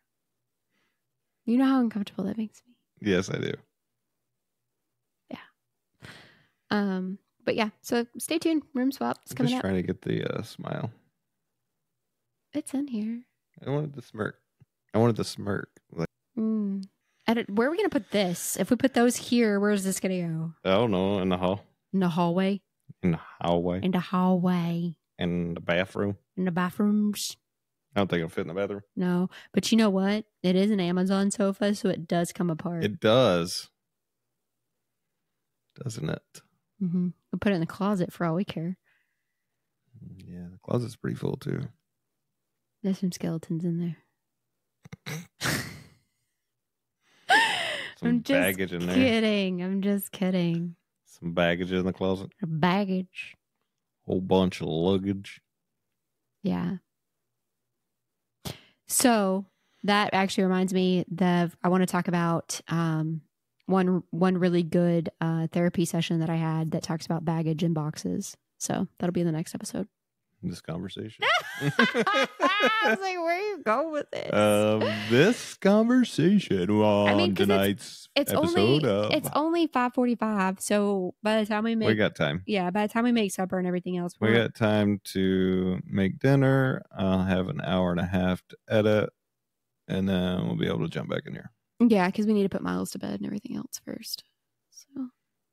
S1: You know how uncomfortable that makes me.
S2: Yes, I do.
S1: Um, but yeah, so stay tuned. Room swap is
S2: I'm
S1: coming
S2: just
S1: up.
S2: trying to get the uh, smile.
S1: It's in here.
S2: I wanted the smirk. I wanted the smirk. Like,
S1: Mm. I don't- where are we gonna put this? If we put those here, where's this gonna go?
S2: I don't know, in the hall,
S1: In the hallway,
S2: in the hallway,
S1: in the hallway,
S2: in the bathroom.
S1: in the bathrooms.
S2: I don't think it'll fit in the bathroom.
S1: No, but you know what? It is an Amazon sofa, so it does come apart.
S2: It does, doesn't it?
S1: hmm We put it in the closet for all we care.
S2: Yeah, the closet's pretty full too.
S1: There's some skeletons in there.
S2: Some
S1: I'm just
S2: baggage in there.
S1: kidding. I'm just kidding.
S2: Some baggage in the closet.
S1: Baggage.
S2: Whole bunch of luggage.
S1: Yeah. So that actually reminds me that I want to talk about um, one one really good uh, therapy session that I had that talks about baggage and boxes. So that'll be in the next episode.
S2: in This conversation.
S1: I was like, where are you going with this?
S2: um, this conversation on
S1: mean, 'cause it's-
S2: tonight's
S1: it's only
S2: episode of
S1: it's only five forty five. So by the time we make
S2: we got time.
S1: yeah, by the time we make supper and everything else,
S2: We
S1: we're-
S2: got time to make dinner. I'll have an hour and a half to edit, and then we'll be able to jump back in here.
S1: yeah, because we need to put Miles to bed and everything else first. So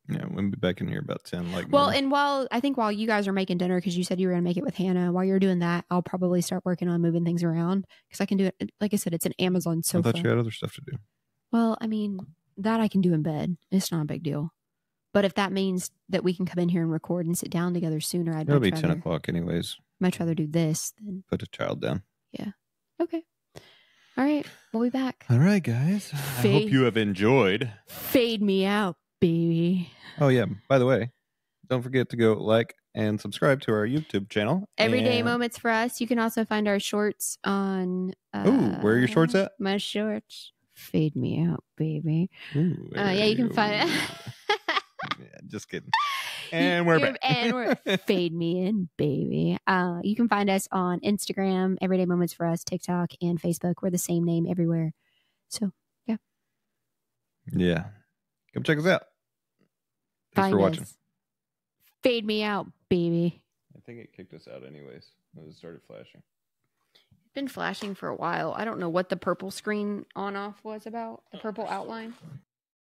S2: Yeah, we'll be back in here about ten. Like
S1: Well,
S2: normal.
S1: and while I think while you guys are making dinner, because you said you were going to make it with Hannah, while you're doing that, I'll probably start working on moving things around because I can do it. Like I said, it's an Amazon
S2: I
S1: sofa.
S2: thought you had other stuff to do.
S1: well, I mean, that I can do in bed. It's not a big deal. But if that means that we can come in here and record and sit down together sooner, I'd
S2: It'll
S1: much
S2: be ten
S1: rather,
S2: o'clock anyways.
S1: much rather do this than.
S2: Put the child down.
S1: Okay. All right. We'll be back.
S2: All right, guys. I
S1: Faith.
S2: hope you have enjoyed.
S1: Fade me out, baby.
S2: Oh yeah. By the way, don't forget to go like and subscribe to our YouTube channel.
S1: Everyday
S2: and-
S1: moments for us. You can also find our shorts on. Uh,
S2: Ooh, where are your shorts at?
S1: My shorts. Fade me out, baby.
S2: Ooh,
S1: Uh, yeah, you can find
S2: Yeah, just kidding. And we're
S1: You're-
S2: back.
S1: And we're fade me in, baby. Uh, you can find us on Instagram, Everyday Moments for Us, TikTok, and Facebook. We're the same name everywhere. So
S2: yeah. Come check us out. Thanks
S1: find
S2: for watching.
S1: us. Fade me out, baby.
S2: I think it kicked us out anyways. It started flashing.
S12: been flashing for a while. I don't know what the purple screen on off was about. The purple outline.